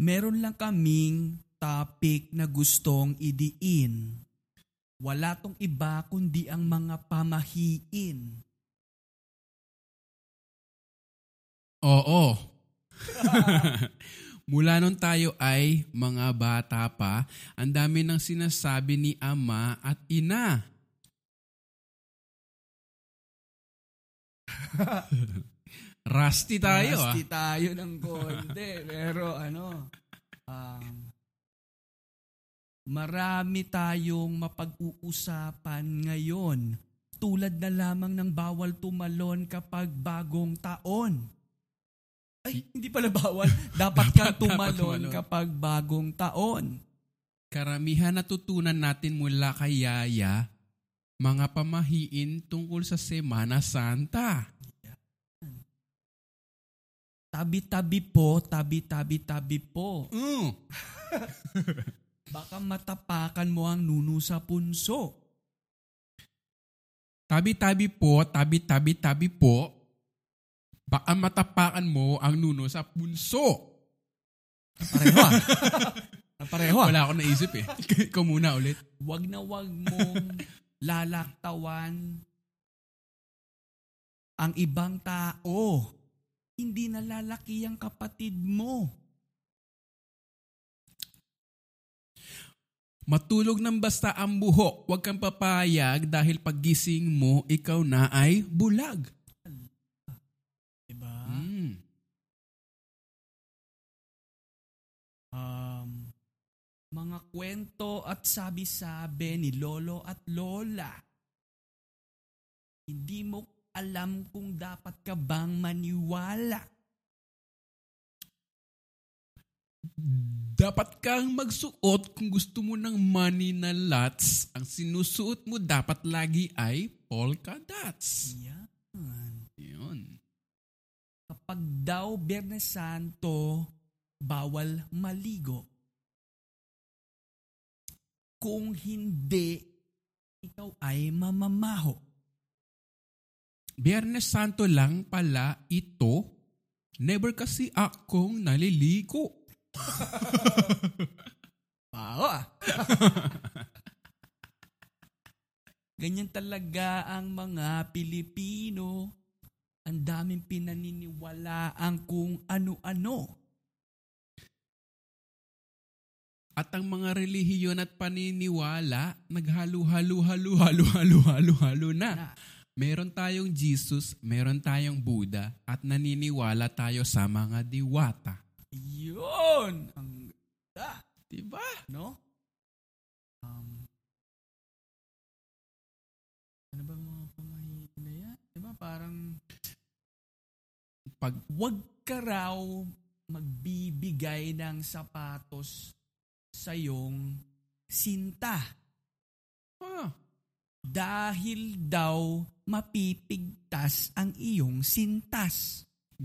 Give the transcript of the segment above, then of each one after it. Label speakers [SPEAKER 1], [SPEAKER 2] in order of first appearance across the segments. [SPEAKER 1] meron lang kaming topic na gustong idiin. Wala tong iba kundi ang mga pamahiin.
[SPEAKER 2] Oo. Mula nun tayo ay mga bata pa, ang dami ng sinasabi ni ama at ina. Rusty tayo ah.
[SPEAKER 1] Nasty tayo ng konti. pero ano, um, marami tayong mapag-uusapan ngayon. Tulad na lamang ng bawal tumalon kapag bagong taon. Ay, hindi pala bawal. Dapat kang
[SPEAKER 2] Dapat- dapat
[SPEAKER 1] tumalon
[SPEAKER 2] tumalon.
[SPEAKER 1] kapag bagong taon.
[SPEAKER 2] Karamihan natutunan natin mula kay Yaya, mga pamahiin tungkol sa Semana Santa.
[SPEAKER 1] Tabi-tabi po, tabi-tabi-tabi po.
[SPEAKER 2] Mm.
[SPEAKER 1] Baka matapakan mo ang nuno sa punso.
[SPEAKER 2] Tabi-tabi po, tabi-tabi-tabi po, baka matapakan mo ang nuno sa punso.
[SPEAKER 1] Pareho ah. Pareho ah.
[SPEAKER 2] Wala akong naisip eh. Ikaw muna ulit.
[SPEAKER 1] Wag na wag mong lalaktawan ang ibang tao. Hindi na lalaki ang kapatid mo.
[SPEAKER 2] Matulog ng basta ang buhok. Huwag kang papayag dahil paggising mo, ikaw na ay bulag.
[SPEAKER 1] Diba?
[SPEAKER 2] Mm.
[SPEAKER 1] um, mga kwento at sabi-sabi ni lolo at lola. Hindi mo alam kung dapat ka bang maniwala.
[SPEAKER 2] Dapat kang magsuot kung gusto mo ng money na lots. Ang sinusuot mo dapat lagi ay polka dots.
[SPEAKER 1] Yan.
[SPEAKER 2] Yun.
[SPEAKER 1] Kapag daw Biyernes Santo, bawal maligo. Kung hindi, ikaw ay mamamaho.
[SPEAKER 2] Biyernes Santo lang pala ito. Never kasi akong naliligo.
[SPEAKER 1] Pao ah. Ganyan talaga ang mga Pilipino. Ang daming pinaniniwala ang kung ano-ano.
[SPEAKER 2] At ang mga relihiyon at paniniwala, naghalo-halo-halo-halo-halo-halo-halo na.
[SPEAKER 1] Na,
[SPEAKER 2] Meron tayong Jesus, meron tayong Buddha, at naniniwala tayo sa mga diwata.
[SPEAKER 1] yun! Ang ganda,
[SPEAKER 2] Diba?
[SPEAKER 1] no? Um, ano ba mga pamahiin na yan? Diba parang
[SPEAKER 2] Pag
[SPEAKER 1] wag ka raw magbibigay ng sapatos sa iyong sinta.
[SPEAKER 2] ah,
[SPEAKER 1] Dahil daw mapipigtas ang iyong sintas.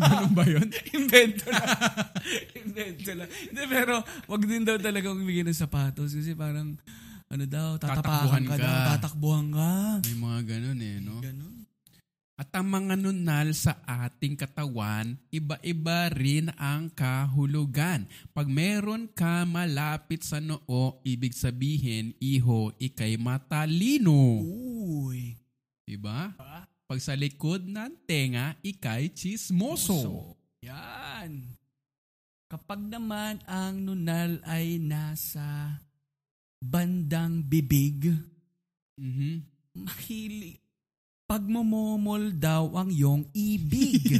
[SPEAKER 2] ganun ba yun?
[SPEAKER 1] Invento lang. Invento lang. Hindi, pero wag din daw talaga magbigay ng sapatos kasi parang ano daw, tatapakan
[SPEAKER 2] Tatakbuhan
[SPEAKER 1] ka,
[SPEAKER 2] ka.
[SPEAKER 1] daw, tatakbuhan ka.
[SPEAKER 2] May mga ganun eh, no?
[SPEAKER 1] Ganun.
[SPEAKER 2] At ang mga nunal sa ating katawan, iba-iba rin ang kahulugan. Pag meron ka malapit sa noo, ibig sabihin, iho, ikay matalino.
[SPEAKER 1] Uy.
[SPEAKER 2] Diba?
[SPEAKER 1] Ah,
[SPEAKER 2] Pag sa likod ng tenga, ikay chismoso.
[SPEAKER 1] Yan. Kapag naman ang nunal ay nasa bandang bibig,
[SPEAKER 2] Mhm.
[SPEAKER 1] mahili. Pagmomomol daw ang iyong ibig.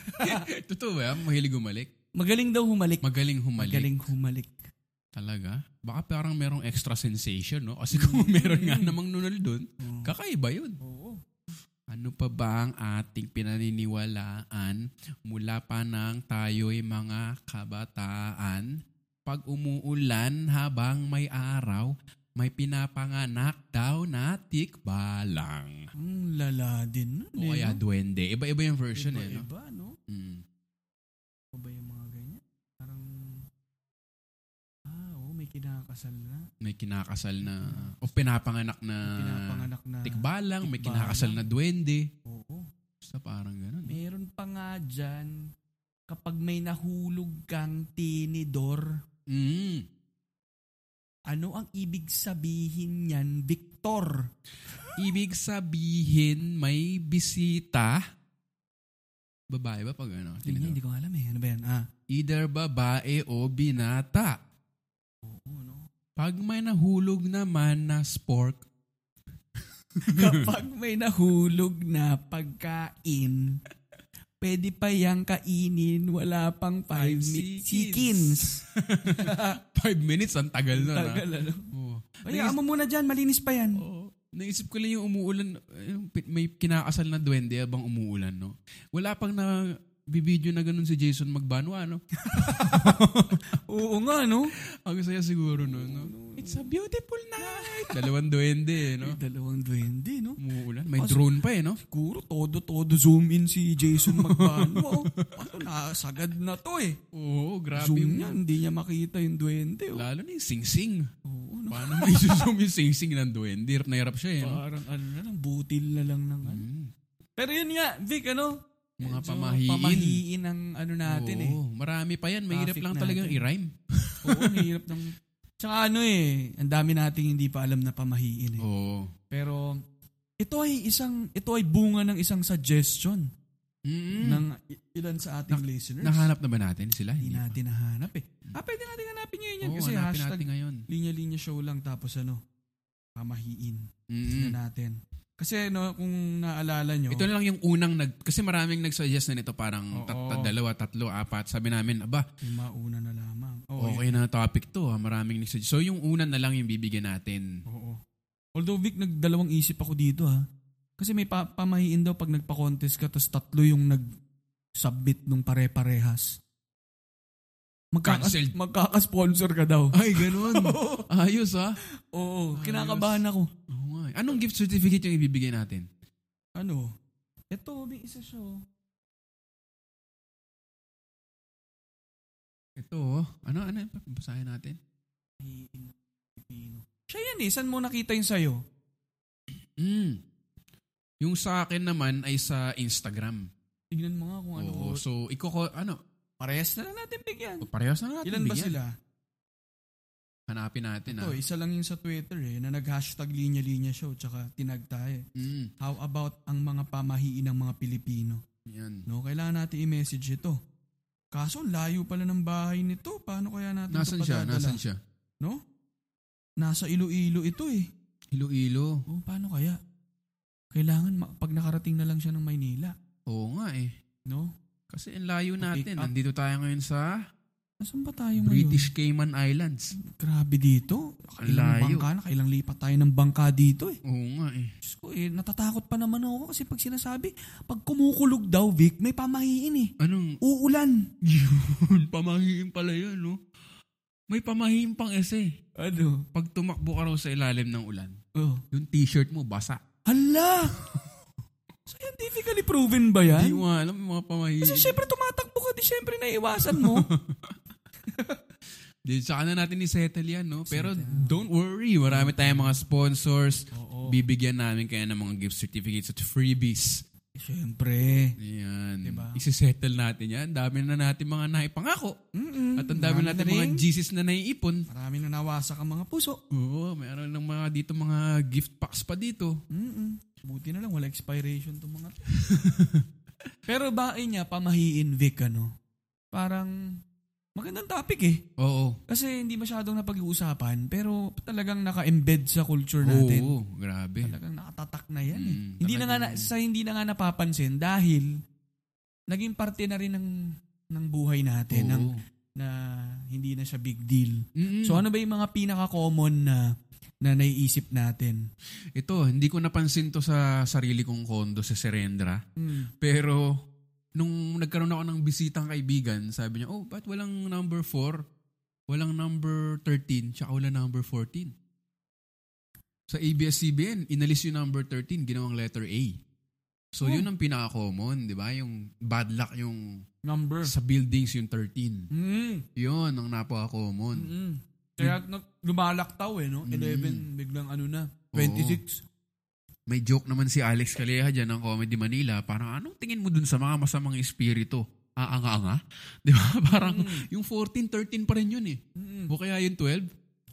[SPEAKER 2] Totoo ba? yan? Mahilig humalik?
[SPEAKER 1] Magaling daw humalik.
[SPEAKER 2] Magaling humalik.
[SPEAKER 1] Magaling humalik.
[SPEAKER 2] Talaga? Baka parang merong extra sensation, no? Kasi kung meron nga namang nunal doon, kakaiba yun.
[SPEAKER 1] Mm. Oo.
[SPEAKER 2] Ano pa ba ang ating pinaniniwalaan mula pa nang tayo'y mga kabataan? Pag umuulan habang may araw, may pinapanganak daw na tikbalang.
[SPEAKER 1] Ang lala din. nun,
[SPEAKER 2] O
[SPEAKER 1] eh,
[SPEAKER 2] kaya
[SPEAKER 1] no?
[SPEAKER 2] duwende. Iba-iba yung version
[SPEAKER 1] iba,
[SPEAKER 2] eh. No?
[SPEAKER 1] Iba, no?
[SPEAKER 2] Mm.
[SPEAKER 1] Ano ba yung mga ganyan? Parang, ah, oo, may kinakasal na.
[SPEAKER 2] May kinakasal na, o pinapanganak na
[SPEAKER 1] Pinapanganak na.
[SPEAKER 2] tikbalang, may
[SPEAKER 1] tikbalang.
[SPEAKER 2] kinakasal na duwende.
[SPEAKER 1] Oo.
[SPEAKER 2] Basta parang ganun. eh.
[SPEAKER 1] Meron pa nga dyan, kapag may nahulog kang tinidor,
[SPEAKER 2] Mm.
[SPEAKER 1] ano ang ibig sabihin niyan, Victor?
[SPEAKER 2] Ibig sabihin may bisita. Babae ba pag ano?
[SPEAKER 1] Hindi,
[SPEAKER 2] tinidor?
[SPEAKER 1] hindi ko alam eh. Ano ba yan? Ah,
[SPEAKER 2] Either babae o binata.
[SPEAKER 1] oo, no?
[SPEAKER 2] Pag may nahulog naman na spork,
[SPEAKER 1] Kapag may nahulog na pagkain, pwede pa yang kainin, wala pang 5
[SPEAKER 2] Five
[SPEAKER 1] minutes.
[SPEAKER 2] seconds.
[SPEAKER 1] Chickens.
[SPEAKER 2] five minutes, ang tagal nun. ah.
[SPEAKER 1] Tagal, ano?
[SPEAKER 2] Oo.
[SPEAKER 1] Hayaan mo muna dyan, malinis pa yan.
[SPEAKER 2] Oo. Naisip ko lang yung umuulan, eh, yung pi- may kinakasal na duwende habang umuulan, no? Wala pang na bibidyo na ganun si Jason Magbanwa, no?
[SPEAKER 1] Oo nga, no?
[SPEAKER 2] Ang saya siguro nun, no? It's a beautiful night! Dalawang duwende, eh, no?
[SPEAKER 1] Dalawang duwende, no?
[SPEAKER 2] Umuulan. May drone pa, eh, no?
[SPEAKER 1] Siguro todo-todo zoom in si Jason Magbanwa. Ano, nasagad na to eh.
[SPEAKER 2] Oo, grabe
[SPEAKER 1] Zoom
[SPEAKER 2] yung...
[SPEAKER 1] niya, hindi niya makita yung duwende. Oh.
[SPEAKER 2] Lalo na yung sing-sing.
[SPEAKER 1] Oo, ano. no?
[SPEAKER 2] Paano may susum yung sing-sing ng duwende? Nahirap siya, eh, no?
[SPEAKER 1] Parang ano na lang, butil na lang ng ano.
[SPEAKER 2] Mm.
[SPEAKER 1] Pero yun nga, Vic, ano?
[SPEAKER 2] Mga
[SPEAKER 1] Medyo
[SPEAKER 2] pamahiin.
[SPEAKER 1] Pamahiin ang ano natin eh.
[SPEAKER 2] Oo, marami pa yan. Mahirap
[SPEAKER 1] Traffic
[SPEAKER 2] lang talagang
[SPEAKER 1] natin.
[SPEAKER 2] i-rhyme.
[SPEAKER 1] Oo, ang hirap ng... Tsaka ano eh, ang dami nating hindi pa alam na pamahiin eh.
[SPEAKER 2] Oo.
[SPEAKER 1] Pero ito ay isang ito ay bunga ng isang suggestion
[SPEAKER 2] Mm-mm.
[SPEAKER 1] ng i- ilan sa ating listeners.
[SPEAKER 2] Nahanap na ba natin sila?
[SPEAKER 1] Hindi
[SPEAKER 2] Hindi pa.
[SPEAKER 1] natin nahanap eh. Ah, pwede natin hanapin ngayon yan
[SPEAKER 2] Oo,
[SPEAKER 1] kasi
[SPEAKER 2] hanapin
[SPEAKER 1] hashtag
[SPEAKER 2] natin ngayon.
[SPEAKER 1] linya-linya show lang tapos ano, pamahiin
[SPEAKER 2] Mm-mm.
[SPEAKER 1] na natin. Kasi no, kung naalala nyo,
[SPEAKER 2] Ito na lang yung unang nag kasi maraming nagsuggest na nito parang
[SPEAKER 1] Oo.
[SPEAKER 2] tat- dalawa, tatlo, apat. Sabi namin, aba,
[SPEAKER 1] yung mauna na lamang. Oo,
[SPEAKER 2] okay na topic to. ha. Maraming nagsuggest. So yung una na lang yung bibigyan natin.
[SPEAKER 1] Oo. Although Vic, nagdalawang isip ako dito ha. Kasi may pa- pamahiin daw pag nagpa-contest ka tapos tatlo yung nag-submit nung pare-parehas. Magkakas-
[SPEAKER 2] Cancelled.
[SPEAKER 1] magkakasponsor ka daw.
[SPEAKER 2] Ay, ganun. Ayos ah.
[SPEAKER 1] Oo, kinakabahan ako.
[SPEAKER 2] Oo nga eh. Anong gift certificate yung ibibigay natin?
[SPEAKER 1] Ano? Ito, may isa siya. oh.
[SPEAKER 2] Ito oh. Ano, ano yung basahin natin?
[SPEAKER 1] Pamahiin. Pilipino. Siya yan eh, saan mo nakita yung sayo?
[SPEAKER 2] Mm. Yung sa akin naman ay sa Instagram.
[SPEAKER 1] Tignan mo nga kung ano.
[SPEAKER 2] Oo, so iko ko ano,
[SPEAKER 1] Parehas na lang natin bigyan.
[SPEAKER 2] parehas na natin.
[SPEAKER 1] Ilan ba
[SPEAKER 2] bigyan.
[SPEAKER 1] sila?
[SPEAKER 2] Hanapin natin ah.
[SPEAKER 1] Ito, isa lang yung sa Twitter eh, na nag-hashtag linya-linya show tsaka tinag tayo.
[SPEAKER 2] Mm.
[SPEAKER 1] How about ang mga pamahiin ng mga Pilipino?
[SPEAKER 2] Yan.
[SPEAKER 1] No, kailangan natin i-message ito. Kaso layo pala ng bahay nito. Paano kaya natin
[SPEAKER 2] Nasaan
[SPEAKER 1] ito
[SPEAKER 2] siya?
[SPEAKER 1] padadala?
[SPEAKER 2] Nasaan siya?
[SPEAKER 1] No? Nasa Iloilo ito eh.
[SPEAKER 2] Iloilo.
[SPEAKER 1] O, paano kaya? Kailangan ma- pag nakarating na lang siya ng Maynila.
[SPEAKER 2] Oo nga eh.
[SPEAKER 1] No?
[SPEAKER 2] Kasi ang layo natin.
[SPEAKER 1] up. Ano
[SPEAKER 2] Nandito tayo ngayon sa
[SPEAKER 1] Nasaan ba tayo ngayon?
[SPEAKER 2] British Cayman Islands.
[SPEAKER 1] Grabe dito. Kailang
[SPEAKER 2] Layo.
[SPEAKER 1] bangka na. Kailang lipat tayo ng bangka dito eh.
[SPEAKER 2] Oo nga eh.
[SPEAKER 1] Diyos ko eh, natatakot pa naman ako kasi pag sinasabi, pag kumukulog daw Vic, may pamahiin eh.
[SPEAKER 2] Anong
[SPEAKER 1] Uulan.
[SPEAKER 2] yun? Pamahiin pala yan, no? May pamahiin pang ese.
[SPEAKER 1] Ano?
[SPEAKER 2] Pag tumakbo ka raw sa ilalim ng ulan,
[SPEAKER 1] Oh.
[SPEAKER 2] yung t-shirt mo basa.
[SPEAKER 1] Hala! Scientifically proven ba yan?
[SPEAKER 2] Hindi mo alam yung mga pamahiin.
[SPEAKER 1] Kasi syempre tumatakbo ka, di syempre naiwasan mo.
[SPEAKER 2] Di, saka na natin isettle yan, no? Pero don't worry, marami tayong mga sponsors.
[SPEAKER 1] Oo.
[SPEAKER 2] Bibigyan namin kaya ng mga gift certificates at freebies.
[SPEAKER 1] syempre.
[SPEAKER 2] Ayan.
[SPEAKER 1] Diba?
[SPEAKER 2] Isisettle natin yan. Dami na natin mga naipangako.
[SPEAKER 1] Mm-mm.
[SPEAKER 2] At ang dami
[SPEAKER 1] Marami
[SPEAKER 2] natin
[SPEAKER 1] na
[SPEAKER 2] mga
[SPEAKER 1] rin.
[SPEAKER 2] Jesus na naiipon.
[SPEAKER 1] Marami na nawasa ka mga puso.
[SPEAKER 2] Oo, meron ng mga dito mga gift packs pa dito.
[SPEAKER 1] Mm-mm. Buti na lang, wala expiration tong mga to. Pero bae niya, pamahiin Vic, ano? Parang magandang topic eh.
[SPEAKER 2] Oo.
[SPEAKER 1] Kasi hindi masyadong napag-uusapan, pero talagang naka-embed sa culture natin.
[SPEAKER 2] Oo, grabe.
[SPEAKER 1] Talagang nakatatak na yan. eh.
[SPEAKER 2] Mm,
[SPEAKER 1] hindi na nga na-
[SPEAKER 2] talagang-
[SPEAKER 1] sa hindi na nga napapansin dahil naging parte na rin ng ng buhay natin ng,
[SPEAKER 2] Oo.
[SPEAKER 1] na hindi na siya big deal.
[SPEAKER 2] Mm-mm.
[SPEAKER 1] So ano ba yung mga pinaka-common na na naiisip natin?
[SPEAKER 2] Ito, hindi ko napansin to sa sarili kong kondo sa Serendra. Hmm.
[SPEAKER 1] Mm.
[SPEAKER 2] Pero, nung nagkaroon ako ng bisitang kaibigan, sabi niya, oh, ba't walang number 4? Walang number 13, tsaka walang number 14. Sa ABS-CBN, inalis yung number 13, ginawang letter A. So,
[SPEAKER 1] Oh.
[SPEAKER 2] yun ang pinaka-common, di ba? Yung bad luck yung
[SPEAKER 1] Number.
[SPEAKER 2] sa buildings yung 13.
[SPEAKER 1] Mm.
[SPEAKER 2] Yun ang napaka-common.
[SPEAKER 1] Mm. Kaya nag- lumalaktaw eh, no?
[SPEAKER 2] Mm.
[SPEAKER 1] 11, biglang ano na, 26.
[SPEAKER 2] May joke naman si Alex Calleja dyan ng Comedy Manila. Parang anong tingin mo dun sa mga masamang espiritu? aanga-anga. Di ba? Parang
[SPEAKER 1] Hmm.
[SPEAKER 2] yung 14, 13 pa rin yun eh. O kaya yung 12.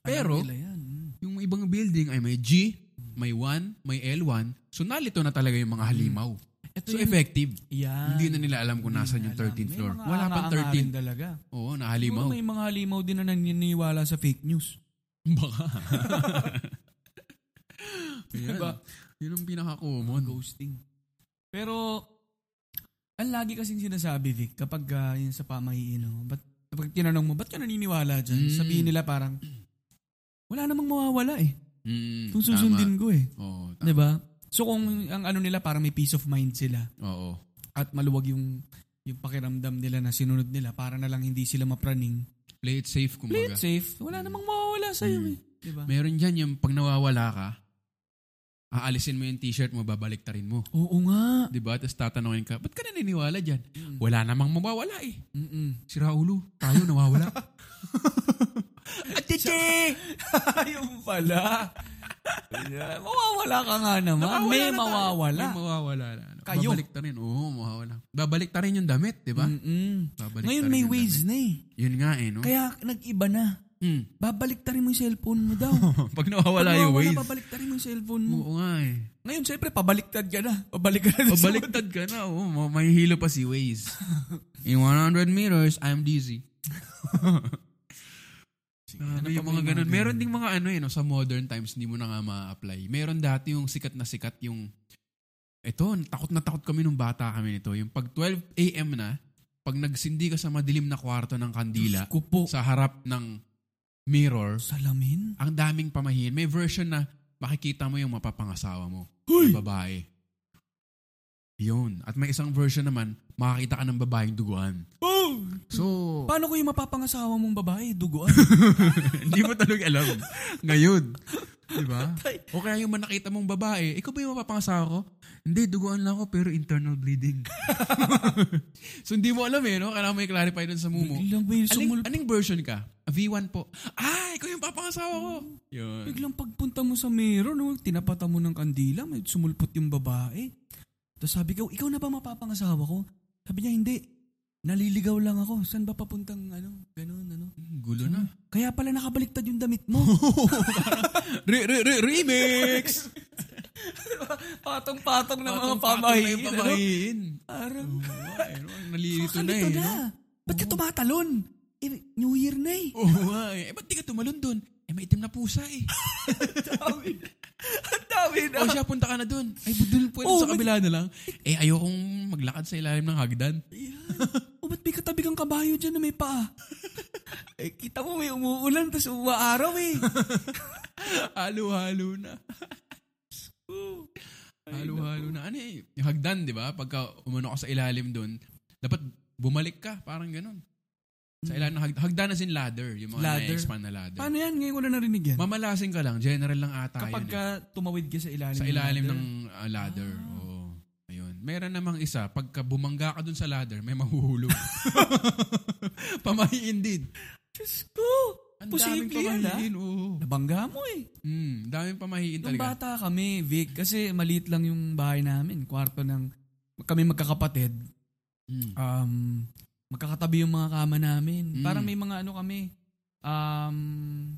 [SPEAKER 2] Pero,
[SPEAKER 1] Alam nila yan. Mm.
[SPEAKER 2] yung ibang building ay may G, may 1, may L1. So, nalito na talaga yung mga halimaw.
[SPEAKER 1] Hmm. Ito
[SPEAKER 2] So,
[SPEAKER 1] yung-
[SPEAKER 2] effective.
[SPEAKER 1] Yan.
[SPEAKER 2] Hindi na nila alam kung
[SPEAKER 1] Hindi
[SPEAKER 2] nasan
[SPEAKER 1] na
[SPEAKER 2] yung
[SPEAKER 1] alam.
[SPEAKER 2] 13th
[SPEAKER 1] May
[SPEAKER 2] floor.
[SPEAKER 1] mga
[SPEAKER 2] Wala pang
[SPEAKER 1] anga-anga rin
[SPEAKER 2] 13.
[SPEAKER 1] talaga.
[SPEAKER 2] Oo,
[SPEAKER 1] Siguro
[SPEAKER 2] nahalimaw.
[SPEAKER 1] may mga halimaw din na naniniwala sa fake news.
[SPEAKER 2] Baka. Yan.
[SPEAKER 1] Diba?
[SPEAKER 2] Yun ang pinaka-common.
[SPEAKER 1] Ghosting. Pero, ang lagi kasing sinasabi, Vic, kapag ah, yun sa pamahiin, no? ba't, kapag tinanong mo, ba't ka naniniwala dyan?
[SPEAKER 2] Mm.
[SPEAKER 1] Sabihin nila parang, wala namang mawawala eh.
[SPEAKER 2] Mm,
[SPEAKER 1] Kung susundin ko eh.
[SPEAKER 2] Tama. Oo. ta-
[SPEAKER 1] 'Di ba? So kung ang ano nila parang may peace of mind sila
[SPEAKER 2] Oo.
[SPEAKER 1] at maluwag yung yung pakiramdam nila na sinunod nila para na lang hindi sila mapraning.
[SPEAKER 2] Play it safe, kumbaga.
[SPEAKER 1] Play it safe. Wala namang mawawala sa iyo
[SPEAKER 2] Mm.
[SPEAKER 1] eh. 'Di ba?
[SPEAKER 2] Meron dyan yung pag nawawala ka, aalisin mo yung t-shirt mo, babaliktarin mo.
[SPEAKER 1] Oo nga.
[SPEAKER 2] Di ba? Tapos tatanungin ka, ba't ka naniniwala dyan?
[SPEAKER 1] Hmm.
[SPEAKER 2] Wala namang mawawala eh.
[SPEAKER 1] Mm.
[SPEAKER 2] Si Raulo, tayo nawawala. Ah,
[SPEAKER 1] Atiti! yung pala. Yeah, mawawala ka nga naman. may
[SPEAKER 2] na tayo.
[SPEAKER 1] mawawala.
[SPEAKER 2] May mawawala na. Ano.
[SPEAKER 1] Kayo.
[SPEAKER 2] Babaliktarin. Oo, mawawala. Babaliktarin yung damit, diba? di ba?
[SPEAKER 1] Mm-mm.
[SPEAKER 2] Babalik
[SPEAKER 1] Ngayon
[SPEAKER 2] tayo
[SPEAKER 1] may
[SPEAKER 2] ng
[SPEAKER 1] ways na eh.
[SPEAKER 2] Yun nga eh, no?
[SPEAKER 1] Kaya nag-iba na.
[SPEAKER 2] Mm.
[SPEAKER 1] Babalik ta rin mo yung cellphone mo daw.
[SPEAKER 2] pag nawawala
[SPEAKER 1] Pag
[SPEAKER 2] yung
[SPEAKER 1] mawawala,
[SPEAKER 2] ways.
[SPEAKER 1] Babalik ta rin mo yung cellphone mo.
[SPEAKER 2] Oo nga eh.
[SPEAKER 1] Ngayon, syempre, pabaliktad ka na. Pabalik ka na. sa-
[SPEAKER 2] Pabaliktad ka na. Oo, ma- may hilo pa si Waze. In 100 meters, I'm dizzy. Grabe
[SPEAKER 1] ano pa ba
[SPEAKER 2] yung mga
[SPEAKER 1] yung mga
[SPEAKER 2] ganun.
[SPEAKER 1] ganun?
[SPEAKER 2] Meron ding mga ano eh, no, sa modern times, hindi mo na nga ma-apply. Meron dati yung sikat na sikat yung, eto, takot na takot kami nung bata kami nito. Yung pag 12 a.m. na, pag nagsindi ka sa madilim na kwarto ng kandila,
[SPEAKER 1] Ko po.
[SPEAKER 2] sa harap ng mirror,
[SPEAKER 1] Salamin?
[SPEAKER 2] ang daming pamahiin. May version na makikita mo yung mapapangasawa mo
[SPEAKER 1] Hoy!
[SPEAKER 2] na babae. Yun. At may isang version naman, makakita ka ng babaeng duguan.
[SPEAKER 1] Oh!
[SPEAKER 2] So,
[SPEAKER 1] Paano ko yung mapapangasawa mong babae? Duguan.
[SPEAKER 2] hindi mo talaga alam. Ngayon. Di ba? O kaya yung manakita mong babae, ikaw ba yung mapapangasawa ko? Hindi, duguan lang ako pero internal bleeding. so, hindi mo alam eh, no? Kailangan mo i-clarify dun sa mumo.
[SPEAKER 1] Biglang may sumul...
[SPEAKER 2] Aling, aling version ka? A V1 po. Ah, ikaw yung papangasawa ko. Yun.
[SPEAKER 1] Biglang pagpunta mo sa mirror, no? tinapatan mo ng kandila, may sumulpot yung babae. Tapos sabi ko, ikaw na ba mapapangasawa ko? Sabi niya, hindi. Naliligaw lang ako. Saan ba papuntang ano? Ganun, ano?
[SPEAKER 2] Gulo na.
[SPEAKER 1] Kaya pala nakabaliktad yung damit mo.
[SPEAKER 2] Re- re- re- remix!
[SPEAKER 1] Patong-patong ng mga
[SPEAKER 2] Patong-patong na
[SPEAKER 1] pamahiin.
[SPEAKER 2] yung
[SPEAKER 1] ano?
[SPEAKER 2] pamahiin.
[SPEAKER 1] Parang,
[SPEAKER 2] Ay, ano, ang nalilito na
[SPEAKER 1] kalito
[SPEAKER 2] eh.
[SPEAKER 1] na.
[SPEAKER 2] no?
[SPEAKER 1] Ba't ka tumatalon? Eh, New Year na eh.
[SPEAKER 2] Oo nga eh. Eh, ba't di ka tumalon doon? Eh, may itim na pusa eh.
[SPEAKER 1] dami. Ang dami na.
[SPEAKER 2] o siya, punta ka na doon. Ay, budol po.
[SPEAKER 1] Oo,
[SPEAKER 2] sa kabila na lang. Eh, ayokong maglakad sa ilalim ng hagdan.
[SPEAKER 1] o ba't may katabi kang kabayo dyan na may paa? eh, kita mo may umuulan tapos umaaraw eh.
[SPEAKER 2] Halo-halo na. Halo-halo na. Ano eh, yung hagdan, di ba? Pagka umano ka sa ilalim doon, dapat bumalik ka. Parang ganun. Sa ilalim ng hagdan. Hagdan as in ladder. Yung mga
[SPEAKER 1] Hmm. Ladder.
[SPEAKER 2] na-expand na ladder.
[SPEAKER 1] Paano yan? Ngayon ko na narinig yan.
[SPEAKER 2] Mamalasing ka lang. General lang ata
[SPEAKER 1] Kapag
[SPEAKER 2] yun eh.
[SPEAKER 1] ka tumawid ka sa ilalim.
[SPEAKER 2] Sa ilalim
[SPEAKER 1] ladder. Ah.
[SPEAKER 2] ng uh, ladder. Oo. Ayun. Meron namang isa, pagka bumangga ka dun sa ladder, may mahuhulog. pamahiin din.
[SPEAKER 1] Diyos ko!
[SPEAKER 2] Ang daming
[SPEAKER 1] Posible yan ha?
[SPEAKER 2] pamahiin. Oo.
[SPEAKER 1] Nabangga mo eh.
[SPEAKER 2] Mm, daming pamahiin
[SPEAKER 1] Nung
[SPEAKER 2] talaga.
[SPEAKER 1] bata kami, Vic, kasi maliit lang yung bahay namin. Kwarto ng kami magkakapatid.
[SPEAKER 2] Mm.
[SPEAKER 1] Um, magkakatabi yung mga kama namin.
[SPEAKER 2] Mm.
[SPEAKER 1] Parang may mga ano kami, um,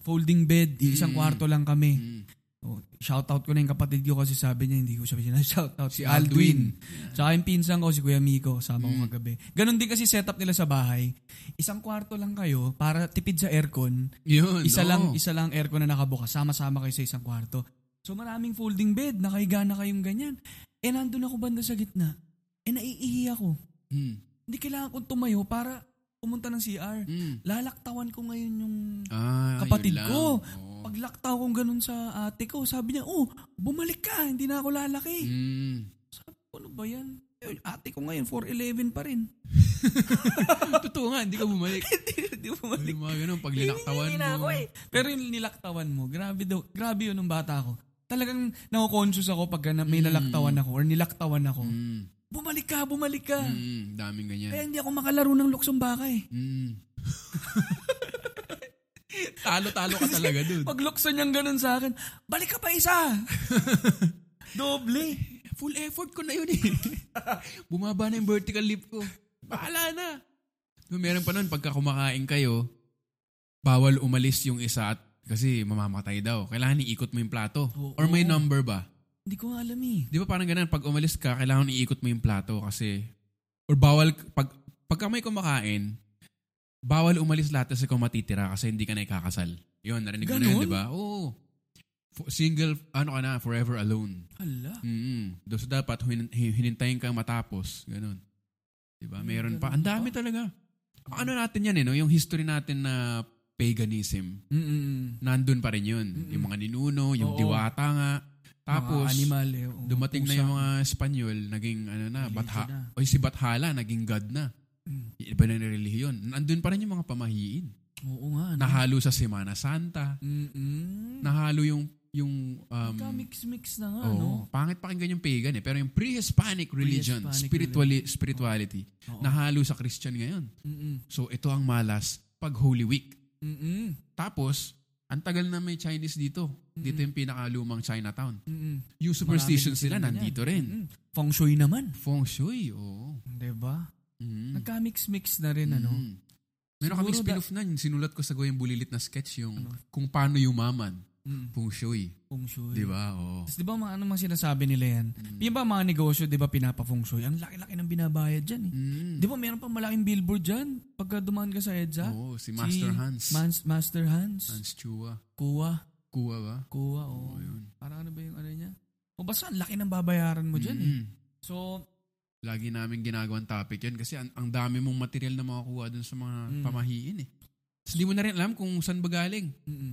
[SPEAKER 1] folding bed. Isang
[SPEAKER 2] Mm.
[SPEAKER 1] kwarto lang kami.
[SPEAKER 2] Mm.
[SPEAKER 1] Oh, shoutout ko na yung kapatid ko kasi sabi niya, hindi ko sabi niya na shoutout. Si
[SPEAKER 2] Si Aldwin.
[SPEAKER 1] Aldwin. Tsaka yung pinsan ko, si Kuya Miko, sama ko
[SPEAKER 2] Mm.
[SPEAKER 1] kagabi. Ganon din kasi setup nila sa bahay. Isang kwarto lang kayo para tipid sa aircon.
[SPEAKER 2] Yun.
[SPEAKER 1] Isa
[SPEAKER 2] oo.
[SPEAKER 1] lang, isa lang aircon na nakabukas. Sama-sama kayo sa isang kwarto. So maraming folding bed, nakahiga na kayong ganyan. Eh nandun ako banda sa gitna. Eh naiihi ako.
[SPEAKER 2] Mm.
[SPEAKER 1] Hindi kailangan kong tumayo para pumunta ng CR.
[SPEAKER 2] Mm.
[SPEAKER 1] Lalaktawan ko ngayon yung
[SPEAKER 2] Ah, yun
[SPEAKER 1] kapatid
[SPEAKER 2] lang.
[SPEAKER 1] ko.
[SPEAKER 2] Oo.
[SPEAKER 1] Paglaktaw kong ganun sa ate ko, sabi niya, oh, bumalik ka, hindi na ako lalaki.
[SPEAKER 2] Mm.
[SPEAKER 1] Sabi ko, ano ba yan? Eh, ate ko ngayon, 4'11 pa rin.
[SPEAKER 2] Totoo nga, hindi ka bumalik.
[SPEAKER 1] Hindi, hindi bumalik.
[SPEAKER 2] Yung mga ganun, pag linaktawan
[SPEAKER 1] Hinihingi na ako
[SPEAKER 2] mo.
[SPEAKER 1] eh. Pero yung nilaktawan mo, grabe daw, grabe yun nung bata ako. Talagang nako-conscious ako pag na,
[SPEAKER 2] Hmm.
[SPEAKER 1] may nalaktawan ako or nilaktawan ako.
[SPEAKER 2] Mm.
[SPEAKER 1] Bumalik ka, bumalik ka.
[SPEAKER 2] Mm. Daming ganyan.
[SPEAKER 1] Kaya hindi ako makalaro ng luksong baka eh.
[SPEAKER 2] Mm. Talo-talo ka talaga dun.
[SPEAKER 1] Pag lukso niyang ganun sa akin, balik ka pa isa. Doble.
[SPEAKER 2] Full effort ko na yun eh. Bumaba na yung vertical lift ko. Bahala na. Diba, meron pa nun, pagka kumakain kayo, bawal umalis yung isa at kasi mamamatay daw. Kailangan iikot mo yung plato.
[SPEAKER 1] Oo.
[SPEAKER 2] Or may number ba?
[SPEAKER 1] Hindi ko nga alam eh.
[SPEAKER 2] Di ba parang ganun, pag umalis ka, kailangan iikot mo yung plato kasi, or bawal, pag, pagka may kumakain, bawal umalis lahat kasi kung matitira kasi hindi ka na ikakasal. Yun, narinig mo na yun,
[SPEAKER 1] Ganun?
[SPEAKER 2] di ba? Oo. F- single, ano ka na, forever alone.
[SPEAKER 1] Hala.
[SPEAKER 2] Mm-hmm. So dapat hin- hin- hinintayin kang matapos. Ganun. Di
[SPEAKER 1] Mm,
[SPEAKER 2] ba? Meron pa. Ang dami talaga. Ano natin yan eh, no? Yung history natin na paganism.
[SPEAKER 1] Mm-mm.
[SPEAKER 2] Nandun pa rin yun. Yung mga ninuno, yung
[SPEAKER 1] Oo.
[SPEAKER 2] diwata nga. Tapos,
[SPEAKER 1] Mga animal eh. oo.
[SPEAKER 2] Dumating na
[SPEAKER 1] Pusa.
[SPEAKER 2] yung mga Espanyol, naging ano na,
[SPEAKER 1] Religion
[SPEAKER 2] batha.
[SPEAKER 1] na.
[SPEAKER 2] Oy, si Bathala, naging God na.
[SPEAKER 1] Mm.
[SPEAKER 2] Iba na yung relihiyon. Nandun pa rin yung mga pamahiin.
[SPEAKER 1] Oo nga. ano?
[SPEAKER 2] Nahalo sa Semana
[SPEAKER 1] Mm.
[SPEAKER 2] Santa.
[SPEAKER 1] Mm-mm.
[SPEAKER 2] Nahalo yung, yung, um,
[SPEAKER 1] Nagka-mix-mix na nga,
[SPEAKER 2] oo,
[SPEAKER 1] no?
[SPEAKER 2] pangit pakinggan yung pagan eh. Pero yung pre-Hispanic religion,
[SPEAKER 1] Pre-Hispanic
[SPEAKER 2] spirituali- spirituality,
[SPEAKER 1] Oo.
[SPEAKER 2] nahalo sa Christian ngayon.
[SPEAKER 1] Mm-mm.
[SPEAKER 2] So, ito ang malas pag Holy Week.
[SPEAKER 1] Mm-mm.
[SPEAKER 2] Tapos, ang tagal na may Chinese dito. Dito yung pinakalumang Chinatown.
[SPEAKER 1] Mm-mm.
[SPEAKER 2] Yung superstitions
[SPEAKER 1] Marami
[SPEAKER 2] nila
[SPEAKER 1] din sila
[SPEAKER 2] nandito rin.
[SPEAKER 1] Mm. Feng shui naman.
[SPEAKER 2] Feng Shui, oo.
[SPEAKER 1] Diba?
[SPEAKER 2] Mm.
[SPEAKER 1] Nagka-mix-mix na rin, ano?
[SPEAKER 2] Mm.
[SPEAKER 1] Siguro
[SPEAKER 2] Meron kami
[SPEAKER 1] da- Ano?
[SPEAKER 2] spin-off na, yung sinulat ko sa Goyang Bulilit na sketch, yung kung paano yumaman,
[SPEAKER 1] Mm.
[SPEAKER 2] feng shui.
[SPEAKER 1] Feng shui.
[SPEAKER 2] Di ba? Oo.
[SPEAKER 1] Tapos di ba mga ano mga sinasabi nila yan?
[SPEAKER 2] Mm.
[SPEAKER 1] Yung ba mga negosyo, di ba pinapafeng shui? Ang laki-laki ng binabayad dyan eh.
[SPEAKER 2] Mm.
[SPEAKER 1] Di ba meron pang malaking billboard dyan? Pagka dumaan ka sa EDSA?
[SPEAKER 2] Oo, si
[SPEAKER 1] Si
[SPEAKER 2] Master Hans.
[SPEAKER 1] Mans- Master Hans.
[SPEAKER 2] Hans Chua.
[SPEAKER 1] Kuha.
[SPEAKER 2] Kuha ba?
[SPEAKER 1] Kuha, oo. Parang ano ba yung ano niya? O basta ang laki ng babayaran mo dyan eh.
[SPEAKER 2] Mm.
[SPEAKER 1] So,
[SPEAKER 2] Lagi namin ginagawang topic yun kasi ang, ang dami mong material na makakuha dun sa mga pamahiin eh. Tapos di mo na rin alam kung saan ba galing.
[SPEAKER 1] mm-mm.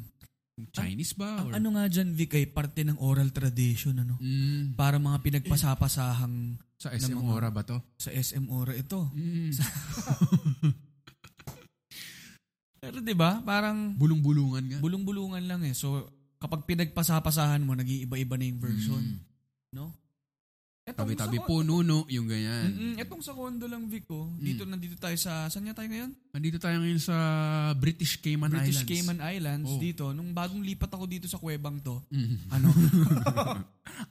[SPEAKER 2] Kung Chinese ba?
[SPEAKER 1] Ang
[SPEAKER 2] Or,
[SPEAKER 1] ano nga dyan, Vic, ay parte ng oral tradition, ano?
[SPEAKER 2] Mm.
[SPEAKER 1] Para mga pinagpasapasahang
[SPEAKER 2] sa SM
[SPEAKER 1] ng mga-
[SPEAKER 2] Ora ba to?
[SPEAKER 1] sa SM Ora ito.
[SPEAKER 2] Mm.
[SPEAKER 1] Pero di ba parang
[SPEAKER 2] Bulong-bulungan nga.
[SPEAKER 1] bulong-bulungan lang eh. So, kapag pinagpasapasahan mo, nag-iiba-iba na yung version.
[SPEAKER 2] Mm.
[SPEAKER 1] No? Etong
[SPEAKER 2] Tabi-tabi
[SPEAKER 1] sa kon-
[SPEAKER 2] puno, no? Yung ganyan.
[SPEAKER 1] Mm-mm, etong sa condo lang, Vic, oh. Dito, nandito tayo sa, saan nga tayo ngayon?
[SPEAKER 2] Nandito tayo ngayon sa British Cayman
[SPEAKER 1] British
[SPEAKER 2] Islands.
[SPEAKER 1] Cayman Islands,
[SPEAKER 2] Oh.
[SPEAKER 1] dito. Nung bagong lipat ako dito sa kuwebang to,
[SPEAKER 2] Mm.
[SPEAKER 1] ano,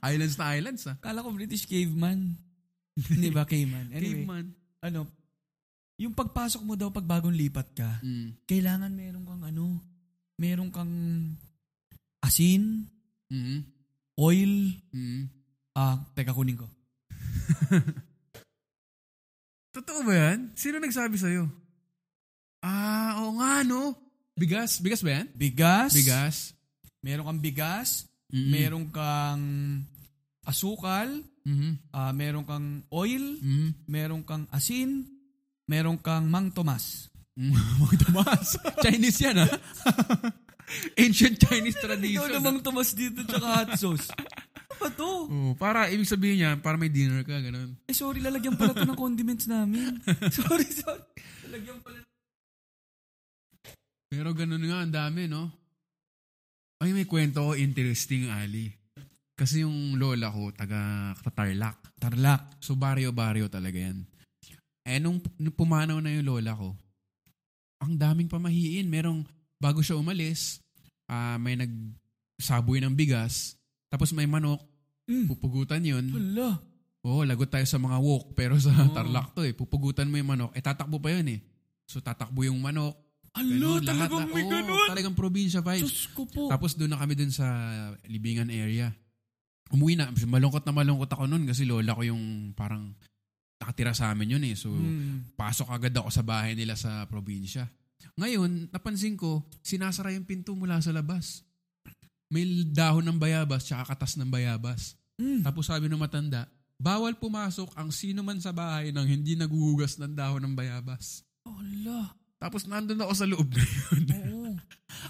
[SPEAKER 2] islands na islands ah.
[SPEAKER 1] kala ko British caveman. Hindi ba, caveman? Anyway,
[SPEAKER 2] Cayman.
[SPEAKER 1] ano, yung pagpasok mo daw pag bagong lipat ka,
[SPEAKER 2] Mm.
[SPEAKER 1] kailangan meron kang ano, meron kang asin,
[SPEAKER 2] Mm.
[SPEAKER 1] oil,
[SPEAKER 2] Mm.
[SPEAKER 1] ah, teka kunin ko.
[SPEAKER 2] Totoo ba yan? Sino nagsabi sa'yo? Ah, oo nga no. Bigas. Bigas ba yan?
[SPEAKER 1] Bigas,
[SPEAKER 2] Bigas.
[SPEAKER 1] meron kang bigas,
[SPEAKER 2] Mm.
[SPEAKER 1] meron kang asukal,
[SPEAKER 2] Mm.
[SPEAKER 1] ah, meron kang oil,
[SPEAKER 2] Mm.
[SPEAKER 1] meron kang asin, meron kang Mang Tomas.
[SPEAKER 2] Mm. Mga Tomas. Chinese yan ah. Ancient Chinese
[SPEAKER 1] Ikaw
[SPEAKER 2] tradition.
[SPEAKER 1] na Mang Tomas dito tsaka hot sauce. ah. Ano ba to?
[SPEAKER 2] ah. Oh, para, ibig sabihin niya, para may dinner ka, ganun.
[SPEAKER 1] Eh sorry, lalagyan pala to ng condiments namin. sorry, sorry. Lalagyan pala.
[SPEAKER 2] Pero ganun nga, ang dami, no? Ay, may kwento ko, interesting, Ali. Kasi yung lola ko, taga Tarlac.
[SPEAKER 1] Tarlac.
[SPEAKER 2] So, baryo-baryo talaga yan. Eh, nung, nung pumanaw na yung lola ko, ang daming pamahiin. Merong, bago siya umalis, ah, may nagsaboy ng bigas, tapos may manok,
[SPEAKER 1] Mm.
[SPEAKER 2] pupugutan yun.
[SPEAKER 1] Wala.
[SPEAKER 2] Oo, lagot tayo sa mga wok, pero sa
[SPEAKER 1] Oh.
[SPEAKER 2] tarlac to eh. Pupugutan mo yung manok, eh tatakbo pa yun eh. So, tatakbo yung manok.
[SPEAKER 1] Alo,
[SPEAKER 2] Ganun, lahat
[SPEAKER 1] talagang
[SPEAKER 2] na-
[SPEAKER 1] may
[SPEAKER 2] oo,
[SPEAKER 1] ganun.
[SPEAKER 2] Talagang probinsya vibes.
[SPEAKER 1] Diyos ko po.
[SPEAKER 2] Tapos doon na kami doon sa Libingan area. Umuwi na. Malungkot na malungkot ako noon kasi lola ko yung parang nakatira sa amin yun eh. So,
[SPEAKER 1] Mm.
[SPEAKER 2] pasok agad ako sa bahay nila sa probinsya. Ngayon, napansin ko, sinasara yung pinto mula sa labas. May dahon ng bayabas tsaka katas ng bayabas.
[SPEAKER 1] Mm.
[SPEAKER 2] Tapos sabi ng matanda, bawal pumasok ang sino man sa bahay nang hindi naguhugas ng dahon ng bayabas.
[SPEAKER 1] Oh, Ala.
[SPEAKER 2] Tapos nandun ako sa loob na yun.
[SPEAKER 1] Oo.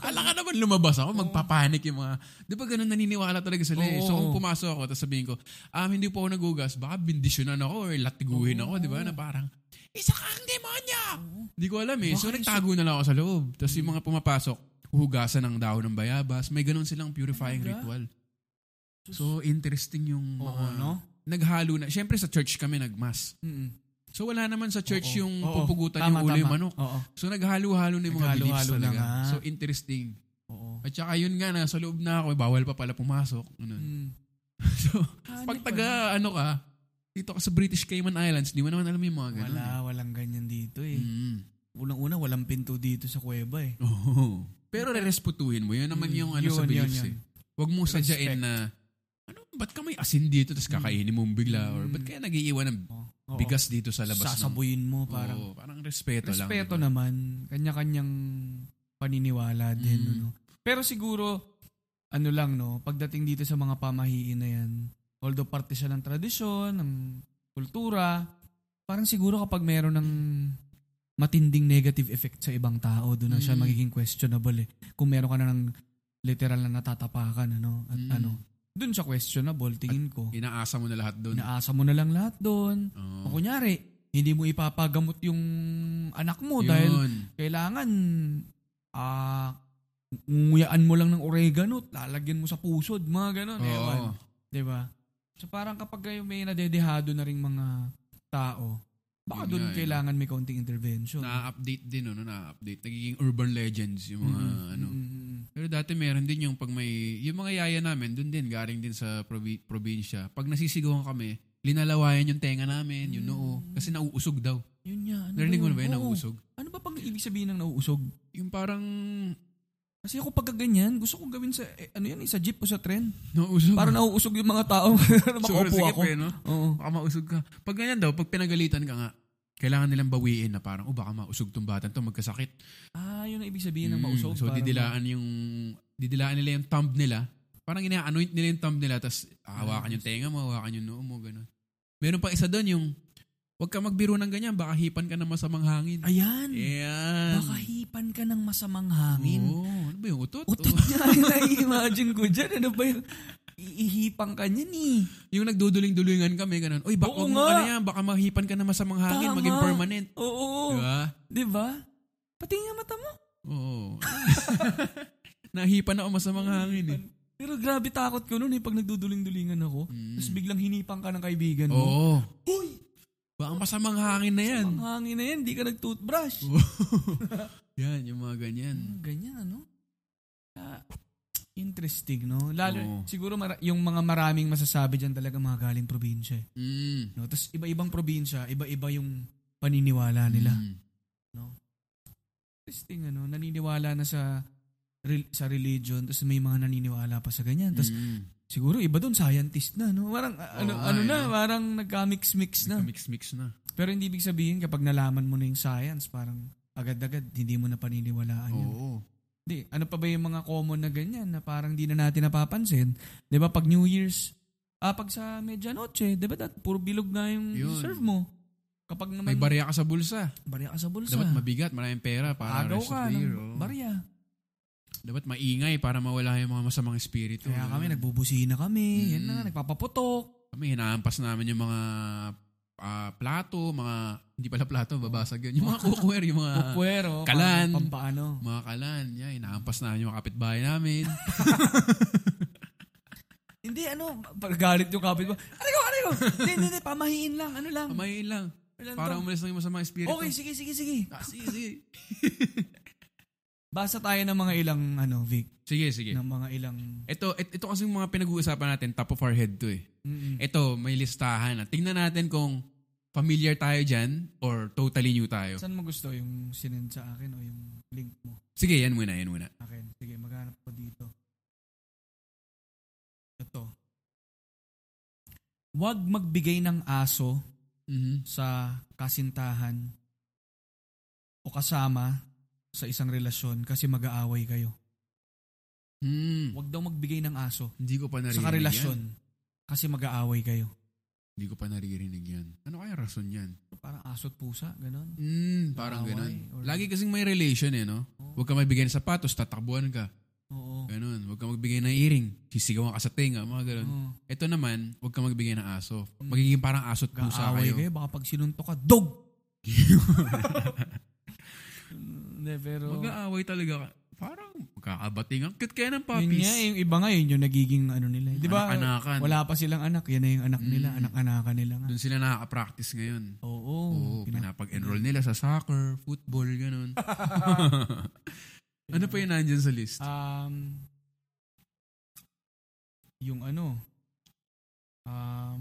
[SPEAKER 2] Ala ka naman lumabas ako, magpapanik yung mga... Di ba ganun naniniwala talaga sila eh.
[SPEAKER 1] Oo.
[SPEAKER 2] So kung pumasok ako, tapos sabihin ko, um, hindi po ako nagugas, baka bindisyonan ako or latiguhin ako, di ba? Na parang, isa kang demonyo! Hindi ko alam eh. So
[SPEAKER 1] Baka isa-
[SPEAKER 2] nagtago na lang ako sa loob. Tapos yung mga pumapasok, huhugasan ng dahon ng bayabas. May ganun silang purifying
[SPEAKER 1] Talaga?
[SPEAKER 2] ritual. So interesting yung
[SPEAKER 1] Oo,
[SPEAKER 2] mga...
[SPEAKER 1] no?
[SPEAKER 2] Naghalo na. Siyempre sa church kami nagmas.
[SPEAKER 1] Mm.
[SPEAKER 2] So wala naman sa church
[SPEAKER 1] Oo.
[SPEAKER 2] yung
[SPEAKER 1] Oo.
[SPEAKER 2] pupugutan
[SPEAKER 1] Tama,
[SPEAKER 2] yung ulo yung
[SPEAKER 1] tama.
[SPEAKER 2] manok.
[SPEAKER 1] Oo.
[SPEAKER 2] So naghalo-halo na yung mga beliefs
[SPEAKER 1] Naghalo-halo na
[SPEAKER 2] talaga.
[SPEAKER 1] nga.
[SPEAKER 2] So interesting.
[SPEAKER 1] Oo.
[SPEAKER 2] At saka yun nga, nasa loob na ako, eh, bawal pa pala pumasok. Ganun.
[SPEAKER 1] Mm.
[SPEAKER 2] so,
[SPEAKER 1] Hmm. Ah,
[SPEAKER 2] pag
[SPEAKER 1] ano
[SPEAKER 2] taga, ano ka, Dito ka sa British Cayman Islands, di mo naman alam yung mga ganun.
[SPEAKER 1] Wala, walang ganyan dito eh.
[SPEAKER 2] Mm.
[SPEAKER 1] Unang-una, walang pinto dito sa kuweba eh. Mm.
[SPEAKER 2] Oo. Pero reresputuhin mo. Yun naman yung ano
[SPEAKER 1] Yun, yun,
[SPEAKER 2] sa beliefs
[SPEAKER 1] yun.
[SPEAKER 2] eh. Huwag mo sadyain na, ano, ba't ka may asin dito tapos kakainin mo bigla? Or ba't kaya nagiiwan ng
[SPEAKER 1] Hmm. Oo.
[SPEAKER 2] bigas dito sa labas?
[SPEAKER 1] Sasabuyin mo
[SPEAKER 2] ng,
[SPEAKER 1] parang.
[SPEAKER 2] Oo, parang respeto, lang.
[SPEAKER 1] Respeto
[SPEAKER 2] diba?
[SPEAKER 1] naman. Kanya-kanyang paniniwala din.
[SPEAKER 2] Mm.
[SPEAKER 1] Ano. Pero siguro, ano lang no, pagdating dito sa mga pamahiin na yan, although parte siya ng tradisyon, ng kultura, parang siguro kapag meron ng matinding negative effect sa ibang tao, doon na siya
[SPEAKER 2] Mm.
[SPEAKER 1] magiging questionable eh. Kung meron ka na ng literal na natatapakan, ano, at
[SPEAKER 2] Mm.
[SPEAKER 1] ano, doon siya questionable, tingin ko.
[SPEAKER 2] Inaasa mo na lahat doon.
[SPEAKER 1] Inaasa mo na lang lahat doon. O
[SPEAKER 2] Oo.
[SPEAKER 1] kunyari, hindi mo ipapagamot yung anak mo dahil
[SPEAKER 2] Yun.
[SPEAKER 1] kailangan ah nguyaan mo lang ng oregano, lalagyan mo sa pusod, mga ganon.
[SPEAKER 2] Oo.
[SPEAKER 1] Ewan. 'Di ba? So parang kapag kayo may nadedehado na ring mga tao, baka
[SPEAKER 2] Yun nga,
[SPEAKER 1] doon
[SPEAKER 2] eh.
[SPEAKER 1] kailangan may kaunting intervention.
[SPEAKER 2] Na-update din, ano, na-update. Nagiging urban legends yung mga,
[SPEAKER 1] Mm,
[SPEAKER 2] ano.
[SPEAKER 1] mm, mm, mm.
[SPEAKER 2] Pero dati meron din yung pag may, yung mga yaya namin, doon din, galing din sa probi- probinsya. Pag nasisigawan kami, linalawayan yung tenga namin, yung noo, kasi nauusog daw.
[SPEAKER 1] Yun nga. Ano
[SPEAKER 2] Narinig mo
[SPEAKER 1] yun?
[SPEAKER 2] na ba yun,
[SPEAKER 1] Hmm. Oo.
[SPEAKER 2] nauusog?
[SPEAKER 1] Ano ba pang ibig sabihin ng nauusog?
[SPEAKER 2] Yung parang
[SPEAKER 1] Kasi ako pagka ganyan, gusto kong gawin sa, eh, ano yan, eh, sa jeep o sa tren.
[SPEAKER 2] nauusog.
[SPEAKER 1] Para nauusog yung mga tao.
[SPEAKER 2] Sobrang
[SPEAKER 1] Makaupo
[SPEAKER 2] sikip
[SPEAKER 1] ako.
[SPEAKER 2] eh, no?
[SPEAKER 1] Oo.
[SPEAKER 2] Baka mausog ka. Pag ganyan daw, pag pinagalitan ka nga, kailangan nilang bawiin na parang, oh baka mausog tong batang to, magkasakit.
[SPEAKER 1] Ah, yun ang ibig sabihin ng
[SPEAKER 2] Mm,
[SPEAKER 1] mausog.
[SPEAKER 2] So
[SPEAKER 1] parang-
[SPEAKER 2] didilaan yung, didilaan nila yung thumb nila. Parang ina-anoint nila yung thumb nila, tapos hawakan yung tenga mo, hawakan yung noo mo, gano'n. Meron pa isa doon yung, huwag ka magbiro ng ganyan, baka hipan ka ng masamang hangin.
[SPEAKER 1] Ayan.
[SPEAKER 2] Ayan.
[SPEAKER 1] Baka hipan ka ng masamang hangin.
[SPEAKER 2] Oo, ano ba yung utot?
[SPEAKER 1] Utot
[SPEAKER 2] Oo.
[SPEAKER 1] niya, na-imagine ko dyan. Ano ba yun? Iihipang ka eh. niya ni.
[SPEAKER 2] Yung nagduduling-dulingan kami, ganun. Uy, baka,
[SPEAKER 1] Oo
[SPEAKER 2] huwag mo
[SPEAKER 1] nga.
[SPEAKER 2] ano yan, baka mahipan ka ng masamang hangin,
[SPEAKER 1] Tama.
[SPEAKER 2] maging permanent.
[SPEAKER 1] Oo.
[SPEAKER 2] Diba?
[SPEAKER 1] Di ba? Pati nga mata mo.
[SPEAKER 2] Oo. Nahipan ako masamang hangin eh.
[SPEAKER 1] Pero grabe takot ko noon eh pag nagduduling-dulingan ako. Tapos biglang hinipang ka ng kaibigan mo.
[SPEAKER 2] Mm. Oo.
[SPEAKER 1] Uy!
[SPEAKER 2] Baka masamang hangin na yan.
[SPEAKER 1] Ang hangin na yan, di ka nag-toothbrush.
[SPEAKER 2] yan, yung mga ganyan.
[SPEAKER 1] Hmm, Ganyan ano? Ah, interesting no? Lalo,
[SPEAKER 2] Oo.
[SPEAKER 1] siguro mara- yung mga maraming masasabi dyan talaga mga galing probinsya. eh,
[SPEAKER 2] Mm.
[SPEAKER 1] No? Tapos iba-ibang probinsya, iba-iba yung paniniwala nila.
[SPEAKER 2] Mm.
[SPEAKER 1] interesting ano, naniniwala na sa rel- sa religion, tapos may mga naniniwala pa sa ganyan. Tapos
[SPEAKER 2] Mm.
[SPEAKER 1] siguro iba doon scientist na, no? Parang a- ano,
[SPEAKER 2] Oo nga,
[SPEAKER 1] ano
[SPEAKER 2] eh,
[SPEAKER 1] na,
[SPEAKER 2] no?
[SPEAKER 1] parang nagka-mix-mix na.
[SPEAKER 2] Mix-mix na.
[SPEAKER 1] Pero hindi ibig sabihin kapag nalaman mo na yung science, parang agad-agad hindi mo na paniniwalaan yun.
[SPEAKER 2] Oo.
[SPEAKER 1] Hindi, ano pa ba yung mga common na ganyan na parang di na natin napapansin? 'Di ba pag New Year's, ah pag sa medianoche, 'di ba dat puro bilog na yung
[SPEAKER 2] Yun.
[SPEAKER 1] serve mo. Kapag naman
[SPEAKER 2] May barya ka sa bulsa.
[SPEAKER 1] barya ka sa bulsa.
[SPEAKER 2] Dapat mabigat, maraming pera para
[SPEAKER 1] agaw
[SPEAKER 2] rest
[SPEAKER 1] ka
[SPEAKER 2] of the year.
[SPEAKER 1] ng
[SPEAKER 2] oo.
[SPEAKER 1] barya.
[SPEAKER 2] Dapat maingay para mawala yung mga masamang espiritu.
[SPEAKER 1] Kaya kami,
[SPEAKER 2] Ano?
[SPEAKER 1] nagbubusina kami. Yan
[SPEAKER 2] Mm.
[SPEAKER 1] na, nga, nagpapaputok.
[SPEAKER 2] Kami, hinahampas namin yung mga ah, plato, mga, hindi pala plato, babasag yun. Yung mga cookware, yung mga
[SPEAKER 1] Ah, Puwero.
[SPEAKER 2] kalan.
[SPEAKER 1] pa- Pampaano.
[SPEAKER 2] mga kalan. Yan, hinahampas namin yung mga kapitbahay namin.
[SPEAKER 1] Hindi, ano, paggalit yung kapit ko. Ano ko, ano ko? Hindi, hindi, hindi, pamahiin lang. Ano lang.
[SPEAKER 2] Kamayin lang.
[SPEAKER 1] Ano lang
[SPEAKER 2] Para
[SPEAKER 1] to?
[SPEAKER 2] umalis lang yung masamang espiritu.
[SPEAKER 1] Okay, sige, sige, sige.
[SPEAKER 2] Ah, sige, sige.
[SPEAKER 1] Basa tayo ng mga ilang, ano, Vic.
[SPEAKER 2] sige, sige.
[SPEAKER 1] Ng mga ilang...
[SPEAKER 2] Ito, et- ito kasing mga pinag-uusapan natin, top of our head to eh.
[SPEAKER 1] Mm-mm.
[SPEAKER 2] Ito, may listahan. na. Tingnan natin kung familiar tayo dyan or totally new tayo.
[SPEAKER 1] Saan mo gusto yung sinend sa akin o yung link mo
[SPEAKER 2] Sige, yan muna, yan muna.
[SPEAKER 1] sa akin? Sige, maghanap ko dito. Ito. Huwag magbigay ng aso
[SPEAKER 2] Mhm.
[SPEAKER 1] sa kasintahan o kasama sa isang relasyon kasi mag-aaway kayo.
[SPEAKER 2] Hmm,
[SPEAKER 1] Huwag daw magbigay ng aso
[SPEAKER 2] Hindi ko pa naririnig
[SPEAKER 1] sa
[SPEAKER 2] yan.
[SPEAKER 1] karelasyon kasi mag-aaway kayo.
[SPEAKER 2] Hindi ko pa naririnig yan. Ano kaya rason yan?
[SPEAKER 1] Parang aso't pusa, ganun.
[SPEAKER 2] Hmm, parang
[SPEAKER 1] Mag-aaway
[SPEAKER 2] ganun.
[SPEAKER 1] or-
[SPEAKER 2] Lagi kasing may relation eh, no? Huwag ka magbigay ng sapatos, tatakbuhan ka.
[SPEAKER 1] Oo.
[SPEAKER 2] Ganun. Huwag ka magbigay ng earring. Sisigawan ka sa tenga, mga ganun.
[SPEAKER 1] Oo.
[SPEAKER 2] Ito naman, huwag ka magbigay ng aso. Magiging parang aso't pusa
[SPEAKER 1] Mag-aaway
[SPEAKER 2] kayo.
[SPEAKER 1] kayo. Baka pag sinuntok ka, dog! Hindi, pero...
[SPEAKER 2] Mag-aaway talaga ka. Parang magkakabating. Ang cute kaya ng
[SPEAKER 1] Yun
[SPEAKER 2] puppies.
[SPEAKER 1] nga, yung iba nga yun yung nagiging ano nila. eh. Di ba?
[SPEAKER 2] Anak-anakan.
[SPEAKER 1] Wala pa silang anak. Yan na yung anak nila. Anak-anakan nila nga.
[SPEAKER 2] Doon sila nakaka-practice ngayon.
[SPEAKER 1] Oo.
[SPEAKER 2] Mm. Oo,
[SPEAKER 1] Pina-
[SPEAKER 2] pinapag-enroll nila sa soccer, football, ganun. ano pa yun nandyan sa list?
[SPEAKER 1] Um, yung ano, um, ah,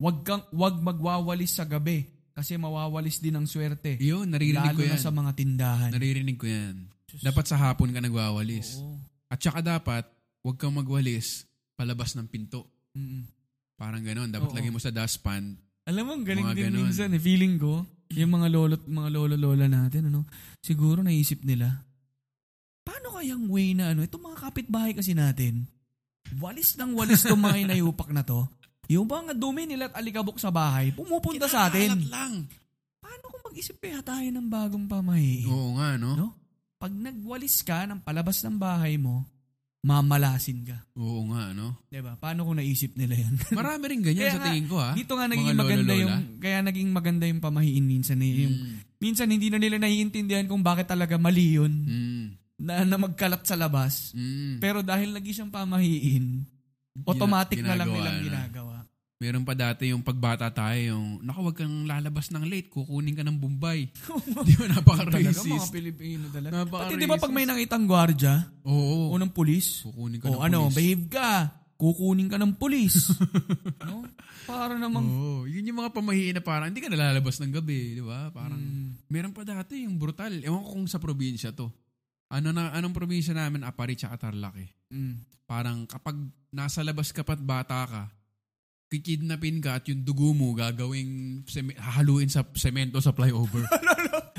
[SPEAKER 1] Wag kang wag magwawalis sa gabi kasi mawawalis din ang swerte.
[SPEAKER 2] Yun, naririnig
[SPEAKER 1] Lalo
[SPEAKER 2] ko
[SPEAKER 1] na
[SPEAKER 2] yan.
[SPEAKER 1] sa mga tindahan.
[SPEAKER 2] Naririnig ko yan. Dapat sa hapon ka nagwawalis.
[SPEAKER 1] Oo.
[SPEAKER 2] At saka dapat, huwag kang magwalis palabas ng pinto.
[SPEAKER 1] Mm-mm.
[SPEAKER 2] Parang ganun. Dapat
[SPEAKER 1] Oo.
[SPEAKER 2] lagay mo sa dustpan.
[SPEAKER 1] Alam mo, ang galing
[SPEAKER 2] Mga
[SPEAKER 1] din
[SPEAKER 2] ganun.
[SPEAKER 1] minsan eh. Feeling ko, yung mga lolo, mga lolo lola natin, ano, siguro naisip nila, paano kayang way na ano, itong mga kapitbahay kasi natin, walis ng walis itong mga inayupak na to, yung mga dumi nila at alikabok sa bahay, pumupunta sa
[SPEAKER 2] Kinakalat
[SPEAKER 1] atin.
[SPEAKER 2] lang.
[SPEAKER 1] Paano kung mag-isip kaya tayo ng bagong pamahiin?
[SPEAKER 2] Oo nga, no?
[SPEAKER 1] No? Pag nagwalis ka ng palabas ng bahay mo, mamalasin ka.
[SPEAKER 2] Oo nga, no?
[SPEAKER 1] 'Di ba? Paano kung naisip nila yan?
[SPEAKER 2] Marami rin ganyan
[SPEAKER 1] Kaya
[SPEAKER 2] sa
[SPEAKER 1] nga,
[SPEAKER 2] tingin ko, ha?
[SPEAKER 1] Dito nga
[SPEAKER 2] Diba? Mga
[SPEAKER 1] naging
[SPEAKER 2] lolo,
[SPEAKER 1] maganda
[SPEAKER 2] lola.
[SPEAKER 1] yung, kaya naging maganda yung pamahiin minsan eh. Yung,
[SPEAKER 2] Mm.
[SPEAKER 1] minsan hindi na nila naiintindihan kung bakit talaga mali yun
[SPEAKER 2] Mm.
[SPEAKER 1] na, na magkalat sa labas.
[SPEAKER 2] Mm.
[SPEAKER 1] Pero dahil lagi siyang pamahiin, automatic na lang
[SPEAKER 2] ginagawa
[SPEAKER 1] nilang
[SPEAKER 2] na.
[SPEAKER 1] ginagawa.
[SPEAKER 2] Meron pa dati yung pagbata tayo, yung, naku, huwag kang lalabas ng late, kukunin ka ng Bombay. Di ba,
[SPEAKER 1] Talaga mga
[SPEAKER 2] napaka-racist.
[SPEAKER 1] Pilipino talaga.
[SPEAKER 2] Napaka-
[SPEAKER 1] Pati di ba pag may nakitang gwardya,
[SPEAKER 2] Oo,
[SPEAKER 1] unang pulis,
[SPEAKER 2] kukunin ka
[SPEAKER 1] o
[SPEAKER 2] ng
[SPEAKER 1] ano,
[SPEAKER 2] Oh, pulis.
[SPEAKER 1] behave ka, kukunin ka ng pulis. no? Para namang,
[SPEAKER 2] Oo, yun yung mga pamahiin na parang hindi ka nalalabas ng gabi, di ba? Parang,
[SPEAKER 1] Hmm.
[SPEAKER 2] meron pa dati yung brutal. Ewan ko kung sa probinsya to. Ano na, anong probinsya namin, Apari tsaka Tarlac eh.
[SPEAKER 1] mm,
[SPEAKER 2] Parang kapag nasa labas ka pa't bata ka, kikidnapin ka at yung dugo mo gagawing seme- hahaluin sa semento sa flyover.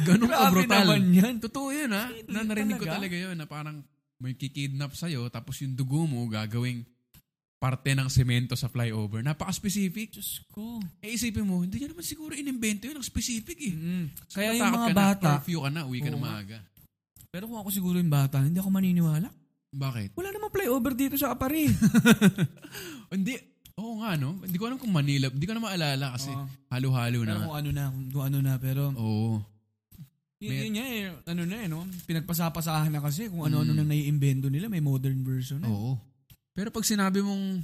[SPEAKER 2] Ganun ka
[SPEAKER 1] Ano, Grabe
[SPEAKER 2] brutal.
[SPEAKER 1] naman yan.
[SPEAKER 2] Totoo yun ha.
[SPEAKER 1] Shit,
[SPEAKER 2] Na, narinig ko
[SPEAKER 1] talaga?
[SPEAKER 2] talaga yun na parang may kikidnap sa'yo tapos yung dugo mo gagawing parte ng semento sa flyover. Napaka-specific.
[SPEAKER 1] Diyos ko.
[SPEAKER 2] Eh, isipin mo, hindi niya naman siguro inimbento yun. Ang specific eh.
[SPEAKER 1] Mm. Kaya
[SPEAKER 2] Natakot
[SPEAKER 1] yung mga
[SPEAKER 2] ka
[SPEAKER 1] bata,
[SPEAKER 2] na, curfew ka na, uwi ka na
[SPEAKER 1] Oo.
[SPEAKER 2] maaga.
[SPEAKER 1] pero kung ako siguro yung bata, hindi ako maniniwala.
[SPEAKER 2] Bakit?
[SPEAKER 1] Wala namang flyover dito sa Apari.
[SPEAKER 2] Hindi. Oo nga, no? Hindi ko alam kung Manila. Hindi ko na maalala kasi
[SPEAKER 1] Oo.
[SPEAKER 2] halo-halo na.
[SPEAKER 1] pero
[SPEAKER 2] nga.
[SPEAKER 1] kung ano na, kung, kung ano na, pero
[SPEAKER 2] Oo.
[SPEAKER 1] yun,
[SPEAKER 2] May-
[SPEAKER 1] yun nga eh, ano na eh, no? Pinagpasapasahan na kasi kung
[SPEAKER 2] Mm.
[SPEAKER 1] ano-ano na naiimbento nila, may modern version na. eh.
[SPEAKER 2] Oo. Pero pag sinabi mong...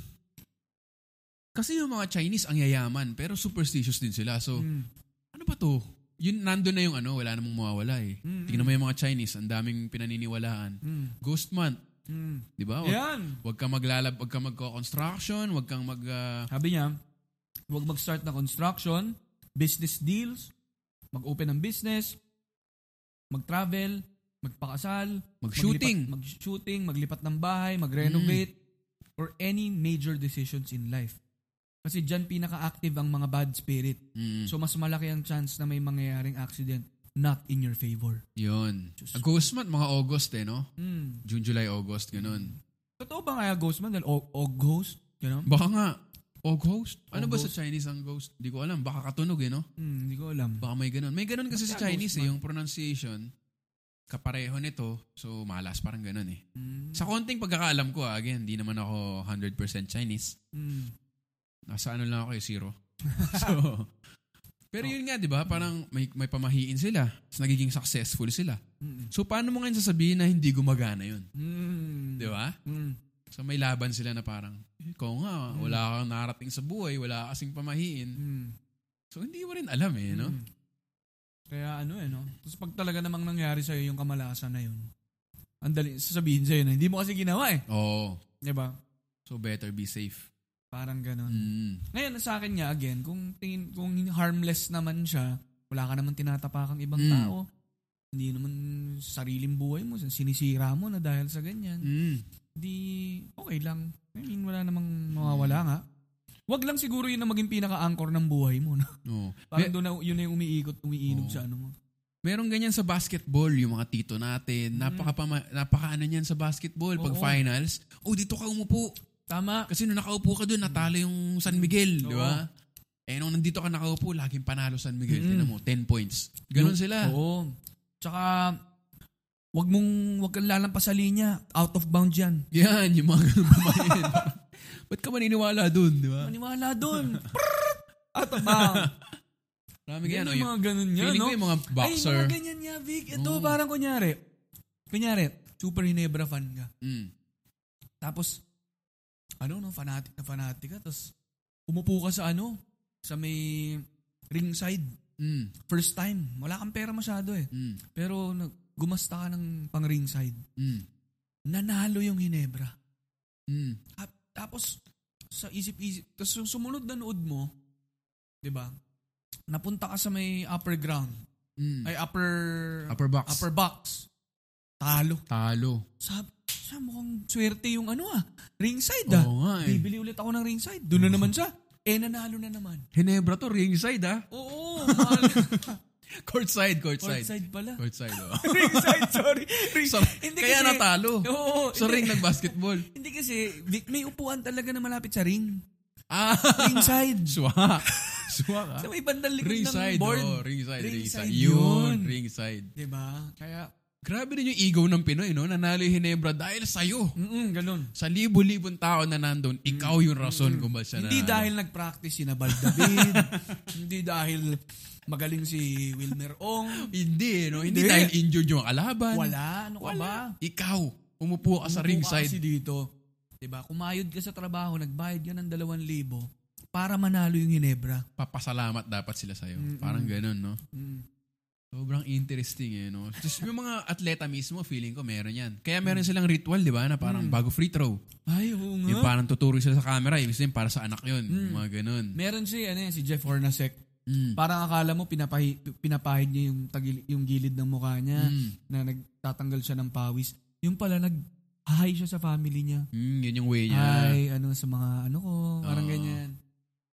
[SPEAKER 2] Kasi yung mga Chinese ang yayaman, pero superstitious din sila. So,
[SPEAKER 1] Mm.
[SPEAKER 2] ano ba to? Yun, nandun na yung ano, wala namang mawawala eh.
[SPEAKER 1] Mm,
[SPEAKER 2] Tingnan mo yung mga Chinese, ang daming pinaniniwalaan.
[SPEAKER 1] Mm.
[SPEAKER 2] Ghost month,
[SPEAKER 1] Mm.
[SPEAKER 2] di ba? Wag,
[SPEAKER 1] Yan!
[SPEAKER 2] wag kang maglalab, wag kang magko-construction, wag kang mag... ah,
[SPEAKER 1] Sabi niya, huwag mag-start ng construction, business deals, mag-open ng business, mag-travel, magpakasal,
[SPEAKER 2] mag-shooting. Hmm.
[SPEAKER 1] maglipat- mag-shooting, maglipat ng bahay, mag-renovate, or any major decisions in life. Kasi dyan pinaka-active ang mga bad spirit.
[SPEAKER 2] Mm.
[SPEAKER 1] So mas malaki ang chance na may mangyayaring accident not in your favor.
[SPEAKER 2] Yun.
[SPEAKER 1] Diyos
[SPEAKER 2] A ghost month, mga August eh, no?
[SPEAKER 1] Mm.
[SPEAKER 2] June, July, August, ganun.
[SPEAKER 1] Totoo ba kaya ghost man? Dahil o, o ghost? Ganun?
[SPEAKER 2] Baka nga, August? Ano ba sa
[SPEAKER 1] August.
[SPEAKER 2] Chinese ang ghost? Di ko alam. Baka katunog eh, no?
[SPEAKER 1] Mm, hindi ko alam.
[SPEAKER 2] Baka may ganun. May ganun kasi sa
[SPEAKER 1] Baka ghost
[SPEAKER 2] Chinese eh,
[SPEAKER 1] month.
[SPEAKER 2] yung pronunciation. Kapareho nito. So, malas parang ganun eh.
[SPEAKER 1] Mm.
[SPEAKER 2] Sa konting pagkakaalam ko, ah, again, di naman ako 100% Chinese.
[SPEAKER 1] Mm.
[SPEAKER 2] Nasa ano lang ako eh, zero. so, pero yun nga, di ba? Parang may, may pamahiin sila. Tapos nagiging successful sila.
[SPEAKER 1] Mm.
[SPEAKER 2] So, paano mo ngayon sasabihin na hindi gumagana yun?
[SPEAKER 1] Mm.
[SPEAKER 2] Di ba?
[SPEAKER 1] Mm.
[SPEAKER 2] So may laban sila na parang, "Eh, ikaw nga, wala kang narating sa buhay, wala kasing pamahiin.
[SPEAKER 1] Mm.
[SPEAKER 2] So hindi mo rin alam eh, no?
[SPEAKER 1] Mm. Kaya ano eh, no? Tapos pag talaga namang nangyari sa'yo yung kamalasan na yun, ang dali sasabihin sa'yo na hindi mo kasi ginawa eh.
[SPEAKER 2] Oo.
[SPEAKER 1] Di ba?
[SPEAKER 2] So better be safe.
[SPEAKER 1] Parang ganun.
[SPEAKER 2] Mm.
[SPEAKER 1] Ngayon, sa akin nga, again, kung, tingin, kung harmless naman siya, wala ka naman tinatapakang ibang
[SPEAKER 2] Mm.
[SPEAKER 1] tao, hindi naman sariling buhay mo, sinisira mo na dahil sa ganyan.
[SPEAKER 2] Mm.
[SPEAKER 1] di okay lang. I mean, wala namang mawawala nga. Wag lang siguro yun ang maging pinaka-anchor ng buhay mo. No?
[SPEAKER 2] Oo.
[SPEAKER 1] Parang
[SPEAKER 2] Mer-
[SPEAKER 1] doon na, yun na yung umiikot, umiinog
[SPEAKER 2] Oo.
[SPEAKER 1] sa ano mo.
[SPEAKER 2] merong ganyan sa basketball, yung mga tito natin. Napaka, napaka ano yan sa basketball. Pag
[SPEAKER 1] Mm-hmm. Oo.
[SPEAKER 2] finals, oh dito ka umupo.
[SPEAKER 1] Tama.
[SPEAKER 2] Kasi nung nakaupo ka doon, natalo yung San Miguel, di
[SPEAKER 1] Oo.
[SPEAKER 2] ba? Eh nung nandito ka nakaupo, laging panalo San Miguel.
[SPEAKER 1] Mm.
[SPEAKER 2] Tingnan mo, 10 points. Ganun
[SPEAKER 1] Yung-
[SPEAKER 2] sila.
[SPEAKER 1] Oo. Tsaka, wag mong, wag kang lalampas sa linya. Out of bound yan.
[SPEAKER 2] Yan, yung mga ganun pamahiin. Ba't ka maniniwala doon, di ba?
[SPEAKER 1] Maniwala doon. Prrrt! Out of bound.
[SPEAKER 2] Marami
[SPEAKER 1] Yan
[SPEAKER 2] ganyan. oh,
[SPEAKER 1] yung
[SPEAKER 2] yung-
[SPEAKER 1] mga ganun yan,
[SPEAKER 2] Feeling
[SPEAKER 1] no?
[SPEAKER 2] ko yung mga boxer.
[SPEAKER 1] Ay, mga ganyan niya, Vic. Ito,
[SPEAKER 2] Oo.
[SPEAKER 1] parang kunyari. Kunyari, super Hinebra fan ka.
[SPEAKER 2] Mm.
[SPEAKER 1] Tapos, ano no, fanatic na fanatic ka. Tapos, umupo ka sa ano, sa may ringside.
[SPEAKER 2] Mm.
[SPEAKER 1] First time. Wala kang pera masyado eh.
[SPEAKER 2] Mm.
[SPEAKER 1] Pero, nag- gumasta ka ng pang ringside.
[SPEAKER 2] Mm.
[SPEAKER 1] Nanalo yung Hinebra.
[SPEAKER 2] Mm.
[SPEAKER 1] Tap- Tapos, sa isip-isip, tapos yung sumunod na nood mo, 'di ba? Napunta ka sa may upper ground,
[SPEAKER 2] Mm.
[SPEAKER 1] ay upper
[SPEAKER 2] Upper box.
[SPEAKER 1] upper box. Talo.
[SPEAKER 2] Talo.
[SPEAKER 1] Sabi, sa mukhang swerte yung ano ah, ringside ah.
[SPEAKER 2] Oo nga eh.
[SPEAKER 1] Bibili ulit ako ng ringside. Doon na naman siya. Eh, nanalo na naman.
[SPEAKER 2] Hinebra to, ringside ah.
[SPEAKER 1] Oo, mahal.
[SPEAKER 2] Courtside, courtside.
[SPEAKER 1] Outside
[SPEAKER 2] Courtside,
[SPEAKER 1] pala.
[SPEAKER 2] courtside oh.
[SPEAKER 1] ringside, sorry. Ring,
[SPEAKER 2] So, kaya natalo.
[SPEAKER 1] Oo,
[SPEAKER 2] Sa ring
[SPEAKER 1] hindi,
[SPEAKER 2] ng basketball.
[SPEAKER 1] hindi kasi, Vic, may upuan talaga na malapit sa ring.
[SPEAKER 2] Ah,
[SPEAKER 1] Ringside.
[SPEAKER 2] Suwa. Suwa
[SPEAKER 1] Sa
[SPEAKER 2] ka.
[SPEAKER 1] may bandang likod
[SPEAKER 2] Ringside,
[SPEAKER 1] ng board.
[SPEAKER 2] oh, ringside, ringside.
[SPEAKER 1] Ringside
[SPEAKER 2] Yun,
[SPEAKER 1] yun.
[SPEAKER 2] ringside.
[SPEAKER 1] Diba? Kaya,
[SPEAKER 2] Grabe rin yung ego ng Pinoy, no? Nanalo yung Hinebra dahil sa'yo.
[SPEAKER 1] mm ganun.
[SPEAKER 2] Sa libo-libong tao na nandun, ikaw yung rason kung ba't siya
[SPEAKER 1] Hindi
[SPEAKER 2] nanalo.
[SPEAKER 1] dahil nag-practice si Nabal David. hindi dahil magaling si Wilmer Ong.
[SPEAKER 2] Hindi, eh, no? Hindi
[SPEAKER 1] Hindi.
[SPEAKER 2] dahil injured yung kalaban.
[SPEAKER 1] Wala. Ano ka
[SPEAKER 2] Wala.
[SPEAKER 1] ba?
[SPEAKER 2] Ikaw, umupo ka sa ringside.
[SPEAKER 1] Kasi dito. Diba? Kumayod ka sa trabaho, nagbayad ka ng 2,000 para manalo yung Hinebra.
[SPEAKER 2] Papasalamat dapat sila sa'yo. Parang ganun, no?
[SPEAKER 1] Mm.
[SPEAKER 2] Sobrang interesting eh, no? Just yung mga atleta mismo, feeling ko meron yan. Kaya meron silang ritual, di ba? Na
[SPEAKER 1] Hmm.
[SPEAKER 2] parang bago free throw.
[SPEAKER 1] Ay, oo nga.
[SPEAKER 2] Yung parang tuturo sila sa camera, ibig sabihin para sa anak yun.
[SPEAKER 1] Mm.
[SPEAKER 2] Mga ganun.
[SPEAKER 1] Meron si, ano yan, si Jeff Hornacek.
[SPEAKER 2] Mm.
[SPEAKER 1] Parang akala mo pinapahi, pinapahid niya yung, tagil, yung gilid ng mukha niya
[SPEAKER 2] Mm.
[SPEAKER 1] na nagtatanggal siya ng pawis. Yung pala, nag hi siya sa family niya.
[SPEAKER 2] Mm, yun yung way niya.
[SPEAKER 1] Hi, ano sa mga ano ko, parang
[SPEAKER 2] Oo.
[SPEAKER 1] ganyan.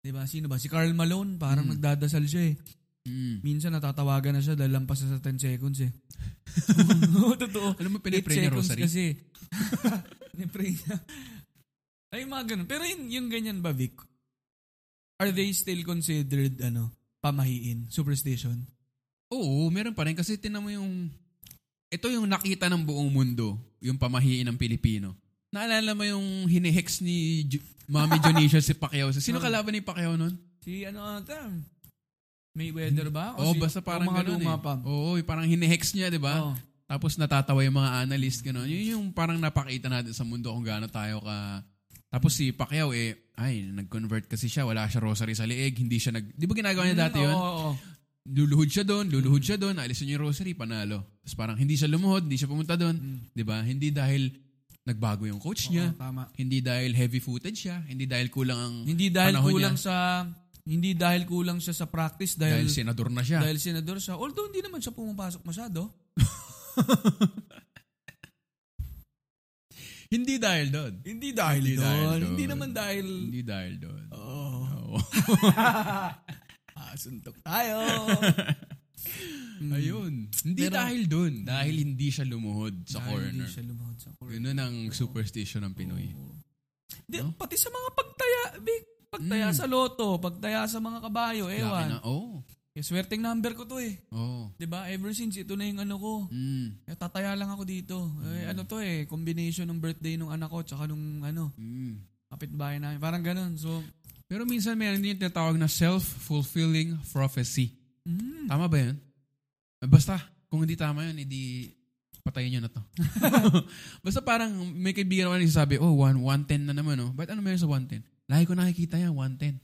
[SPEAKER 1] 'Di ba? Sino ba? Si Carl Malone, parang nagdadasal siya eh.
[SPEAKER 2] Mm.
[SPEAKER 1] Minsan natatawagan na siya dahil lampas na sa 10 seconds eh. Oo, totoo.
[SPEAKER 2] Alam mo,
[SPEAKER 1] 8
[SPEAKER 2] pinipray na
[SPEAKER 1] seconds
[SPEAKER 2] rosary.
[SPEAKER 1] kasi. Pinipray niya. Ay, mga ganun. Pero yung, yung ganyan ba, Vic? Are they still considered, ano, pamahiin? Superstition?
[SPEAKER 2] Oo, meron pa rin. Kasi tinan mo yung... Ito yung nakita ng buong mundo, yung pamahiin ng Pilipino. Naalala mo yung hinihex ni Ju- Mami Jonisha si Pacquiao. Sino
[SPEAKER 1] Hmm.
[SPEAKER 2] kalaban ni Pacquiao nun?
[SPEAKER 1] Si ano ata? Mayweather ba?
[SPEAKER 2] Oo,
[SPEAKER 1] si-
[SPEAKER 2] Oh, basta parang
[SPEAKER 1] mga
[SPEAKER 2] ganun
[SPEAKER 1] luma
[SPEAKER 2] eh.
[SPEAKER 1] pa.
[SPEAKER 2] Oo, yung parang hinihex niya, di ba?
[SPEAKER 1] Oo.
[SPEAKER 2] Tapos natatawa yung mga analyst, gano'n. Yun yung parang napakita natin sa mundo kung gaano tayo ka... Tapos si Pacquiao eh, ay, nag-convert kasi siya. Wala siya rosary sa liig. Hindi siya nag... Di ba ginagawa niya dati yun?
[SPEAKER 1] Hmm, Oo, oo, oo.
[SPEAKER 2] Luluhod siya doon, luluhod siya doon, alisin niya yung rosary, panalo. Tapos parang hindi siya lumuhod, hindi siya pumunta doon. Di ba? Hindi dahil nagbago yung coach niya.
[SPEAKER 1] Hmm. Oo, tama.
[SPEAKER 2] Hindi dahil heavy footed siya. Hindi dahil kulang ang
[SPEAKER 1] Hindi dahil
[SPEAKER 2] panahon
[SPEAKER 1] kulang
[SPEAKER 2] niya.
[SPEAKER 1] sa hindi dahil kulang siya sa practice dahil
[SPEAKER 2] Dahil senador na siya.
[SPEAKER 1] dahil senador siya. Although hindi naman siya pumapasok masyado.
[SPEAKER 2] hindi dahil doon.
[SPEAKER 1] Hindi dahil
[SPEAKER 2] Hindi dahil
[SPEAKER 1] doon.
[SPEAKER 2] doon.
[SPEAKER 1] Hindi naman dahil
[SPEAKER 2] Hindi dahil doon.
[SPEAKER 1] Oo.
[SPEAKER 2] Oo.
[SPEAKER 1] Ah, suntok tayo.
[SPEAKER 2] Ayun. Hindi
[SPEAKER 1] Pero-
[SPEAKER 2] dahil doon. Mm. Dahil hindi siya lumuhod sa
[SPEAKER 1] Dahil
[SPEAKER 2] corner.
[SPEAKER 1] Hindi siya lumahod sa corner.
[SPEAKER 2] Ganun ang superstition ng Pinoy.
[SPEAKER 1] Di, Pati sa mga pagtaya, big, pagtaya sa loto, pagtaya sa mga kabayo,
[SPEAKER 2] Laki
[SPEAKER 1] ewan.
[SPEAKER 2] Mm. na. Oo.
[SPEAKER 1] Eh, swerteng number ko to eh.
[SPEAKER 2] Oh.
[SPEAKER 1] 'Di ba? Ever since ito na yung ano ko.
[SPEAKER 2] Mm.
[SPEAKER 1] Eh, tataya lang ako dito. Eh, ano to eh, combination ng birthday nung anak ko tsaka nung ano,
[SPEAKER 2] Mm.
[SPEAKER 1] kapitbahay namin. Parang ganun. So,
[SPEAKER 2] Pero minsan meron din yung tinatawag na self-fulfilling prophecy.
[SPEAKER 1] mm,
[SPEAKER 2] Tama ba yun? Eh, Basta, kung hindi tama yun, hindi patayin nyo na to. Basta parang may kaibigan ko na nagsasabi, oh, one, 110 na naman, oh. Ba't ano meron sa 110? Lagi ko nakikita yan, 110.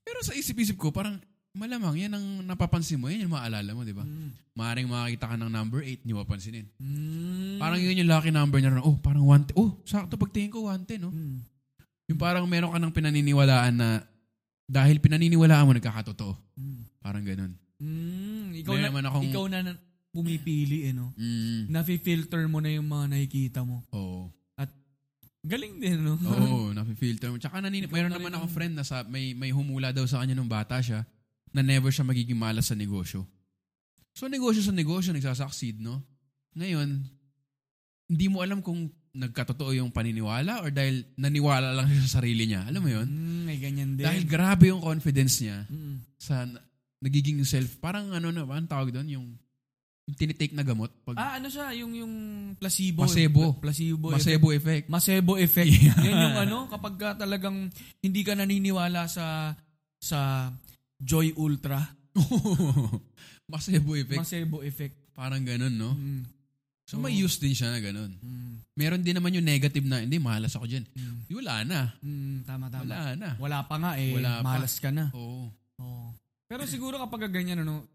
[SPEAKER 2] Pero sa isip-isip ko, parang malamang yan ang napapansin mo, yan yung maalala mo, di ba?
[SPEAKER 1] Mm.
[SPEAKER 2] Maaring makakita ka ng number 8, hindi mo papansinin.
[SPEAKER 1] mm,
[SPEAKER 2] Parang yun yung lucky number niya, oh, parang 110. Oh, sakto pagtingin ko, 110, oh.
[SPEAKER 1] mm.
[SPEAKER 2] Yung parang meron ka ng pinaniniwalaan na dahil pinaniniwalaan mo, nagkakatotoo.
[SPEAKER 1] Mm.
[SPEAKER 2] Parang ganun.
[SPEAKER 1] Mm, ikaw
[SPEAKER 2] Meron
[SPEAKER 1] na,
[SPEAKER 2] naman akong-
[SPEAKER 1] ikaw na na- pumipili eh, no?
[SPEAKER 2] Mm.
[SPEAKER 1] Nafi-filter mo na yung mga nakikita mo.
[SPEAKER 2] Oo.
[SPEAKER 1] Galing din, no?
[SPEAKER 2] Oo, nafe-filter mo. Tsaka nanin, mayroon naman akong friend na sa, may, may humula daw sa kanya nung bata siya na never siya magiging malas sa negosyo. So, negosyo sa negosyo, nagsasucceed, no? Ngayon, hindi mo alam kung nagkatotoo yung paniniwala or dahil naniwala lang siya sa sarili niya. Alam mo yun?
[SPEAKER 1] Mm, may ganyan din.
[SPEAKER 2] Dahil grabe yung confidence niya
[SPEAKER 1] Mm.
[SPEAKER 2] sa na- nagiging self. Parang ano na, anong tawag doon? Yung, yung tinitake na gamot. Pag,
[SPEAKER 1] Ah, ano siya? Yung, yung placebo.
[SPEAKER 2] Placebo.
[SPEAKER 1] Placebo. effect.
[SPEAKER 2] Masebo effect.
[SPEAKER 1] Masebo effect. Yan yung ano, kapag ka talagang hindi ka naniniwala sa sa Joy Ultra.
[SPEAKER 2] Masebo effect.
[SPEAKER 1] Masebo effect.
[SPEAKER 2] Parang ganun, no?
[SPEAKER 1] Mm.
[SPEAKER 2] So may use din siya na ganun.
[SPEAKER 1] Mm.
[SPEAKER 2] Meron din naman yung negative na, hindi, malas ako dyan.
[SPEAKER 1] Mm.
[SPEAKER 2] Yung Wala na.
[SPEAKER 1] Mm, tama, tama.
[SPEAKER 2] Wala
[SPEAKER 1] Wala.
[SPEAKER 2] na.
[SPEAKER 1] pa nga eh.
[SPEAKER 2] Wala pa.
[SPEAKER 1] Malas ka na.
[SPEAKER 2] Oo.
[SPEAKER 1] Oo. Pero siguro kapag ganyan, ano,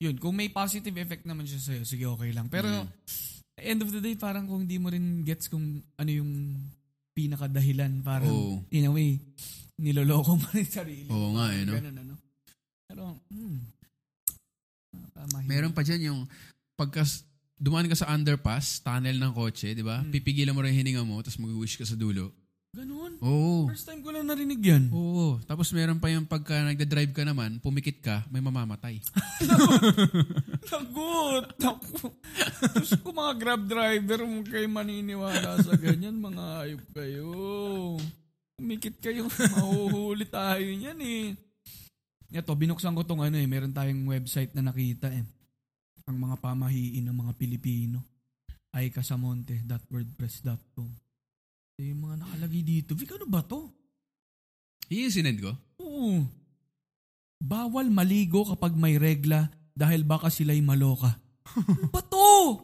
[SPEAKER 1] yun, kung may positive effect naman siya sa'yo, sige, okay lang. Pero,
[SPEAKER 2] Mm.
[SPEAKER 1] end of the day, parang kung hindi mo rin gets kung ano yung pinakadahilan, parang,
[SPEAKER 2] Oo.
[SPEAKER 1] in a way, niloloko mo rin sarili.
[SPEAKER 2] Oo nga eh, no?
[SPEAKER 1] Ganun, ano? Ah, Tama.
[SPEAKER 2] Meron pa dyan yung pagka dumaan ka sa underpass, tunnel ng kotse, di ba? Pipigilan mo rin yung hininga mo, tapos mag-wish ka sa dulo.
[SPEAKER 1] Ganun.
[SPEAKER 2] Oo.
[SPEAKER 1] First time ko lang narinig yan.
[SPEAKER 2] Oo. Tapos meron pa yung pagka nagda-drive ka naman, pumikit ka, may mamamatay.
[SPEAKER 1] Nagot! Naku. Diyos ko mga grab driver, huwag kayo maniniwala sa ganyan. Mga hayop kayo. Umikit kayo. Mahuhuli tayo niyan eh. Ito, binuksan ko tong ano eh. Meron tayong website na nakita eh. Ang mga pamahiin ng mga Pilipino. Ay kasamonte.wordpress.com Eh, yung mga nakalagay dito. Vic, ano ba to?
[SPEAKER 2] Yun yung sinend ko.
[SPEAKER 1] Oo. Bawal maligo kapag may regla dahil baka sila'y maloka. ano ba to?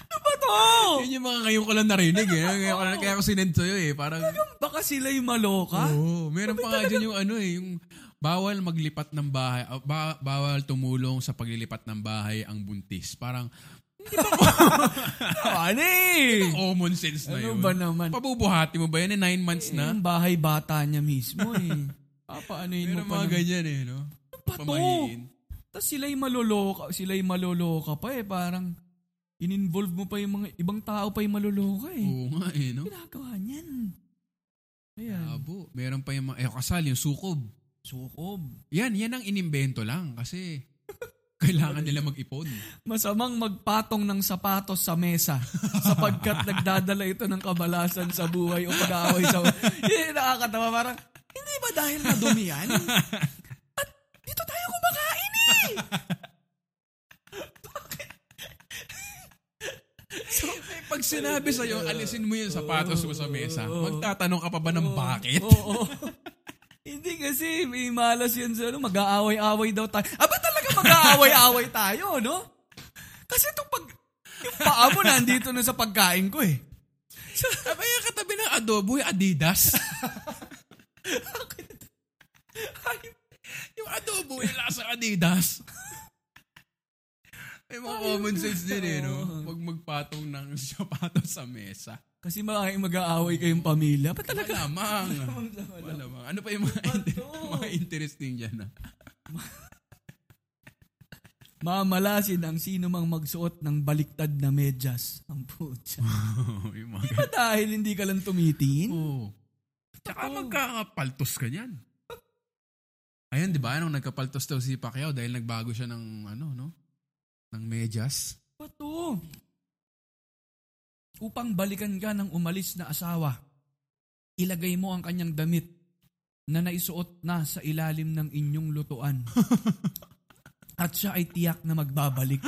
[SPEAKER 1] ano ba to?
[SPEAKER 2] Yun yung mga ngayon ko lang narinig eh. Ngayon ko lang, kaya ako sinend sa'yo eh. Parang,
[SPEAKER 1] Baka sila'y maloka?
[SPEAKER 2] oo. meron pa nga dyan yung ano eh, yung bawal maglipat ng bahay, ah, ba- bawal tumulong sa paglilipat ng bahay ang buntis. Parang,
[SPEAKER 1] Ano eh?
[SPEAKER 2] common sense na
[SPEAKER 1] Ano
[SPEAKER 2] yun.
[SPEAKER 1] ba naman?
[SPEAKER 2] Pabubuhati mo ba yan? Eh, nine months na?
[SPEAKER 1] Ang bahay bata niya mismo eh. Papaanoyin mo
[SPEAKER 2] Meron
[SPEAKER 1] pa
[SPEAKER 2] mga
[SPEAKER 1] ng...
[SPEAKER 2] ganyan eh, no?
[SPEAKER 1] Ano ba to?
[SPEAKER 2] Pamahiin.
[SPEAKER 1] Tapos sila'y maloloka, sila'y maloloka pa eh. Parang in-involve mo pa yung mga ibang tao pa yung maloloka eh.
[SPEAKER 2] Oo nga eh, no?
[SPEAKER 1] Ginagawa niyan. Ayan.
[SPEAKER 2] Abo. Meron pa yung mga, eh, kasal, yung sukob.
[SPEAKER 1] Sukob.
[SPEAKER 2] Yan, yan ang inimbento lang kasi kailangan nila mag-ipon.
[SPEAKER 1] Masamang magpatong ng sapatos sa mesa sapagkat nagdadala ito ng kabalasan sa buhay o pag-aaway sa... Yun, nakakatawa. Parang, hindi ba dahil madumi yan? At dito tayo kumakain eh!
[SPEAKER 2] So, eh, pag sinabi sa'yo, alisin mo yung sapatos mo sa mesa, magtatanong ka pa ba ng bakit?
[SPEAKER 1] Oo. hindi kasi may malas yan sa ano, mag-aaway-aaway daw tayo. Aba talaga mag-aaway-aaway tayo, no? Kasi itong pag... Yung paa mo nandito na sa pagkain ko eh.
[SPEAKER 2] Sabi yung katabi ng adobo, yung Adidas. yung adobo, yung lasa Adidas. May mga common sense din eh, no? Huwag magpatong ng sapatos sa mesa.
[SPEAKER 1] Kasi mga mag-aaway kayong pamilya. Ba't talaga?
[SPEAKER 2] Malamang. Malamang. Ano pa yung mga, inter- mga interesting dyan? Ah?
[SPEAKER 1] Mamalasin ang sino mang magsuot ng baliktad na medyas. Ang putya.
[SPEAKER 2] yung mga
[SPEAKER 1] Ba dahil hindi ka lang tumitingin?
[SPEAKER 2] Oo. Tsaka magkakapaltos ka niyan. Ayan, di ba? Nung nagkapaltos daw si Pacquiao dahil nagbago siya ng, ano, no? Ng medyas.
[SPEAKER 1] Ba Ano to? Upang balikan ka ng umalis na asawa, ilagay mo ang kanyang damit na naisuot na sa ilalim ng inyong lutuan. At siya ay tiyak na magbabalik.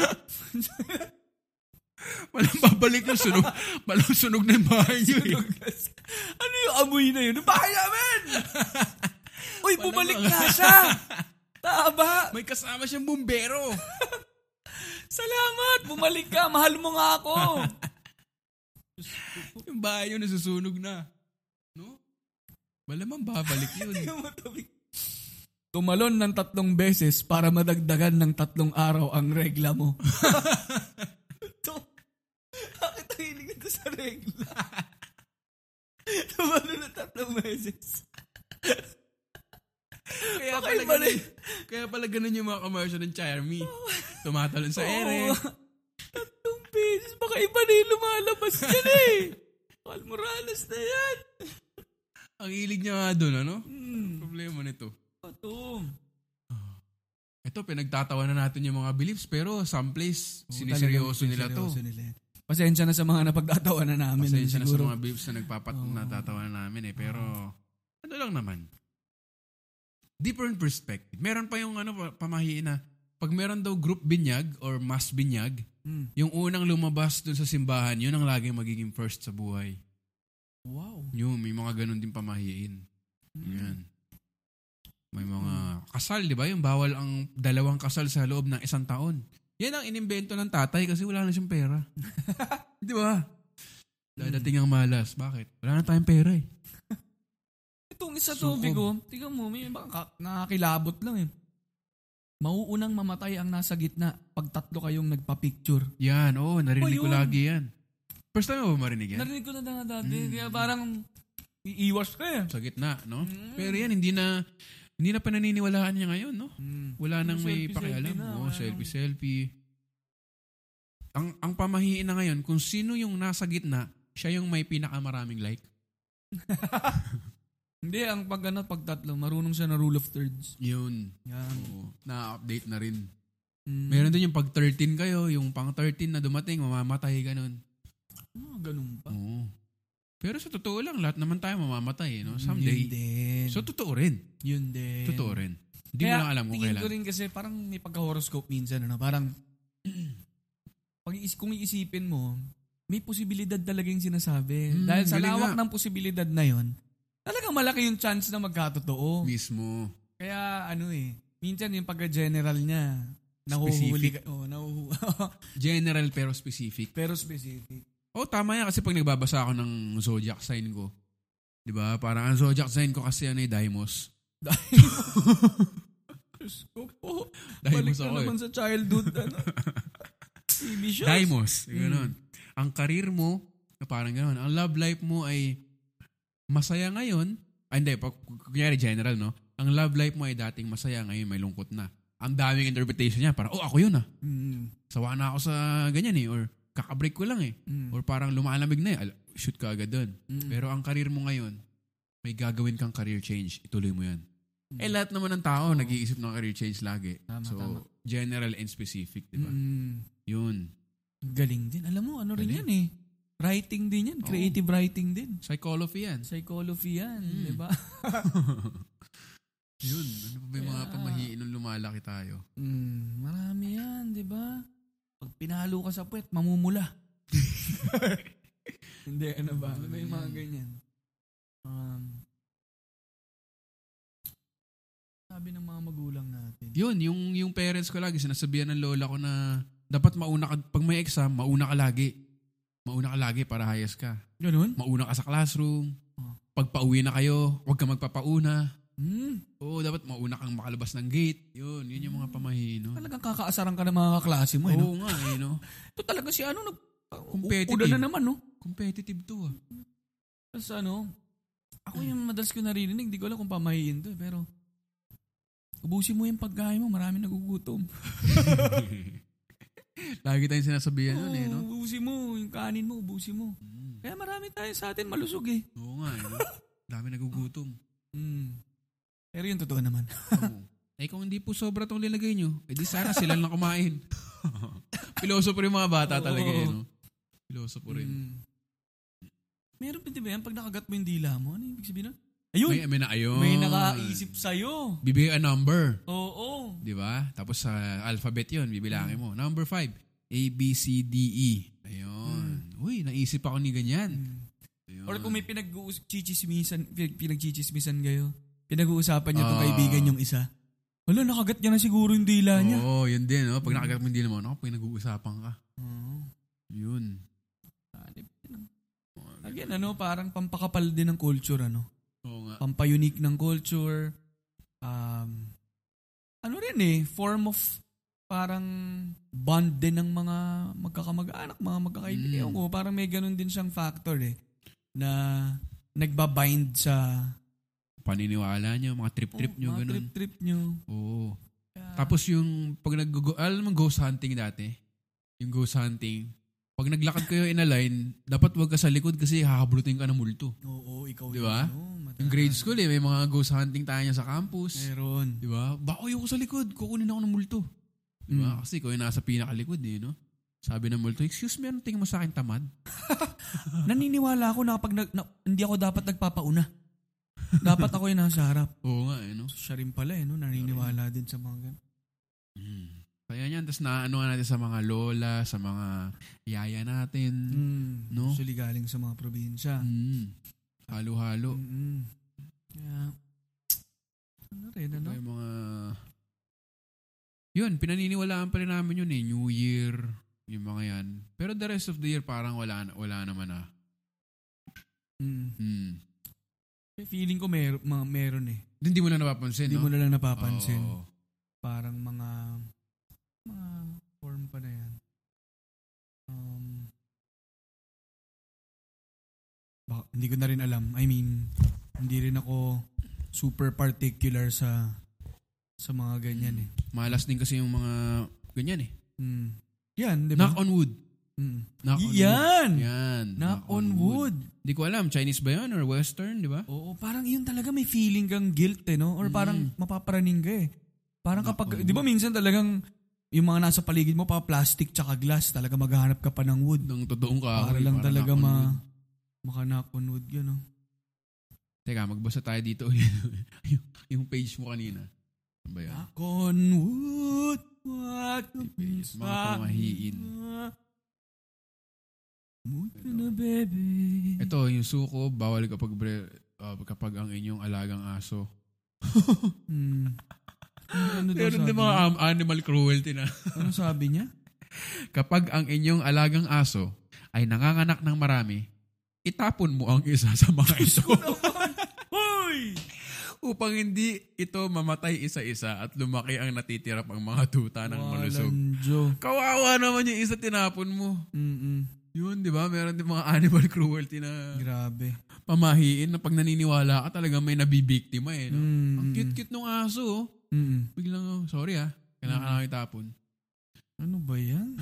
[SPEAKER 2] Walang babalik ng sunog. Walang sunog na yung bahay niyo eh.
[SPEAKER 1] ano yung amoy na yun? Ang Bahay namin! Uy, bumalik na siya! Taba!
[SPEAKER 2] May kasama siyang bumbero.
[SPEAKER 1] Salamat! Bumalik ka! Mahal mo nga ako!
[SPEAKER 2] yung bahay niyo nasusunog na. No? Malamang babalik yun.
[SPEAKER 1] Tumalon ng tatlong beses para madagdagan ng tatlong araw ang regla mo. Ito. Bakit ang hiling ito sa regla? Tumalon ng tatlong beses.
[SPEAKER 2] kaya,
[SPEAKER 1] Baka
[SPEAKER 2] pala
[SPEAKER 1] iba na
[SPEAKER 2] ganun,
[SPEAKER 1] yun.
[SPEAKER 2] kaya pala ganun yung mga commercial ng Charmy. Tumatalon sa ere.
[SPEAKER 1] Oo. Tatlong beses. Baka iba na yung lumalabas dyan eh. Paul Morales na yan.
[SPEAKER 2] Ang hilig niya nga doon, ano?
[SPEAKER 1] Hmm.
[SPEAKER 2] Problema nito.
[SPEAKER 1] Patum.
[SPEAKER 2] Ito, pinagtatawa na natin yung mga beliefs, pero someplace, siniseryoso nila to.
[SPEAKER 1] Pasensya na sa mga napagtatawa na namin.
[SPEAKER 2] Pasensya na sa
[SPEAKER 1] Siguro,
[SPEAKER 2] mga beliefs na nagpapat natatawa na namin eh, pero ano lang naman. Different perspective. Meron pa yung ano, pa- pamahiin na pag meron daw group binyag or mass binyag,
[SPEAKER 1] Mm.
[SPEAKER 2] yung unang lumabas dun sa simbahan, yun ang laging magiging first sa buhay.
[SPEAKER 1] Wow.
[SPEAKER 2] Yun, may mga ganun din pamahiin. Yan. May mga kasal, di ba? Yung bawal ang dalawang kasal sa loob ng isang taon. Yan ang inimbento ng tatay kasi wala na siyang pera. di ba? Dadating ang malas. Bakit? Wala na tayong pera eh.
[SPEAKER 1] Itong isa
[SPEAKER 2] Sukob.
[SPEAKER 1] tubig ko, tingnan mo, may baka nakakilabot lang eh. Mauunang mamatay ang nasa gitna pag tatlo kayong nagpa-picture.
[SPEAKER 2] Yan, oo. narinig
[SPEAKER 1] Ba
[SPEAKER 2] ko
[SPEAKER 1] yun?
[SPEAKER 2] lagi yan. First time mo ba marinig yan?
[SPEAKER 1] Narinig ko na na
[SPEAKER 2] Hmm.
[SPEAKER 1] dati, kaya parang iiwas ka eh.
[SPEAKER 2] Sa gitna, no? Pero yan, hindi na... Hindi na pananiniwalaan niya ngayon, no?
[SPEAKER 1] Mm.
[SPEAKER 2] Wala nang may
[SPEAKER 1] Selfie-selfie
[SPEAKER 2] pakialam.
[SPEAKER 1] na,
[SPEAKER 2] Oo,
[SPEAKER 1] wala
[SPEAKER 2] selfie, selfie. Ang, ang pamahiin na ngayon, kung sino yung nasa gitna, siya yung may pinakamaraming like.
[SPEAKER 1] Hindi, ang pag ano, pag tatlo, marunong siya na rule of thirds.
[SPEAKER 2] Yun.
[SPEAKER 1] Yan.
[SPEAKER 2] Oo. Na-update na rin.
[SPEAKER 1] Mm.
[SPEAKER 2] Hmm. Meron din yung pag 13 kayo, yung pang 13 na dumating, mamamatay ka nun.
[SPEAKER 1] Ah, ganun pa.
[SPEAKER 2] Oo. Pero sa totoo lang, lahat naman tayo mamamatay, eh, no? Someday.
[SPEAKER 1] din.
[SPEAKER 2] So, totoo rin.
[SPEAKER 1] yun din.
[SPEAKER 2] Totoo rin. Hindi mo lang alam kung
[SPEAKER 1] tingin
[SPEAKER 2] kailan.
[SPEAKER 1] ko rin kasi parang may pagka-horoscope minsan. Ano? Parang, pag iis- kung iisipin mo, may posibilidad talaga yung sinasabi.
[SPEAKER 2] Mm,
[SPEAKER 1] Dahil sa
[SPEAKER 2] galing
[SPEAKER 1] lawak
[SPEAKER 2] nga.
[SPEAKER 1] ng posibilidad na yon talagang malaki yung chance na magkatotoo.
[SPEAKER 2] Mismo.
[SPEAKER 1] Kaya ano eh, minsan yung pagka-general niya, nahuhuli ka. Oh, nahuhu-
[SPEAKER 2] General pero specific.
[SPEAKER 1] Pero specific.
[SPEAKER 2] Oh, tama yan kasi pag nagbabasa ako ng zodiac sign ko, 'di ba? Parang ang zodiac sign ko kasi ano eh, Dimos.
[SPEAKER 1] Diyos ko po.
[SPEAKER 2] Dimos
[SPEAKER 1] Balik na
[SPEAKER 2] ako. Eh.
[SPEAKER 1] naman sa childhood. Ano? TV shows.
[SPEAKER 2] Dimos, ganun. Ang karir mo, na parang ganun. Ang love life mo ay masaya ngayon. Ay, hindi, pag, kunyari general, no? Ang love life mo ay dating masaya, ngayon may lungkot na. Ang daming interpretation niya, parang, oh, ako yun ah.
[SPEAKER 1] Mm,
[SPEAKER 2] Sawa na ako sa ganyan eh, or kakabreak ko lang eh.
[SPEAKER 1] mm,
[SPEAKER 2] Or parang lumalamig na eh, Al- shoot ka agad doon.
[SPEAKER 1] mm.
[SPEAKER 2] Pero ang karir mo ngayon, may gagawin kang career change. Ituloy mo yan.
[SPEAKER 1] Mm.
[SPEAKER 2] Eh, lahat naman ng tao nag-iisip ng career change lagi.
[SPEAKER 1] Tama,
[SPEAKER 2] so,
[SPEAKER 1] tama.
[SPEAKER 2] general and specific, di ba?
[SPEAKER 1] Mm.
[SPEAKER 2] Yun.
[SPEAKER 1] Galing din. Alam mo, ano rin
[SPEAKER 2] Galing.
[SPEAKER 1] yan eh. Writing din yan.
[SPEAKER 2] Oo.
[SPEAKER 1] Creative writing din.
[SPEAKER 2] Psychology yan.
[SPEAKER 1] Psychology yan.
[SPEAKER 2] Mm.
[SPEAKER 1] Diba?
[SPEAKER 2] Yun. Ano pa ba yung mga
[SPEAKER 1] Kaya-
[SPEAKER 2] pamahiin nung lumalaki tayo?
[SPEAKER 1] Mm,
[SPEAKER 2] Hmm.
[SPEAKER 1] marami yan, diba? Pag pinalo ka sa puwet, mamumula. Hindi, ano ba? Ano ba yung mga ganyan? Um, sabi ng mga magulang natin.
[SPEAKER 2] Yun, yung, yung parents ko lagi, sinasabihan ng lola ko na dapat mauna ka, pag may exam, mauna ka lagi. Mauna ka lagi para hayas ka.
[SPEAKER 1] Ganun?
[SPEAKER 2] Mauna ka sa classroom.
[SPEAKER 1] Oh.
[SPEAKER 2] Pag pauwi na kayo, huwag ka magpapauna.
[SPEAKER 1] Mm,
[SPEAKER 2] Oo, dapat mauna kang makalabas ng gate. Yun, yun yung mga pamahiin. No?
[SPEAKER 1] talagang kakaasaran ka ng mga kaklase mo. eh, no?
[SPEAKER 2] Oo nga, eh, no?
[SPEAKER 1] Ito talaga si ano, nag,
[SPEAKER 2] Competitive.
[SPEAKER 1] uda na naman, no?
[SPEAKER 2] Competitive to, ah.
[SPEAKER 1] Tapos ano, ako yung madalas ko naririnig, di ko alam kung pamahiin to, eh, pero ubusin mo yung pagkain mo, marami nagugutom.
[SPEAKER 2] Lagi tayong sinasabihan nun, eh, no? Mm,
[SPEAKER 1] Oo, Ubusin mo, yung kanin mo, ubusin mo. Kaya marami tayo sa atin malusog eh.
[SPEAKER 2] Oo nga, eh, no? Dami nagugutom.
[SPEAKER 1] Mm. Pero yung totoo naman.
[SPEAKER 2] Oo. Eh kung hindi po sobra tong linagay nyo, eh di sana sila lang kumain. Pilosopo rin mga bata
[SPEAKER 1] Oo.
[SPEAKER 2] talaga eh, no? Pilosopo rin.
[SPEAKER 1] Mm. Meron pa di ba yan? Pag nakagat mo yung dila mo, ano yung ibig sabihin nun? Ayun!
[SPEAKER 2] May, may na ayun.
[SPEAKER 1] May, nakaisip sa'yo.
[SPEAKER 2] Bibigay a number,
[SPEAKER 1] Oo.
[SPEAKER 2] di ba? Tapos sa alphabet yun, bibilangin mo. Number five, A, B, C, D, E. Ayun. Uy, naisip ako ni ganyan.
[SPEAKER 1] Mm.
[SPEAKER 2] Ayun.
[SPEAKER 1] Hmm. Or kung may pinag-chichismisan, pinag-chichismisan kayo, pinag-uusapan niya itong
[SPEAKER 2] Ah.
[SPEAKER 1] kaibigan yung isa. Wala, nakagat niya na siguro yung dila niya.
[SPEAKER 2] Oo, yun din. No? Pag nakagat mo hindi naman, no? pag nag-uusapan ka. Yun.
[SPEAKER 1] Sanib din, ah. Again, ano, parang pampakapal din ng culture, ano?
[SPEAKER 2] Oo nga.
[SPEAKER 1] Pampayunique ng culture. Um, ano rin eh, form of parang bond din ng mga magkakamag-anak, mga magkakaibigan.
[SPEAKER 2] Mm.
[SPEAKER 1] Ewan ko, parang may ganun din siyang factor eh, na nagbabind sa
[SPEAKER 2] Paniniwala nyo, mga trip-trip
[SPEAKER 1] Oh,
[SPEAKER 2] nyo,
[SPEAKER 1] mga
[SPEAKER 2] ganun.
[SPEAKER 1] Trip-trip nyo.
[SPEAKER 2] Oo.
[SPEAKER 1] Kaya-
[SPEAKER 2] Tapos yung, pag nag alam mo, ghost hunting dati, yung ghost hunting, pag naglakad kayo in a line, dapat wag ka sa likod kasi hahablutin ka ng multo.
[SPEAKER 1] Oo, ikaw
[SPEAKER 2] Di ba?
[SPEAKER 1] yun, no?
[SPEAKER 2] Yung grade school eh, may mga ghost hunting tayo sa campus.
[SPEAKER 1] Meron.
[SPEAKER 2] Di ba? Bako yung sa likod, kukunin ako ng multo. Di ba?
[SPEAKER 1] Mm.
[SPEAKER 2] Kasi ikaw yung nasa pinakalikod eh, no? Sabi ng multo, excuse me, anong tingin mo sa akin tamad?
[SPEAKER 1] Hmm. Naniniwala ako na kapag nag- na, hindi ako dapat nagpapauna. dapat ako yung nasa harap.
[SPEAKER 2] Oo nga eh, no?
[SPEAKER 1] So, siya rin pala eh, no? naniniwala din sa mga ganun.
[SPEAKER 2] Mm. Kaya yan, tapos naano nga natin sa mga lola, sa mga yaya natin.
[SPEAKER 1] Mm,
[SPEAKER 2] Hmm. No?
[SPEAKER 1] Usually galing sa mga probinsya.
[SPEAKER 2] Mm. Halo-halo.
[SPEAKER 1] Mm-mm. Kaya, ano rin, ano?
[SPEAKER 2] Ano? Yung mga... Yun, pinaniniwalaan pa rin namin yun eh. New Year, yung mga yan. Pero the rest of the year parang wala, na- wala naman ah.
[SPEAKER 1] Mm.
[SPEAKER 2] Mm.
[SPEAKER 1] Feeling ko mer- mga meron eh.
[SPEAKER 2] Hindi mo na napapansin,
[SPEAKER 1] Hindi
[SPEAKER 2] no?
[SPEAKER 1] mo na lang napapansin.
[SPEAKER 2] Ano? Oo.
[SPEAKER 1] Parang mga, mga form pa na yan. Um, bak- hindi ko na rin alam. I mean, hindi rin ako super particular sa sa mga ganyan eh.
[SPEAKER 2] Mm. Malas din kasi yung mga ganyan eh.
[SPEAKER 1] Mm. Yan, di ba?
[SPEAKER 2] Knock on wood.
[SPEAKER 1] Mm.
[SPEAKER 2] Knock on
[SPEAKER 1] Yan!
[SPEAKER 2] wood. Yan.
[SPEAKER 1] Knock on wood.
[SPEAKER 2] Hindi ko alam, Chinese ba yun or Western, di ba?
[SPEAKER 1] Oo, parang yun talaga may feeling kang guilt eh, no? Or parang
[SPEAKER 2] Mm.
[SPEAKER 1] mapaparaning ka eh. Parang kapag, di ba minsan talagang yung mga nasa paligid mo, pa plastic tsaka glass, talaga maghanap ka pa ng wood.
[SPEAKER 2] Nung totoong kahoy.
[SPEAKER 1] Para lang
[SPEAKER 2] para
[SPEAKER 1] talaga
[SPEAKER 2] knock on wood.
[SPEAKER 1] ma, makanak on wood yun, no?
[SPEAKER 2] Teka, magbasa tayo dito ulit. yung, yung page mo kanina. Ano ba yan?
[SPEAKER 1] Knock on wood, what
[SPEAKER 2] Mga pamahiin.
[SPEAKER 1] Mood ka na, baby.
[SPEAKER 2] Ito, yung suko, bawal kapag, bre, ah, kapag ang inyong alagang aso.
[SPEAKER 1] Hmm. Ano, ano daw
[SPEAKER 2] Meron
[SPEAKER 1] sabi
[SPEAKER 2] din mga
[SPEAKER 1] niya?
[SPEAKER 2] um, animal cruelty na.
[SPEAKER 1] Ano sabi niya?
[SPEAKER 2] kapag ang inyong alagang aso ay nanganganak ng marami, itapon mo ang isa sa mga ito
[SPEAKER 1] Hoy!
[SPEAKER 2] upang hindi ito mamatay isa-isa at lumaki ang natitira pang mga tuta ng malusog.
[SPEAKER 1] Walang
[SPEAKER 2] Kawawa naman yung isa tinapon mo.
[SPEAKER 1] mm
[SPEAKER 2] Yun, di ba? Meron din mga animal cruelty na
[SPEAKER 1] Grabe.
[SPEAKER 2] pamahiin na pag naniniwala ka talaga may nabibiktima eh. No?
[SPEAKER 1] Mm,
[SPEAKER 2] Ang cute-cute ng aso. oh.
[SPEAKER 1] mm.
[SPEAKER 2] Biglang, oh, sorry ah. Kailangan mm. itapon.
[SPEAKER 1] Ano ba yan?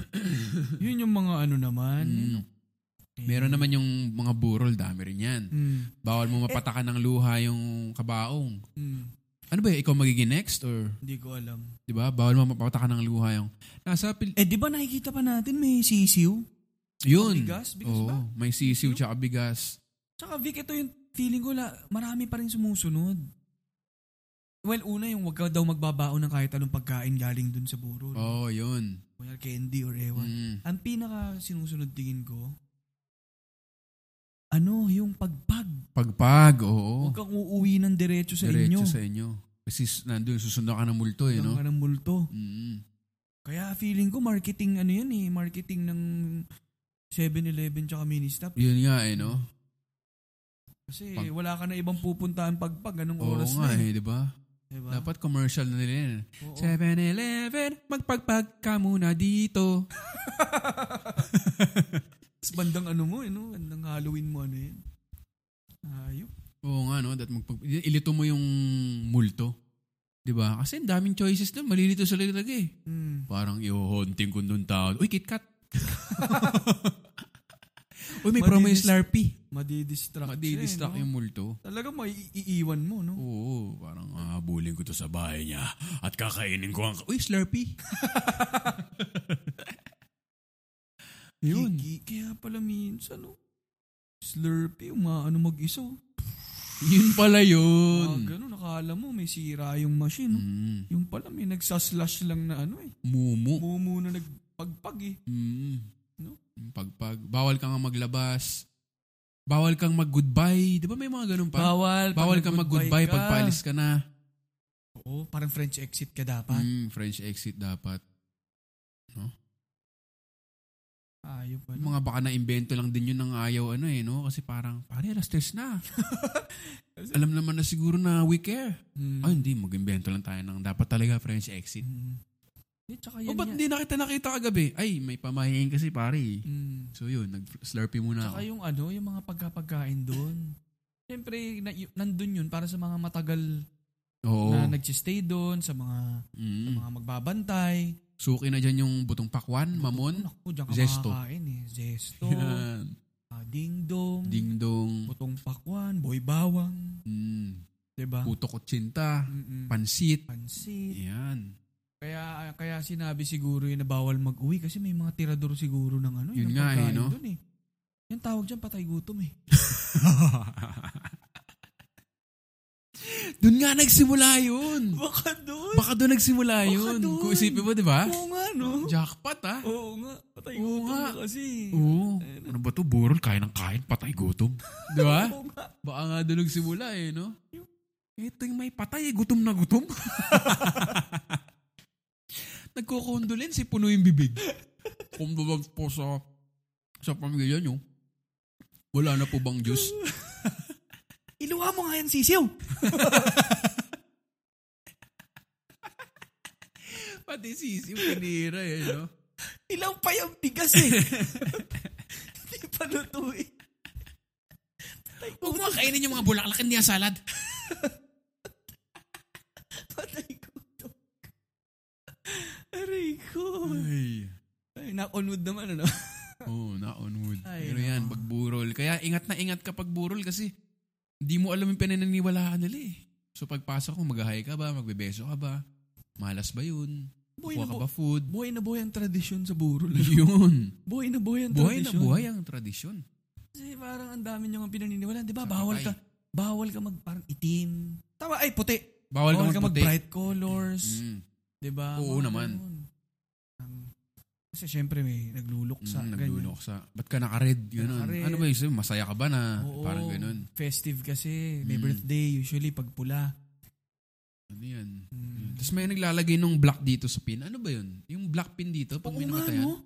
[SPEAKER 1] yun yung mga ano naman. yun, no? Eh,
[SPEAKER 2] Mm. Meron naman yung mga burol, dami rin yan.
[SPEAKER 1] Mm,
[SPEAKER 2] Bawal mo mapatakan ng luha yung kabaong.
[SPEAKER 1] mm.
[SPEAKER 2] Ano ba, ikaw magiging next? Or,
[SPEAKER 1] Hindi ko alam.
[SPEAKER 2] di ba, bawal mo mapatakan ng luha yung... Nasa pil...
[SPEAKER 1] Eh, di ba nakikita pa natin may sisiw?
[SPEAKER 2] Yun.
[SPEAKER 1] bigas? Bigas ba?
[SPEAKER 2] Oo, may sisiw tsaka bigas.
[SPEAKER 1] Tsaka Vic, ito yung feeling ko, la, marami pa rin sumusunod. Well, una yung wag ka daw magbabaon ng kahit anong pagkain galing dun sa burol.
[SPEAKER 2] Oo, oh, yun.
[SPEAKER 1] Well, candy or ewan.
[SPEAKER 2] Mm.
[SPEAKER 1] Ang pinaka sinusunod tingin ko, ano, yung pagpag.
[SPEAKER 2] Pagpag, oo.
[SPEAKER 1] Huwag kang uuwi ng diretso sa
[SPEAKER 2] Oh.
[SPEAKER 1] inyo.
[SPEAKER 2] Diretso sa inyo. Kasi s- nandun, susunod ka ng multo eh,
[SPEAKER 1] Huwag
[SPEAKER 2] no?
[SPEAKER 1] ka ng multo.
[SPEAKER 2] Mm.
[SPEAKER 1] Kaya feeling ko marketing ano yan eh, marketing ng 7-Eleven tsaka mini-stop.
[SPEAKER 2] Yun nga eh, no?
[SPEAKER 1] Kasi
[SPEAKER 2] Pag-
[SPEAKER 1] wala ka na ibang pupuntahan pagpag anong
[SPEAKER 2] Oo
[SPEAKER 1] oras
[SPEAKER 2] nga
[SPEAKER 1] na eh.
[SPEAKER 2] eh, di ba?
[SPEAKER 1] Diba?
[SPEAKER 2] Dapat commercial na nila yan.
[SPEAKER 1] Oo.
[SPEAKER 2] 7-Eleven, magpagpag ka muna dito.
[SPEAKER 1] Tapos bandang ano mo eh, no? Bandang Halloween mo ano yan. Ayop.
[SPEAKER 2] Oo nga, no? That magpag- ilito mo yung multo. Di ba? Kasi ang daming choices na. Malilito sila talaga eh.
[SPEAKER 1] Mm.
[SPEAKER 2] Parang i-haunting ko nung tao. Uy, KitKat! Uy, may
[SPEAKER 1] Madidis-
[SPEAKER 2] promo yung Slurpee.
[SPEAKER 1] Madidistract
[SPEAKER 2] Madidistract
[SPEAKER 1] siya, eh, no?
[SPEAKER 2] yung multo.
[SPEAKER 1] Talaga may iiwan mo, no?
[SPEAKER 2] Oo, parang hahabulin ko to sa bahay niya at kakainin ko ang... Uy, Slurpee! yun.
[SPEAKER 1] Kiki, kaya pala minsan, no? Slurpee, umaano mag-isa. oh.
[SPEAKER 2] Yun pala
[SPEAKER 1] Mga
[SPEAKER 2] yun.
[SPEAKER 1] ganun, nakala mo may sira yung machine, no?
[SPEAKER 2] Mm,
[SPEAKER 1] Yung pala may nagsaslash lang na ano eh.
[SPEAKER 2] mumu.
[SPEAKER 1] Mumu na nagpagpag eh.
[SPEAKER 2] Mm.
[SPEAKER 1] No?
[SPEAKER 2] Pagpag. Bawal kang maglabas. Bawal kang mag-goodbye. Di ba may mga ganun pa?
[SPEAKER 1] Bawal.
[SPEAKER 2] Bawal
[SPEAKER 1] pag
[SPEAKER 2] kang
[SPEAKER 1] mag-goodbye
[SPEAKER 2] mag-goodbye pag paalis ka na.
[SPEAKER 1] Oo, parang French exit ka dapat.
[SPEAKER 2] Mm, French exit dapat.
[SPEAKER 1] Ayop pa.
[SPEAKER 2] Yung mga baka na-invento lang din yun ng ayaw ano eh, no? Kasi parang, pare, alas tres na. Alam naman na siguro na we care.
[SPEAKER 1] Mm.
[SPEAKER 2] Ay, hindi, mag-invento lang tayo ng dapat talaga French exit.
[SPEAKER 1] Mm. Eh, tsaka yan
[SPEAKER 2] O Oh, ba't
[SPEAKER 1] nga.
[SPEAKER 2] hindi na kita nakita kagabi? Ay, may pamahiin kasi pare. eh.
[SPEAKER 1] Mm.
[SPEAKER 2] So yun, nag-slurpee muna ako.
[SPEAKER 1] Tsaka yung ano, yung mga pagkapagkain doon. Siyempre, na, y- nandun yun para sa mga matagal
[SPEAKER 2] Oo.
[SPEAKER 1] na nagsistay doon, sa mga sa
[SPEAKER 2] Oh. Mm.
[SPEAKER 1] mga magbabantay.
[SPEAKER 2] Suki na dyan yung butong pakwan, oh. mamon.
[SPEAKER 1] Naku, diyan ka
[SPEAKER 2] Zesto.
[SPEAKER 1] makakain eh. Zesto,
[SPEAKER 2] Yan.
[SPEAKER 1] ah, ding-dong,
[SPEAKER 2] Ding-dong.
[SPEAKER 1] putong pakwan, boy bawang,
[SPEAKER 2] Mm.
[SPEAKER 1] diba?
[SPEAKER 2] Puto kutsinta.
[SPEAKER 1] Mm-mm.
[SPEAKER 2] Pansit.
[SPEAKER 1] Pansit.
[SPEAKER 2] Yan.
[SPEAKER 1] Kaya kaya sinabi siguro yun na bawal mag-uwi kasi may mga tirador siguro ng ano,
[SPEAKER 2] Yun
[SPEAKER 1] ng
[SPEAKER 2] nga eh,
[SPEAKER 1] pagkain
[SPEAKER 2] no?
[SPEAKER 1] dun eh. Yung tawag dyan, patay gutom eh.
[SPEAKER 2] Doon nga nagsimula yun.
[SPEAKER 1] Baka doon.
[SPEAKER 2] Baka doon nagsimula
[SPEAKER 1] Baka
[SPEAKER 2] yun.
[SPEAKER 1] doon.
[SPEAKER 2] Kung isipin mo, di ba?
[SPEAKER 1] Oo nga, no?
[SPEAKER 2] Jackpot, ah.
[SPEAKER 1] Oo nga, patay
[SPEAKER 2] Oo
[SPEAKER 1] gutom
[SPEAKER 2] nga.
[SPEAKER 1] na kasi.
[SPEAKER 2] Oo. Ano ba to? Burol, kain ng kain, patay gutom. di ba?
[SPEAKER 1] Oo nga.
[SPEAKER 2] Baka nga doon nagsimula eh, no? Ito yung may patay, eh, gutom na gutom. Nagkukondolin si puno yung bibig. Condolence po sa sa pamilya nyo. Wala na po bang juice?
[SPEAKER 1] Iluha mo nga yan, sisiw.
[SPEAKER 2] Pati sisi, pinira eh, no?
[SPEAKER 1] Ilang pa yung bigas eh. Hindi pa luto eh.
[SPEAKER 2] Huwag mo kainin yung mga bulaklak hindi ang salad.
[SPEAKER 1] na-onwood naman, ano?
[SPEAKER 2] Oo, na onwood.
[SPEAKER 1] Ay,
[SPEAKER 2] Pero yan,
[SPEAKER 1] no.
[SPEAKER 2] pag burol. Kaya ingat na ingat kapag burol kasi di mo alam yung pinaniniwalaan nila eh. So pagpasok mo, maghahay ka ba? Magbebeso ka ba? Malas ba yun?
[SPEAKER 1] Buhay na
[SPEAKER 2] Kuha ka
[SPEAKER 1] bu-
[SPEAKER 2] ba food?
[SPEAKER 1] buhay na buhay ang tradisyon sa burol.
[SPEAKER 2] Yun.
[SPEAKER 1] buhay na buhay ang
[SPEAKER 2] Buhay na
[SPEAKER 1] tradisyon.
[SPEAKER 2] buhay ang tradisyon.
[SPEAKER 1] Kasi parang ang dami niyong ang pinaniniwalaan. Di ba?
[SPEAKER 2] Sa
[SPEAKER 1] Bawal ka,
[SPEAKER 2] bagay.
[SPEAKER 1] bawal ka mag parang itim. Tama, ay puti.
[SPEAKER 2] Bawal, ka magputi.
[SPEAKER 1] mag-bright colors.
[SPEAKER 2] Mm.
[SPEAKER 1] Di ba?
[SPEAKER 2] Oo
[SPEAKER 1] Mga
[SPEAKER 2] naman.
[SPEAKER 1] ganun. Ang- kasi syempre may nagluluksa.
[SPEAKER 2] Mm,
[SPEAKER 1] ganyan.
[SPEAKER 2] naglulok sa, ba't ka naka-red? Ganun.
[SPEAKER 1] Naka-red.
[SPEAKER 2] Ano ba yun? Sabi, Masaya ka ba na?
[SPEAKER 1] Oo,
[SPEAKER 2] Parang ganun.
[SPEAKER 1] Festive kasi. May
[SPEAKER 2] Mm.
[SPEAKER 1] birthday usually pag pula.
[SPEAKER 2] Ano yan?
[SPEAKER 1] Mm.
[SPEAKER 2] Tapos may naglalagay ng black dito sa pin. Ano ba yun? Yung black pin dito, pag
[SPEAKER 1] Oo
[SPEAKER 2] may
[SPEAKER 1] nga,
[SPEAKER 2] namatayan.
[SPEAKER 1] no?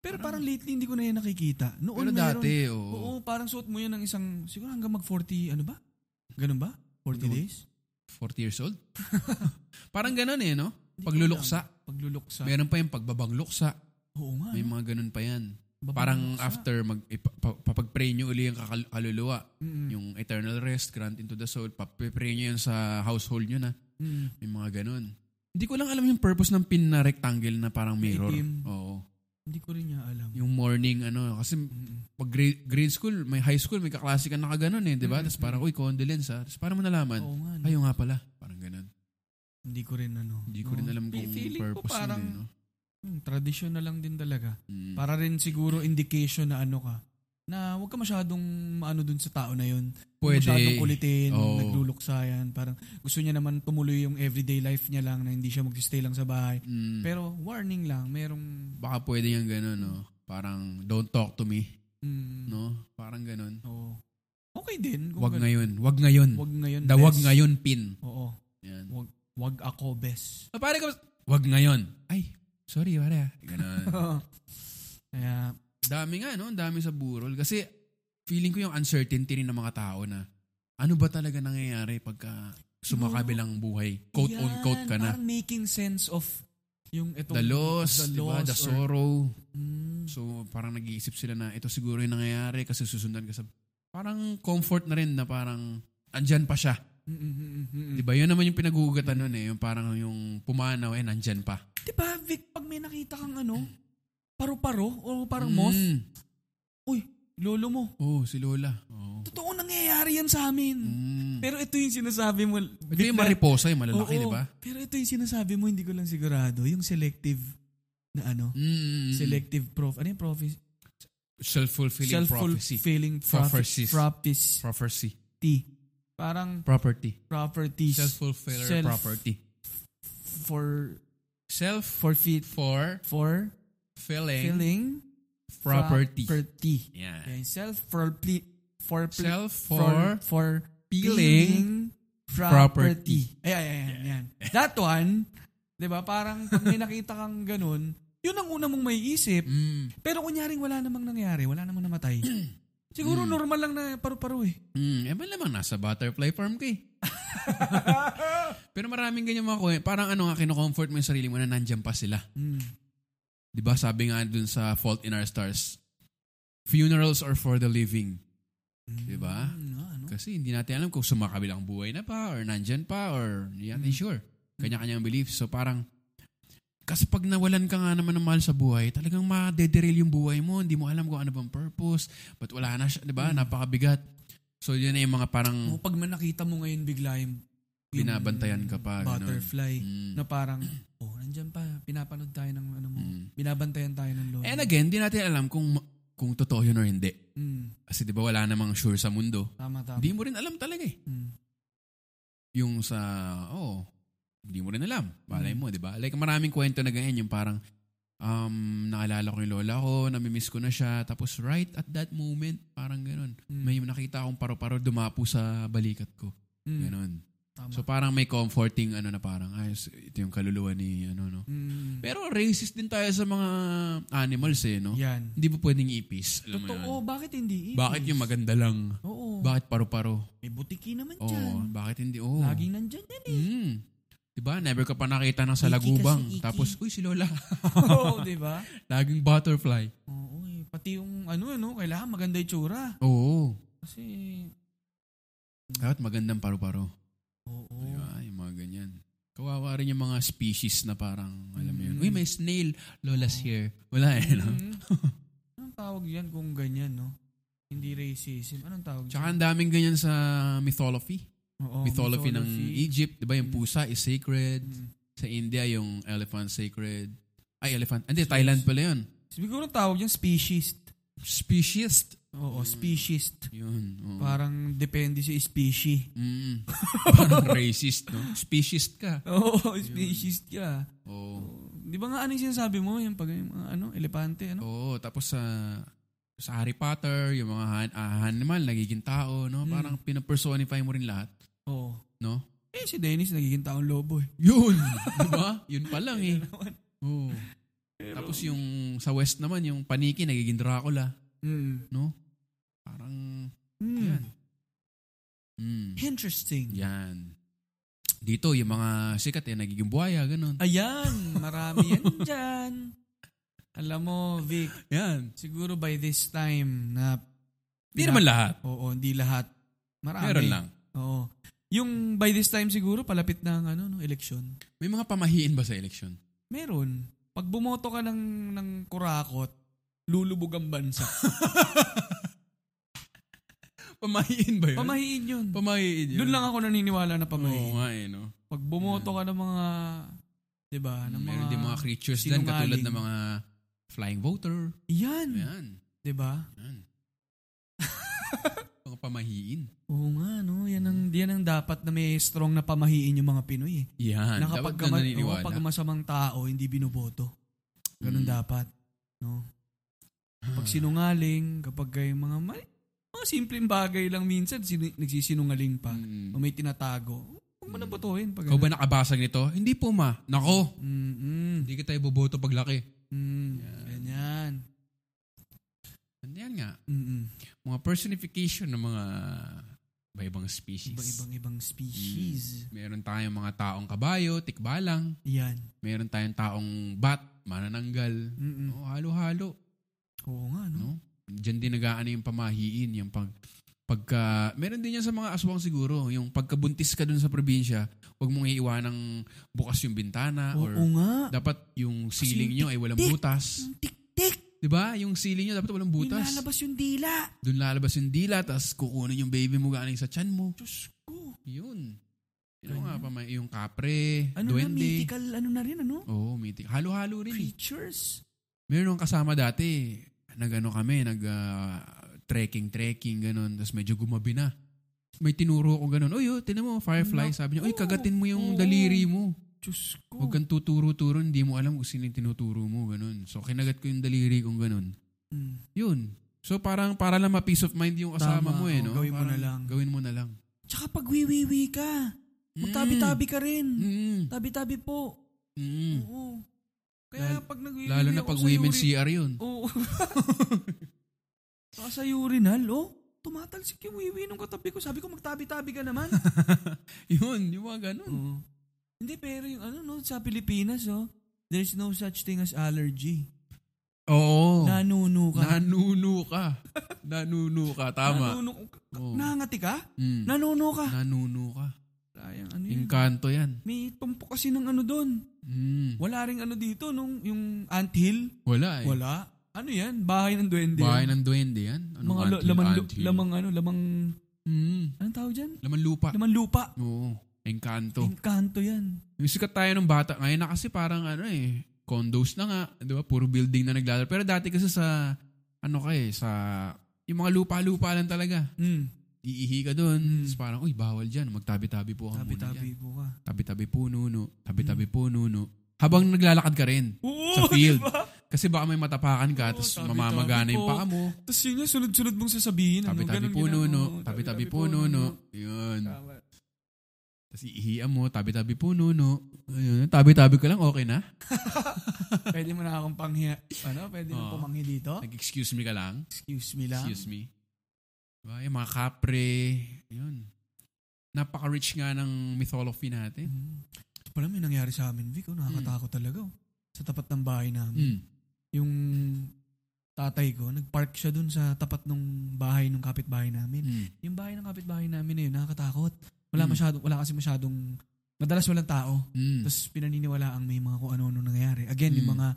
[SPEAKER 1] Pero parang lately hindi ko na yan nakikita. Noon
[SPEAKER 2] Pero
[SPEAKER 1] meron.
[SPEAKER 2] dati, oo.
[SPEAKER 1] Oo, parang suot mo yun ng isang, siguro hanggang mag 40, ano ba? Ganun ba? 40
[SPEAKER 2] Hanggang mag-
[SPEAKER 1] days?
[SPEAKER 2] 40 years old? Parang ganun eh, no?
[SPEAKER 1] Hindi ko
[SPEAKER 2] Pagluluksa.
[SPEAKER 1] alam. Pagluluksa.
[SPEAKER 2] Meron pa yung pagbabang luksa.
[SPEAKER 1] Oo nga.
[SPEAKER 2] May
[SPEAKER 1] no?
[SPEAKER 2] mga ganun pa yan.
[SPEAKER 1] Babang
[SPEAKER 2] Parang
[SPEAKER 1] luksa.
[SPEAKER 2] after, mag, ipa- pa- papag-pray nyo uli yung kakal- kaluluwa.
[SPEAKER 1] Mm-mm.
[SPEAKER 2] Yung eternal rest, grant into the soul. Papag-pray nyo yan sa household nyo na.
[SPEAKER 1] Mm.
[SPEAKER 2] May mga ganun. Hindi ko lang alam yung purpose ng pin na rectangle na parang mirror.
[SPEAKER 1] Itim.
[SPEAKER 2] Oo.
[SPEAKER 1] Hindi ko rin niya alam. Mm,
[SPEAKER 2] Yung morning, ano. Kasi
[SPEAKER 1] Mm-mm.
[SPEAKER 2] pag grade, grade school, may high school, may kaklase ka na kaganon eh, di ba? Tapos parang, uy, condolence ah. Tapos parang mo nalaman,
[SPEAKER 1] Mm-hmm. Oo nga. no?
[SPEAKER 2] ayo nga pala. Parang ganun.
[SPEAKER 1] Hindi ko rin ano.
[SPEAKER 2] Hindi ko
[SPEAKER 1] no?
[SPEAKER 2] rin alam
[SPEAKER 1] Fe-
[SPEAKER 2] kung
[SPEAKER 1] feeling ko
[SPEAKER 2] purpose
[SPEAKER 1] parang,
[SPEAKER 2] nun eh, no?
[SPEAKER 1] Hmm, tradisyon na lang din talaga.
[SPEAKER 2] Mm.
[SPEAKER 1] Para rin siguro indication na ano ka. Na huwag ka masyadong maano dun sa tao na yun. Huwag
[SPEAKER 2] Pwede.
[SPEAKER 1] Masyadong kulitin,
[SPEAKER 2] Oo.
[SPEAKER 1] nagluluksa yan. Parang gusto niya naman tumuloy yung everyday life niya lang na hindi siya magsistay lang sa bahay.
[SPEAKER 2] Mm.
[SPEAKER 1] Pero warning lang, merong...
[SPEAKER 2] Baka pwede yung ganun, no? Parang, don't talk to me,
[SPEAKER 1] Mm,
[SPEAKER 2] no? Parang ganun.
[SPEAKER 1] oo. Okay din. kung
[SPEAKER 2] Wag
[SPEAKER 1] ganun.
[SPEAKER 2] ngayon. Wag ngayon.
[SPEAKER 1] Wag ngayon.
[SPEAKER 2] The wag
[SPEAKER 1] best.
[SPEAKER 2] ngayon pin.
[SPEAKER 1] Oo.
[SPEAKER 2] Yan.
[SPEAKER 1] Wag, wag ako best.
[SPEAKER 2] So, parang, kamusta- wag ngayon. Ay, sorry, pare. ah. Ganun.
[SPEAKER 1] Kaya,
[SPEAKER 2] Dami nga, no? Ang dami sa burol. Kasi feeling ko yung uncertainty rin ng mga tao na ano ba talaga nangyayari pagka sumakabilang buhay? Quote
[SPEAKER 1] Yan,
[SPEAKER 2] on quote ka na.
[SPEAKER 1] Parang making sense of yung itong
[SPEAKER 2] The loss,
[SPEAKER 1] the
[SPEAKER 2] the, diba?
[SPEAKER 1] loss
[SPEAKER 2] the
[SPEAKER 1] or-
[SPEAKER 2] sorrow.
[SPEAKER 1] Mm,
[SPEAKER 2] So parang nag-iisip sila na ito siguro yung nangyayari kasi susundan ka sa... Parang comfort na rin na parang andyan pa siya.
[SPEAKER 1] mm, mm, mm, mm, mm.
[SPEAKER 2] Di ba? Yun naman yung pinag-uugatan nun eh. Yung parang yung pumanaw eh, nandyan pa.
[SPEAKER 1] Diba, Vic, pag may nakita kang ano, paru-paro o parang moth,
[SPEAKER 2] Mm.
[SPEAKER 1] uy, lolo mo,
[SPEAKER 2] Oo, Oh, si Lola. Oh. Oo.
[SPEAKER 1] totoo nangyayari yan sa amin.
[SPEAKER 2] Mm.
[SPEAKER 1] Pero ito yung sinasabi mo.
[SPEAKER 2] Ito yung mariposa, yung malalaki,
[SPEAKER 1] Oo,
[SPEAKER 2] diba? di ba?
[SPEAKER 1] Pero ito yung sinasabi mo, hindi ko lang sigurado. Yung selective na ano,
[SPEAKER 2] Mm.
[SPEAKER 1] selective prof, ano yung prophecy?
[SPEAKER 2] Self-fulfilling prophecy.
[SPEAKER 1] Self-fulfilling prophecy.
[SPEAKER 2] Prophecies.
[SPEAKER 1] Prophecy.
[SPEAKER 2] Prophecy.
[SPEAKER 1] Parang
[SPEAKER 2] Property.
[SPEAKER 1] properties
[SPEAKER 2] Self-fulfiller
[SPEAKER 1] Self-
[SPEAKER 2] property.
[SPEAKER 1] for
[SPEAKER 2] Self
[SPEAKER 1] for fit
[SPEAKER 2] for
[SPEAKER 1] for
[SPEAKER 2] filling,
[SPEAKER 1] filling
[SPEAKER 2] property.
[SPEAKER 1] property.
[SPEAKER 2] yeah.
[SPEAKER 1] Okay, self for pli, for pli,
[SPEAKER 2] Self for
[SPEAKER 1] for
[SPEAKER 2] filling.
[SPEAKER 1] property. Ay, ay, ay, ay, yan. That one, 'di ba? Parang pag may nakita kang ganun, 'yun ang una mong maiisip.
[SPEAKER 2] Mm.
[SPEAKER 1] Pero kunyaring wala namang nangyari, wala namang namatay. Siguro normal lang na paru-paro eh.
[SPEAKER 2] Mm. Eh, malamang nasa butterfly farm ka eh. Pero maraming ganyan mga kuya. Parang ano nga, kinocomfort mo yung sarili mo na nandyan pa sila.
[SPEAKER 1] Mm.
[SPEAKER 2] Di ba sabi nga dun sa Fault in Our Stars, funerals are for the living. Di ba?
[SPEAKER 1] Mm, ah, ano?
[SPEAKER 2] Hmm? Kasi hindi natin alam kung sumakabilang buhay na pa or nandyan pa or hindi natin sure. Kanya-kanyang beliefs. So parang, kasi pag nawalan ka nga naman ng mahal sa buhay, talagang madederil yung buhay mo. Hindi mo alam kung ano bang purpose. But wala na siya, di ba? Napakabigat. So yun na yung mga
[SPEAKER 1] O
[SPEAKER 2] parang
[SPEAKER 1] pag man nakita mo ngayon bigla yung, yung
[SPEAKER 2] binabantayan ka pa. ganun.
[SPEAKER 1] butterfly
[SPEAKER 2] Mm.
[SPEAKER 1] na parang oh, nandiyan pa pinapanood tayo ng ano mo.
[SPEAKER 2] Mm. Eh,
[SPEAKER 1] Binabantayan tayo ng lolo.
[SPEAKER 2] And again, hindi natin alam kung ma- kung totoo yun or hindi.
[SPEAKER 1] Mm,
[SPEAKER 2] Kasi di ba wala namang sure sa mundo.
[SPEAKER 1] tama tama.
[SPEAKER 2] Hindi mo rin alam talaga eh.
[SPEAKER 1] Mm.
[SPEAKER 2] yung sa, oh, hindi mo rin alam. Malay
[SPEAKER 1] Mm.
[SPEAKER 2] mo, di ba? Like, maraming kwento na ganyan, yung parang, um, naalala ko yung lola ko, namimiss ko na siya, tapos right at that moment, parang ganun.
[SPEAKER 1] Mm.
[SPEAKER 2] May nakita akong paro-paro dumapo sa balikat ko.
[SPEAKER 1] Mm.
[SPEAKER 2] Ganun.
[SPEAKER 1] Tama.
[SPEAKER 2] So, parang may comforting, ano na parang, ayos, ito yung kaluluwa ni, ano, no.
[SPEAKER 1] Mm.
[SPEAKER 2] Pero racist din tayo sa mga animals, eh, no?
[SPEAKER 1] Yan.
[SPEAKER 2] Hindi ba pwedeng ipis? Alam mo
[SPEAKER 1] Totoo,
[SPEAKER 2] yun?
[SPEAKER 1] bakit hindi? ipis?
[SPEAKER 2] Bakit yung maganda lang?
[SPEAKER 1] Oo.
[SPEAKER 2] Bakit paro-paro?
[SPEAKER 1] May butiki naman
[SPEAKER 2] Oo,
[SPEAKER 1] dyan.
[SPEAKER 2] bakit hindi? Oo.
[SPEAKER 1] Laging nandyan yan eh.
[SPEAKER 2] Mm. 'Di ba? Never ka pa nakita ng
[SPEAKER 1] Iki
[SPEAKER 2] salagubang.
[SPEAKER 1] kasi iki.
[SPEAKER 2] Tapos, uy, si Lola.
[SPEAKER 1] Oo, di ba?
[SPEAKER 2] Laging butterfly.
[SPEAKER 1] Oo, eh. pati yung ano, ano, kailangan maganda yung tsura.
[SPEAKER 2] Oo.
[SPEAKER 1] Kasi,
[SPEAKER 2] Dapat magandang paru-paro.
[SPEAKER 1] oo.
[SPEAKER 2] Di ba? Yung mga ganyan. Kawawa rin yung mga species na parang, alam mo
[SPEAKER 1] Mm.
[SPEAKER 2] yun, uy, may snail, Lola's here. Wala eh, no?
[SPEAKER 1] Mhm. Anong tawag yan kung ganyan, no? Hindi racism. Anong tawag
[SPEAKER 2] Tsaka
[SPEAKER 1] dyan?
[SPEAKER 2] ang daming ganyan sa mythology.
[SPEAKER 1] Oo,
[SPEAKER 2] mythology, ng Egypt, di ba? Yung
[SPEAKER 1] Mm.
[SPEAKER 2] pusa is sacred.
[SPEAKER 1] Mm.
[SPEAKER 2] Sa India, yung elephant sacred. Ay, elephant. Hindi, Thailand pala yun.
[SPEAKER 1] Siguro ang tawag dyan, species.
[SPEAKER 2] Speciest.
[SPEAKER 1] Oo,
[SPEAKER 2] Mm.
[SPEAKER 1] species.
[SPEAKER 2] Yun. oo.
[SPEAKER 1] Parang depende sa species.
[SPEAKER 2] Mm. Parang racist, no? Speciest ka.
[SPEAKER 1] Oo, species ka.
[SPEAKER 2] Oo.
[SPEAKER 1] Di ba nga ano yung sinasabi mo? Yung pag yung mga ano, elepante, ano?
[SPEAKER 2] Oo, tapos sa sa Harry Potter, yung mga han, ah, animal, nagiging tao, no?
[SPEAKER 1] Mm.
[SPEAKER 2] Parang pinapersonify mo rin lahat,
[SPEAKER 1] Oo.
[SPEAKER 2] no?
[SPEAKER 1] Eh, si Dennis nagiging taong lobo eh.
[SPEAKER 2] Yun! di ba? Yun pa lang eh.
[SPEAKER 1] naman.
[SPEAKER 2] Oo. Tapos yung sa West naman, yung paniki, nagiging Dracula,
[SPEAKER 1] Mm.
[SPEAKER 2] no? Parang,
[SPEAKER 1] Mm.
[SPEAKER 2] yan. Mm.
[SPEAKER 1] Interesting.
[SPEAKER 2] Yan. Dito, yung mga sikat, eh, nagiging buhaya, ganun.
[SPEAKER 1] Ayan, marami yan dyan. Alam mo, Vic,
[SPEAKER 2] Yan.
[SPEAKER 1] siguro by this time na...
[SPEAKER 2] Hindi naman lahat.
[SPEAKER 1] Oo, hindi lahat. Marami.
[SPEAKER 2] Meron lang.
[SPEAKER 1] Oo. Yung by this time siguro, palapit na ang ano, no, eleksyon.
[SPEAKER 2] May mga pamahiin ba sa election?
[SPEAKER 1] Meron. Pag bumoto ka ng, ng kurakot, lulubog ang bansa.
[SPEAKER 2] Pamahiin ba yun?
[SPEAKER 1] Pamahiin yun.
[SPEAKER 2] pamahiin yun.
[SPEAKER 1] Doon lang ako naniniwala na
[SPEAKER 2] Oo
[SPEAKER 1] pamahiin.
[SPEAKER 2] nga eh, no?
[SPEAKER 1] Pag bumoto ka ng mga, di ba, ng mga...
[SPEAKER 2] Meron din mga creatures dyan,
[SPEAKER 1] sinungaling.
[SPEAKER 2] katulad ng mga flying voter.
[SPEAKER 1] Yan,
[SPEAKER 2] Ayan.
[SPEAKER 1] di ba?
[SPEAKER 2] Ayan. mga pamahiin.
[SPEAKER 1] Oo nga, no? Yan ang, yan ang dapat na may strong na pamahiin yung mga Pinoy. Eh.
[SPEAKER 2] Yan.
[SPEAKER 1] Na kapag,
[SPEAKER 2] Dapat na
[SPEAKER 1] kama-
[SPEAKER 2] naniniwala.
[SPEAKER 1] oo, pag masamang tao, hindi binoboto. Ganun
[SPEAKER 2] Mm. Ah.
[SPEAKER 1] dapat. No? Pag sinungaling, kapag kayo mga mali, mga simpleng bagay lang minsan, sinu- nagsisinungaling pa.
[SPEAKER 2] Mm.
[SPEAKER 1] O may tinatago. Huwag mo nang botohin. Pag
[SPEAKER 2] Ikaw ba nakabasag nito? Hindi po ma. Nako.
[SPEAKER 1] Mm-mm.
[SPEAKER 2] Hindi ka tayo boboto paglaki.
[SPEAKER 1] Mm. Ganyan.
[SPEAKER 2] Yan nga.
[SPEAKER 1] Mm-mm.
[SPEAKER 2] Mga personification ng mga iba-ibang species.
[SPEAKER 1] Iba-ibang ibang species.
[SPEAKER 2] Meron tayong mga taong kabayo, tikbalang.
[SPEAKER 1] Yan.
[SPEAKER 2] Meron tayong taong bat, manananggal.
[SPEAKER 1] Mm-mm.
[SPEAKER 2] Oo, halo-halo.
[SPEAKER 1] Oo nga, no?
[SPEAKER 2] Oh. no? Diyan din nagaano yung pamahiin, yung pag pagka meron din yan sa mga aswang siguro, yung pagkabuntis ka dun sa probinsya, huwag mong iiwanang bukas yung bintana or
[SPEAKER 1] Oo nga.
[SPEAKER 2] dapat yung ceiling
[SPEAKER 1] yung
[SPEAKER 2] nyo ay walang
[SPEAKER 1] tik-tik.
[SPEAKER 2] butas.
[SPEAKER 1] Yung Tik-tik.
[SPEAKER 2] 'Di ba? Yung ceiling nyo dapat walang butas.
[SPEAKER 1] Nilalabas yung dila.
[SPEAKER 2] Doon lalabas yung dila tapos kukunin yung baby mo galing sa tiyan mo.
[SPEAKER 1] Diyos ko.
[SPEAKER 2] Yun. Yun nga pa may yung kapre,
[SPEAKER 1] Ano na,
[SPEAKER 2] duwende.
[SPEAKER 1] mythical, ano na rin, ano?
[SPEAKER 2] Oo, mythic. Halo-halo rin. eh.
[SPEAKER 1] Creatures.
[SPEAKER 2] Meron akong kasama dati, nagano kami, nag ah, trekking trekking ganun, tapos medyo gumabi na. May tinuro ko ganun, "Uy, oh, tinan mo firefly."
[SPEAKER 1] Naku.
[SPEAKER 2] Sabi niya, "Uy, kagatin mo
[SPEAKER 1] Oo.
[SPEAKER 2] yung daliri mo.
[SPEAKER 1] Diyos ko.
[SPEAKER 2] Huwag kang tuturo-turo, hindi mo alam kung sino yung tinuturo mo." Ganun. So kinagat ko yung daliri kong ganun.
[SPEAKER 1] Mm.
[SPEAKER 2] 'Yun. So parang para lang ma-peace of mind yung kasama
[SPEAKER 1] Tama,
[SPEAKER 2] mo eh,
[SPEAKER 1] oo,
[SPEAKER 2] no?
[SPEAKER 1] gawin mo
[SPEAKER 2] Parang
[SPEAKER 1] na lang.
[SPEAKER 2] Gawin mo na lang.
[SPEAKER 1] Tsaka pag wiwiwi ka,
[SPEAKER 2] Hmm.
[SPEAKER 1] magtabi-tabi ka rin.
[SPEAKER 2] Mm.
[SPEAKER 1] Tabi-tabi po.
[SPEAKER 2] Mm.
[SPEAKER 1] Oo. Kaya pag nagwiwiwi
[SPEAKER 2] Lalo na
[SPEAKER 1] ako
[SPEAKER 2] pag
[SPEAKER 1] sa
[SPEAKER 2] women
[SPEAKER 1] uri-
[SPEAKER 2] CR 'yun.
[SPEAKER 1] Oo. Saka sa urinal, oh, tumatalsik yung wiwi nung katabi ko. Sabi ko, magtabi-tabi ka naman.
[SPEAKER 2] 'Yun, yung mga ganun.
[SPEAKER 1] Oo. Hindi, pero yung ano, no, sa Pilipinas, oh, there's no such thing as allergy.
[SPEAKER 2] Oo.
[SPEAKER 1] Nanuno ka.
[SPEAKER 2] Nanuno ka. Nanuno ka, tama. Oh.
[SPEAKER 1] Nanuno,
[SPEAKER 2] Oo.
[SPEAKER 1] nangati ka?
[SPEAKER 2] Mm.
[SPEAKER 1] Nanuno ka.
[SPEAKER 2] Nanuno ka.
[SPEAKER 1] Sayang, ano yan?
[SPEAKER 2] Inkanto yan.
[SPEAKER 1] May tumpok kasi ng ano doon.
[SPEAKER 2] Mm.
[SPEAKER 1] Wala ring ano dito, nung yung anthill.
[SPEAKER 2] Wala eh.
[SPEAKER 1] Wala. Ano yan? Bahay ng duwende.
[SPEAKER 2] Bahay
[SPEAKER 1] yan.
[SPEAKER 2] ng ano, duwende yan.
[SPEAKER 1] Mga
[SPEAKER 2] Anong
[SPEAKER 1] lo-
[SPEAKER 2] anthill,
[SPEAKER 1] lamang, lu-
[SPEAKER 2] anthill?
[SPEAKER 1] lamang ano, lamang,
[SPEAKER 2] Mm.
[SPEAKER 1] anong tawag dyan?
[SPEAKER 2] Laman lupa.
[SPEAKER 1] Lamang lupa.
[SPEAKER 2] Oo. Engkanto.
[SPEAKER 1] Engkanto yan.
[SPEAKER 2] Yung sikat tayo ng bata. Ngayon na kasi parang ano eh. Condos na nga. Di ba? Puro building na naglalaro. Pero dati kasi sa ano ka eh. Sa yung mga lupa-lupa lang talaga.
[SPEAKER 1] Mm.
[SPEAKER 2] Iihi ka doon.
[SPEAKER 1] Mm.
[SPEAKER 2] Tapos parang, uy, bawal dyan. Magtabi-tabi po ka muna dyan.
[SPEAKER 1] Tabi-tabi Hmm. po ka.
[SPEAKER 2] Tabi-tabi po, nuno. Tabi-tabi po, nuno. Habang naglalakad ka rin.
[SPEAKER 1] Oo,
[SPEAKER 2] Sa field.
[SPEAKER 1] Diba?
[SPEAKER 2] Kasi baka may matapakan ka,
[SPEAKER 1] Oo,
[SPEAKER 2] tapos
[SPEAKER 1] tabi-tabi
[SPEAKER 2] mamamagana yung
[SPEAKER 1] po.
[SPEAKER 2] paa mo.
[SPEAKER 1] Tapos yun yung sunod-sunod mong sasabihin. ano,
[SPEAKER 2] Tabi-tabi
[SPEAKER 1] ganun
[SPEAKER 2] po,
[SPEAKER 1] ginagawa
[SPEAKER 2] nuno.
[SPEAKER 1] mo.
[SPEAKER 2] Tabi-tabi po, nuno. Yun.
[SPEAKER 1] Tama.
[SPEAKER 2] Tapos iihian mo, tabi-tabi po, nuno. Ayun, tabi-tabi ka lang, okay na?
[SPEAKER 1] Pwede mo na akong panghi, ano, pwede mo
[SPEAKER 2] Oo.
[SPEAKER 1] pumanghi dito?
[SPEAKER 2] Nag-excuse me ka lang.
[SPEAKER 1] Excuse me lang.
[SPEAKER 2] Oh. Excuse me. Diba? Yung mga kapre. Yun. Napaka-rich nga ng mythology natin.
[SPEAKER 1] Mm. Pala may nangyari sa amin, Vic. Oh, nakakatakot talaga. oh. Sa tapat ng bahay namin.
[SPEAKER 2] Mm.
[SPEAKER 1] Yung tatay ko, nagpark siya dun sa tapat ng bahay ng kapitbahay namin.
[SPEAKER 2] Mm.
[SPEAKER 1] Yung bahay ng kapitbahay namin na yun, nakakatakot. Wala
[SPEAKER 2] Mm.
[SPEAKER 1] masyadong, wala kasi masyadong Madalas walang tao.
[SPEAKER 2] Mm.
[SPEAKER 1] Tapos pinaniniwalaang may mga kung ano-ano nangyayari. Again, yung mga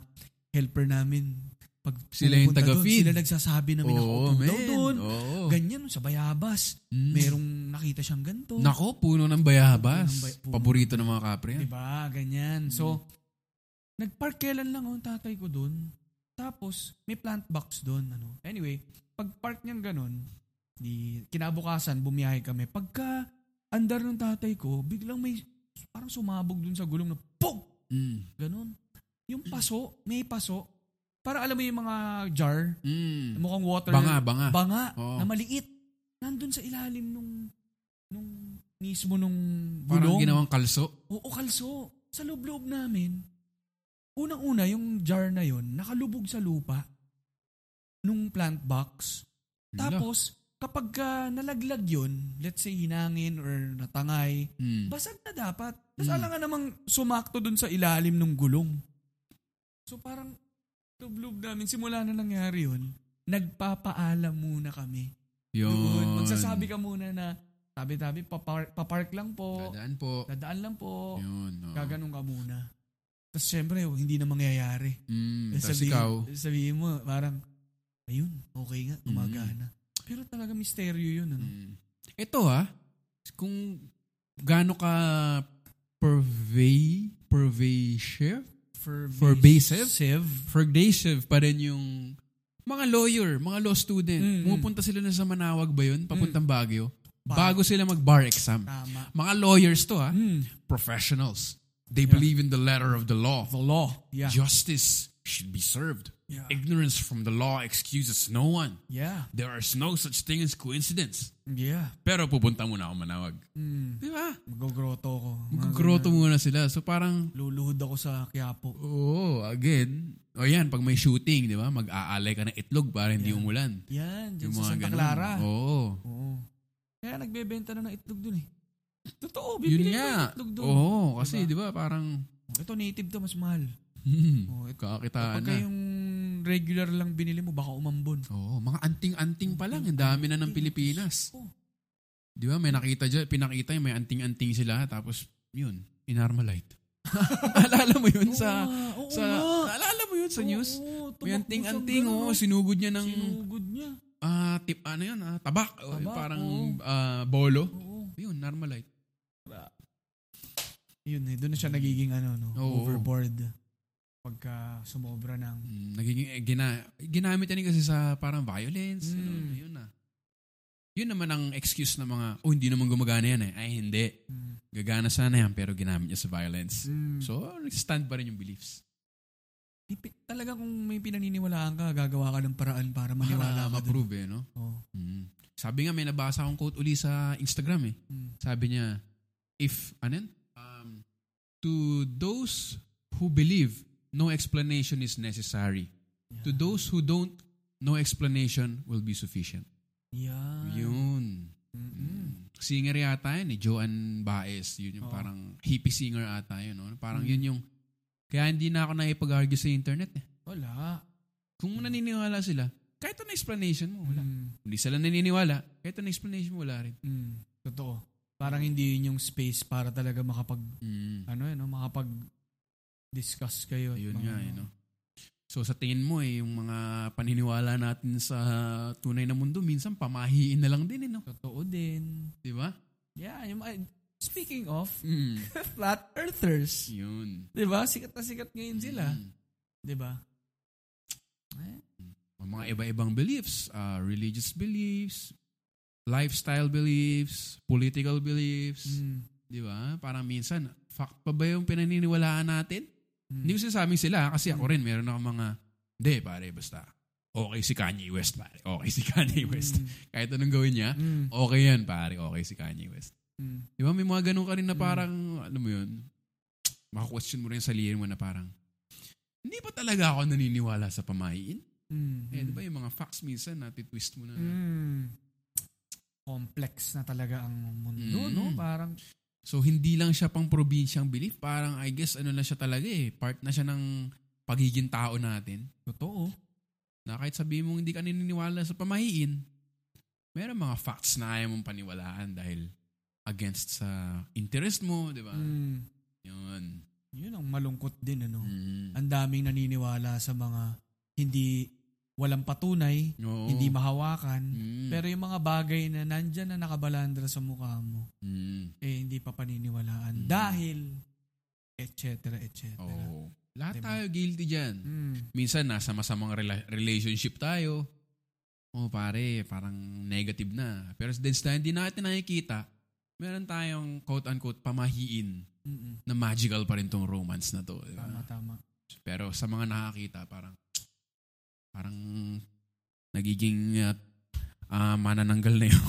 [SPEAKER 1] helper namin, pag
[SPEAKER 2] Sila yung
[SPEAKER 1] pumupunta doon,
[SPEAKER 2] taga-feed.
[SPEAKER 1] Sila nagsasabi na may
[SPEAKER 2] Oo,
[SPEAKER 1] nakaupo
[SPEAKER 2] man.
[SPEAKER 1] daw doon.
[SPEAKER 2] Oo.
[SPEAKER 1] Ganyan, sa bayabas.
[SPEAKER 2] Mm.
[SPEAKER 1] Merong nakita siyang ganito.
[SPEAKER 2] Nako, puno ng bayabas.
[SPEAKER 1] Puno ng bay- puno.
[SPEAKER 2] Paborito ng mga kapre yan.
[SPEAKER 1] Diba? Ganyan. So,
[SPEAKER 2] Mm-hmm.
[SPEAKER 1] nagpark kailan lang ang tatay ko doon. Tapos, may plant box doon. Ano. Anyway, pag-park niyang ganun, di, kinabukasan, bumiyahe kami. Pagka, andar ng tatay ko, biglang may, parang sumabog doon sa gulong na, POG!
[SPEAKER 2] Mm.
[SPEAKER 1] Ganun. Yung paso, may paso. Para alam mo yung mga jar,
[SPEAKER 2] Mm.
[SPEAKER 1] mukhang water. na,
[SPEAKER 2] Banga, banga.
[SPEAKER 1] banga
[SPEAKER 2] Oo.
[SPEAKER 1] na maliit. Nandun sa ilalim nung, nung mismo nung gulong.
[SPEAKER 2] Parang ginawang kalso.
[SPEAKER 1] Oo, kalso. Sa loob-loob namin, unang-una yung jar na yon nakalubog sa lupa nung plant box.
[SPEAKER 2] Hala.
[SPEAKER 1] Tapos, kapag ah, nalaglag yon let's say hinangin or natangay,
[SPEAKER 2] Mm.
[SPEAKER 1] basag na dapat. Tapos alam nga namang sumakto dun sa ilalim ng gulong. So parang loob-loob namin, simula na nangyari yun, nagpapaalam muna kami.
[SPEAKER 2] Yun.
[SPEAKER 1] Yun, magsasabi ka muna na, tabi-tabi, papark, papark lang po.
[SPEAKER 2] Dadaan po.
[SPEAKER 1] Dadaan lang po.
[SPEAKER 2] Yun. oo.
[SPEAKER 1] Gaganon ka muna. Tapos syempre, hindi na mangyayari.
[SPEAKER 2] Mm.
[SPEAKER 1] Eh,
[SPEAKER 2] Tapos ikaw.
[SPEAKER 1] sabihin mo, parang, ayun, okay nga, gumagana. Pero talaga misteryo yun. Ano?
[SPEAKER 2] Mm. Ito ah, kung gaano ka pervey, pervasive,
[SPEAKER 1] For,
[SPEAKER 2] Pervasive?
[SPEAKER 1] Sieve.
[SPEAKER 2] pervasive pa rin yung mga lawyer, mga law student.
[SPEAKER 1] Mm, mm.
[SPEAKER 2] Pumupunta sila na sa Manawag ba yun? Papuntang Baguio.
[SPEAKER 1] Hmm. Pa-
[SPEAKER 2] Bago sila mag-bar exam.
[SPEAKER 1] Tama.
[SPEAKER 2] Mga lawyers to ah,
[SPEAKER 1] Mm.
[SPEAKER 2] professionals. They believe in the letter of the law.
[SPEAKER 1] The law. Yeah.
[SPEAKER 2] Justice should be served.
[SPEAKER 1] Yeah.
[SPEAKER 2] Ignorance from the law excuses no one.
[SPEAKER 1] Yeah.
[SPEAKER 2] There is no such thing as coincidence.
[SPEAKER 1] Yeah.
[SPEAKER 2] Pero pupunta muna ako manawag.
[SPEAKER 1] Mm.
[SPEAKER 2] Di ba?
[SPEAKER 1] Magogroto ako.
[SPEAKER 2] Magkugroto muna sila. So parang,
[SPEAKER 1] Luluhod ako sa Quiapo.
[SPEAKER 2] oo, again. O yan, pag may shooting, di ba? Mag-aalay ka ng itlog para hindi umulan.
[SPEAKER 1] Yan, dyan
[SPEAKER 2] Yung
[SPEAKER 1] sa
[SPEAKER 2] mga
[SPEAKER 1] Santa
[SPEAKER 2] ganun. Oh.
[SPEAKER 1] Clara.
[SPEAKER 2] Oo.
[SPEAKER 1] Oo. Kaya nagbebenta na ng itlog dun eh. Totoo,
[SPEAKER 2] Yun
[SPEAKER 1] bibili ko ng
[SPEAKER 2] nga.
[SPEAKER 1] itlog dun.
[SPEAKER 2] Oo, kasi di ba parang,
[SPEAKER 1] Ito native to, mas mahal.
[SPEAKER 2] hmm,
[SPEAKER 1] Oo, ito-
[SPEAKER 2] kakitaan na.
[SPEAKER 1] Pagka yung regular lang binili mo, baka umambon.
[SPEAKER 2] Oo, mga anting-anting pa lang. Ang dami na ng Pilipinas.
[SPEAKER 1] Oo.
[SPEAKER 2] Di ba? May nakita dyan, pinakita yung may anting-anting sila. Tapos, yun, inarmalite. Alala mo yun sa...
[SPEAKER 1] Oo, oo
[SPEAKER 2] sa
[SPEAKER 1] nga.
[SPEAKER 2] alala mo yun sa news?
[SPEAKER 1] Oo,
[SPEAKER 2] may
[SPEAKER 1] tumakbo siyang
[SPEAKER 2] anting-anting,
[SPEAKER 1] ganun,
[SPEAKER 2] oo,
[SPEAKER 1] oh.
[SPEAKER 2] sinugod niya ng...
[SPEAKER 1] Sinugod niya.
[SPEAKER 2] ah tip ano yun ah tabak, O,
[SPEAKER 1] Tabak,
[SPEAKER 2] parang
[SPEAKER 1] oo.
[SPEAKER 2] ah, bolo
[SPEAKER 1] Oo.
[SPEAKER 2] yun normalite
[SPEAKER 1] Yun eh, doon na siya nagiging ano, no,
[SPEAKER 2] Oo.
[SPEAKER 1] overboard. Pagka sumobra ng...
[SPEAKER 2] mm, nagiging eh, gina, ginamit yan kasi sa parang violence ano,
[SPEAKER 1] Mm.
[SPEAKER 2] yun na yun naman ang excuse ng mga oh hindi naman gumagana yan eh ay hindi
[SPEAKER 1] Mm.
[SPEAKER 2] gagana sana yan pero ginamit niya sa violence
[SPEAKER 1] So,
[SPEAKER 2] so stand pa rin yung beliefs
[SPEAKER 1] ipi- talaga kung may pinaniniwalaan ka, gagawa ka ng paraan para maniwala
[SPEAKER 2] para
[SPEAKER 1] ka dun.
[SPEAKER 2] ma-prove eh no
[SPEAKER 1] Oo.
[SPEAKER 2] Mm. sabi nga may nabasa akong quote uli sa Instagram eh
[SPEAKER 1] Mm.
[SPEAKER 2] Sabi niya, if, ano yun? Um, to those who believe, no explanation is necessary. To those who don't, no explanation will be sufficient.
[SPEAKER 1] Yan.
[SPEAKER 2] Yun. Mm.
[SPEAKER 1] Mm-mm.
[SPEAKER 2] Singer yata yun, ni Joan Baez. Yun yung
[SPEAKER 1] Oo.
[SPEAKER 2] parang hippie singer ata yun. No? Parang
[SPEAKER 1] Mm.
[SPEAKER 2] yun yung, kaya hindi na ako naipag-argue sa internet. Eh.
[SPEAKER 1] Wala.
[SPEAKER 2] Kung naniniwala sila, kahit ano explanation mo, wala.
[SPEAKER 1] Mm.
[SPEAKER 2] Hindi sila naniniwala, kahit ano explanation mo, wala rin.
[SPEAKER 1] Mm. Totoo. Parang hindi yun yung space para talaga makapag
[SPEAKER 2] Mm.
[SPEAKER 1] ano eh, no? makapag discuss kayo. at
[SPEAKER 2] Ayun
[SPEAKER 1] mga-
[SPEAKER 2] nga, eh, no? So sa tingin mo eh, yung mga paniniwala natin sa tunay na mundo, minsan pamahiin na lang din eh, no?
[SPEAKER 1] Totoo din.
[SPEAKER 2] Di ba?
[SPEAKER 1] Yeah, yung, mga- speaking of,
[SPEAKER 2] Mm.
[SPEAKER 1] flat earthers.
[SPEAKER 2] Yun.
[SPEAKER 1] Di
[SPEAKER 2] Diba?
[SPEAKER 1] ba? Sikat na sikat ngayon sila.
[SPEAKER 2] Mm.
[SPEAKER 1] Di ba?
[SPEAKER 2] Ang Mga iba-ibang beliefs, ah, religious beliefs, lifestyle beliefs, political beliefs,
[SPEAKER 1] Mm.
[SPEAKER 2] di ba? Parang minsan, fact pa ba yung pinaniniwalaan natin?
[SPEAKER 1] Mm.
[SPEAKER 2] Hindi ko sinasabing sila kasi ako rin, meron ako mga, hindi pare, basta, okay si Kanye West pare, okay si Kanye West.
[SPEAKER 1] Mm.
[SPEAKER 2] Kahit anong gawin niya,
[SPEAKER 1] Mm.
[SPEAKER 2] okay yan, pare. Okay si Kanye West.
[SPEAKER 1] Mm.
[SPEAKER 2] Di ba? May mga ganun ka rin na
[SPEAKER 1] Mm.
[SPEAKER 2] parang, ano mo yun, makakwestiyon mo rin sa sarili mo na parang, hindi pa talaga ako naniniwala sa pamahiin.
[SPEAKER 1] Mm.
[SPEAKER 2] Eh, di ba yung mga facts minsan, natitwist mo na.
[SPEAKER 1] Mm. Complex na talaga ang mundo,
[SPEAKER 2] Mm.
[SPEAKER 1] no? Parang,
[SPEAKER 2] So, hindi lang siya pang probinsyang belief. Parang, I guess, ano lang siya talaga eh. Part na siya ng pagiging tao natin.
[SPEAKER 1] totoo.
[SPEAKER 2] Na kahit sabihin mong hindi ka naniniwala sa pamahiin, meron mga facts na ayaw mong paniwalaan dahil against sa interest mo, di ba?
[SPEAKER 1] Mm,
[SPEAKER 2] Yun.
[SPEAKER 1] yun ang malungkot din, ano?
[SPEAKER 2] Mm.
[SPEAKER 1] Ang daming naniniwala sa mga hindi walang patunay,
[SPEAKER 2] Oo.
[SPEAKER 1] hindi mahawakan.
[SPEAKER 2] Mm.
[SPEAKER 1] Pero yung mga bagay na nandyan na nakabalandra sa mukha mo,
[SPEAKER 2] Mm.
[SPEAKER 1] eh hindi pa paniniwalaan.
[SPEAKER 2] Mm.
[SPEAKER 1] Dahil, etc., etc.
[SPEAKER 2] Oo. Lahat
[SPEAKER 1] Diba?
[SPEAKER 2] tayo guilty dyan.
[SPEAKER 1] Mm.
[SPEAKER 2] Minsan, nasa masamang rela- relationship tayo. Oh, pare, parang negative na. Pero then, sa hindi natin nakikita, meron tayong quote-unquote pamahiin
[SPEAKER 1] Mm-mm.
[SPEAKER 2] na magical pa rin tong romance na to. di ba?
[SPEAKER 1] Tama, tama.
[SPEAKER 2] Pero sa mga nakakita, parang parang nagiging uh, ah, manananggal na yun.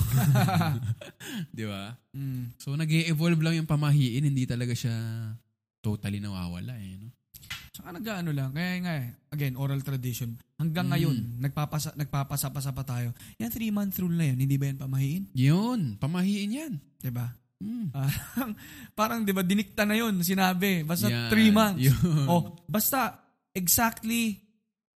[SPEAKER 2] di ba?
[SPEAKER 1] Mm.
[SPEAKER 2] So, nag evolve lang yung pamahiin. Hindi talaga siya totally nawawala. Eh, no?
[SPEAKER 1] Saka nag-ano lang, kaya nga eh, again, oral tradition. Hanggang
[SPEAKER 2] Mm.
[SPEAKER 1] ngayon, nagpapasa, nagpapasa-pasa pa tayo. Yan, three-month rule na yun, hindi ba yan pamahiin?
[SPEAKER 2] Yun, pamahiin yan.
[SPEAKER 1] Diba?
[SPEAKER 2] Mm.
[SPEAKER 1] Parang, parang diba, dinikta na yun, sinabi. Basta
[SPEAKER 2] Yan,
[SPEAKER 1] three months.
[SPEAKER 2] yun.
[SPEAKER 1] O, basta, exactly,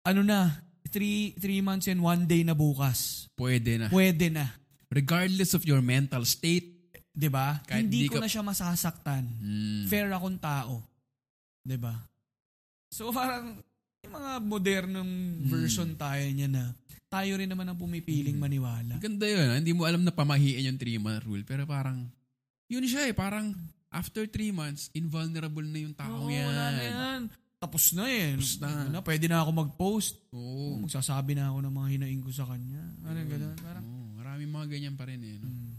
[SPEAKER 1] ano na, three, three months and one day na bukas.
[SPEAKER 2] Pwede na.
[SPEAKER 1] Pwede na.
[SPEAKER 2] Regardless of your mental state.
[SPEAKER 1] Diba?
[SPEAKER 2] Kahit
[SPEAKER 1] hindi
[SPEAKER 2] di
[SPEAKER 1] ko na
[SPEAKER 2] ka-
[SPEAKER 1] siya masasaktan.
[SPEAKER 2] Mm.
[SPEAKER 1] fair akong tao. 'Di ba? So parang yung mga
[SPEAKER 2] Hmm.
[SPEAKER 1] modernong version tayo niya na tayo rin naman ang pumipiling maniwala.
[SPEAKER 2] Ganda yun. ah. Hindi mo alam na pamahiin yung 3-month rule. Pero parang, yun siya eh. Parang, after 3 months, invulnerable na yung tao
[SPEAKER 1] Oo,
[SPEAKER 2] yan.
[SPEAKER 1] wala na yan. Tapos na eh.
[SPEAKER 2] Tapos na.
[SPEAKER 1] Ano, pwede na ako mag-post.
[SPEAKER 2] Oo.
[SPEAKER 1] Magsasabi na ako ng mga hinaing ko sa kanya. Ano ganun. Parang,
[SPEAKER 2] Oo, maraming mga ganyan pa rin eh. No?
[SPEAKER 1] mm.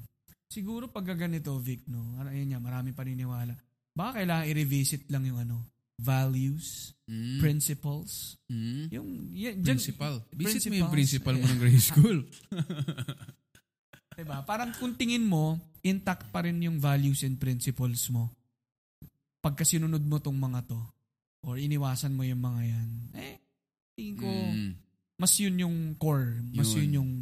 [SPEAKER 1] Siguro pag ganito, Vic, no? Ano, Ayun niya, marami paniniwala. Baka kailangan i-revisit lang yung ano, values,
[SPEAKER 2] Mm.
[SPEAKER 1] principles.
[SPEAKER 2] Mm.
[SPEAKER 1] Yung, yan, dyan,
[SPEAKER 2] Principal. Visit mo yung
[SPEAKER 1] Principals.
[SPEAKER 2] principal mo ng grade school.
[SPEAKER 1] Diba? Parang kung tingin mo, intact pa rin yung values and principles mo. Pagka sinunod mo tong mga to, or iniwasan mo yung mga yan, eh, tingin ko,
[SPEAKER 2] Mm.
[SPEAKER 1] mas yun yung core, mas
[SPEAKER 2] Yun.
[SPEAKER 1] yun, yung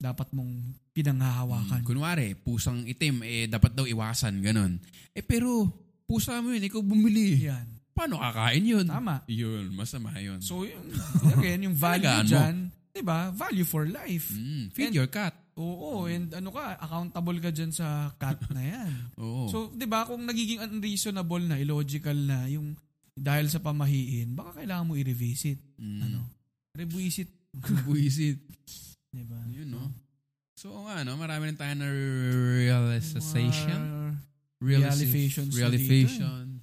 [SPEAKER 1] dapat mong
[SPEAKER 2] Mm.
[SPEAKER 1] pinanghahawakan.
[SPEAKER 2] Kunwari, pusang itim, eh dapat daw iwasan, ganun. Eh pero, pusa mo yun, ikaw bumili.
[SPEAKER 1] Yan.
[SPEAKER 2] Paano kakain yun?
[SPEAKER 1] Tama.
[SPEAKER 2] Yun, masama yun.
[SPEAKER 1] So, yun, again, yung value
[SPEAKER 2] Alagaan mo.
[SPEAKER 1] dyan, diba? Value for life.
[SPEAKER 2] Mm, feed
[SPEAKER 1] And-
[SPEAKER 2] your cat.
[SPEAKER 1] Oo, and ano ka, accountable ka dyan sa cat na yan.
[SPEAKER 2] Oo.
[SPEAKER 1] So, 'di ba kung nagiging unreasonable na, illogical na yung dahil sa pamahiin, baka kailangan mo i-revisit,
[SPEAKER 2] mm,
[SPEAKER 1] ano. Revisit,
[SPEAKER 2] Buisit.
[SPEAKER 1] 'di ba?
[SPEAKER 2] Yun, no? So, ano, marami rin tayo na realization.
[SPEAKER 1] Mga- realizations na
[SPEAKER 2] Realizations.
[SPEAKER 1] eh.
[SPEAKER 2] Realizations.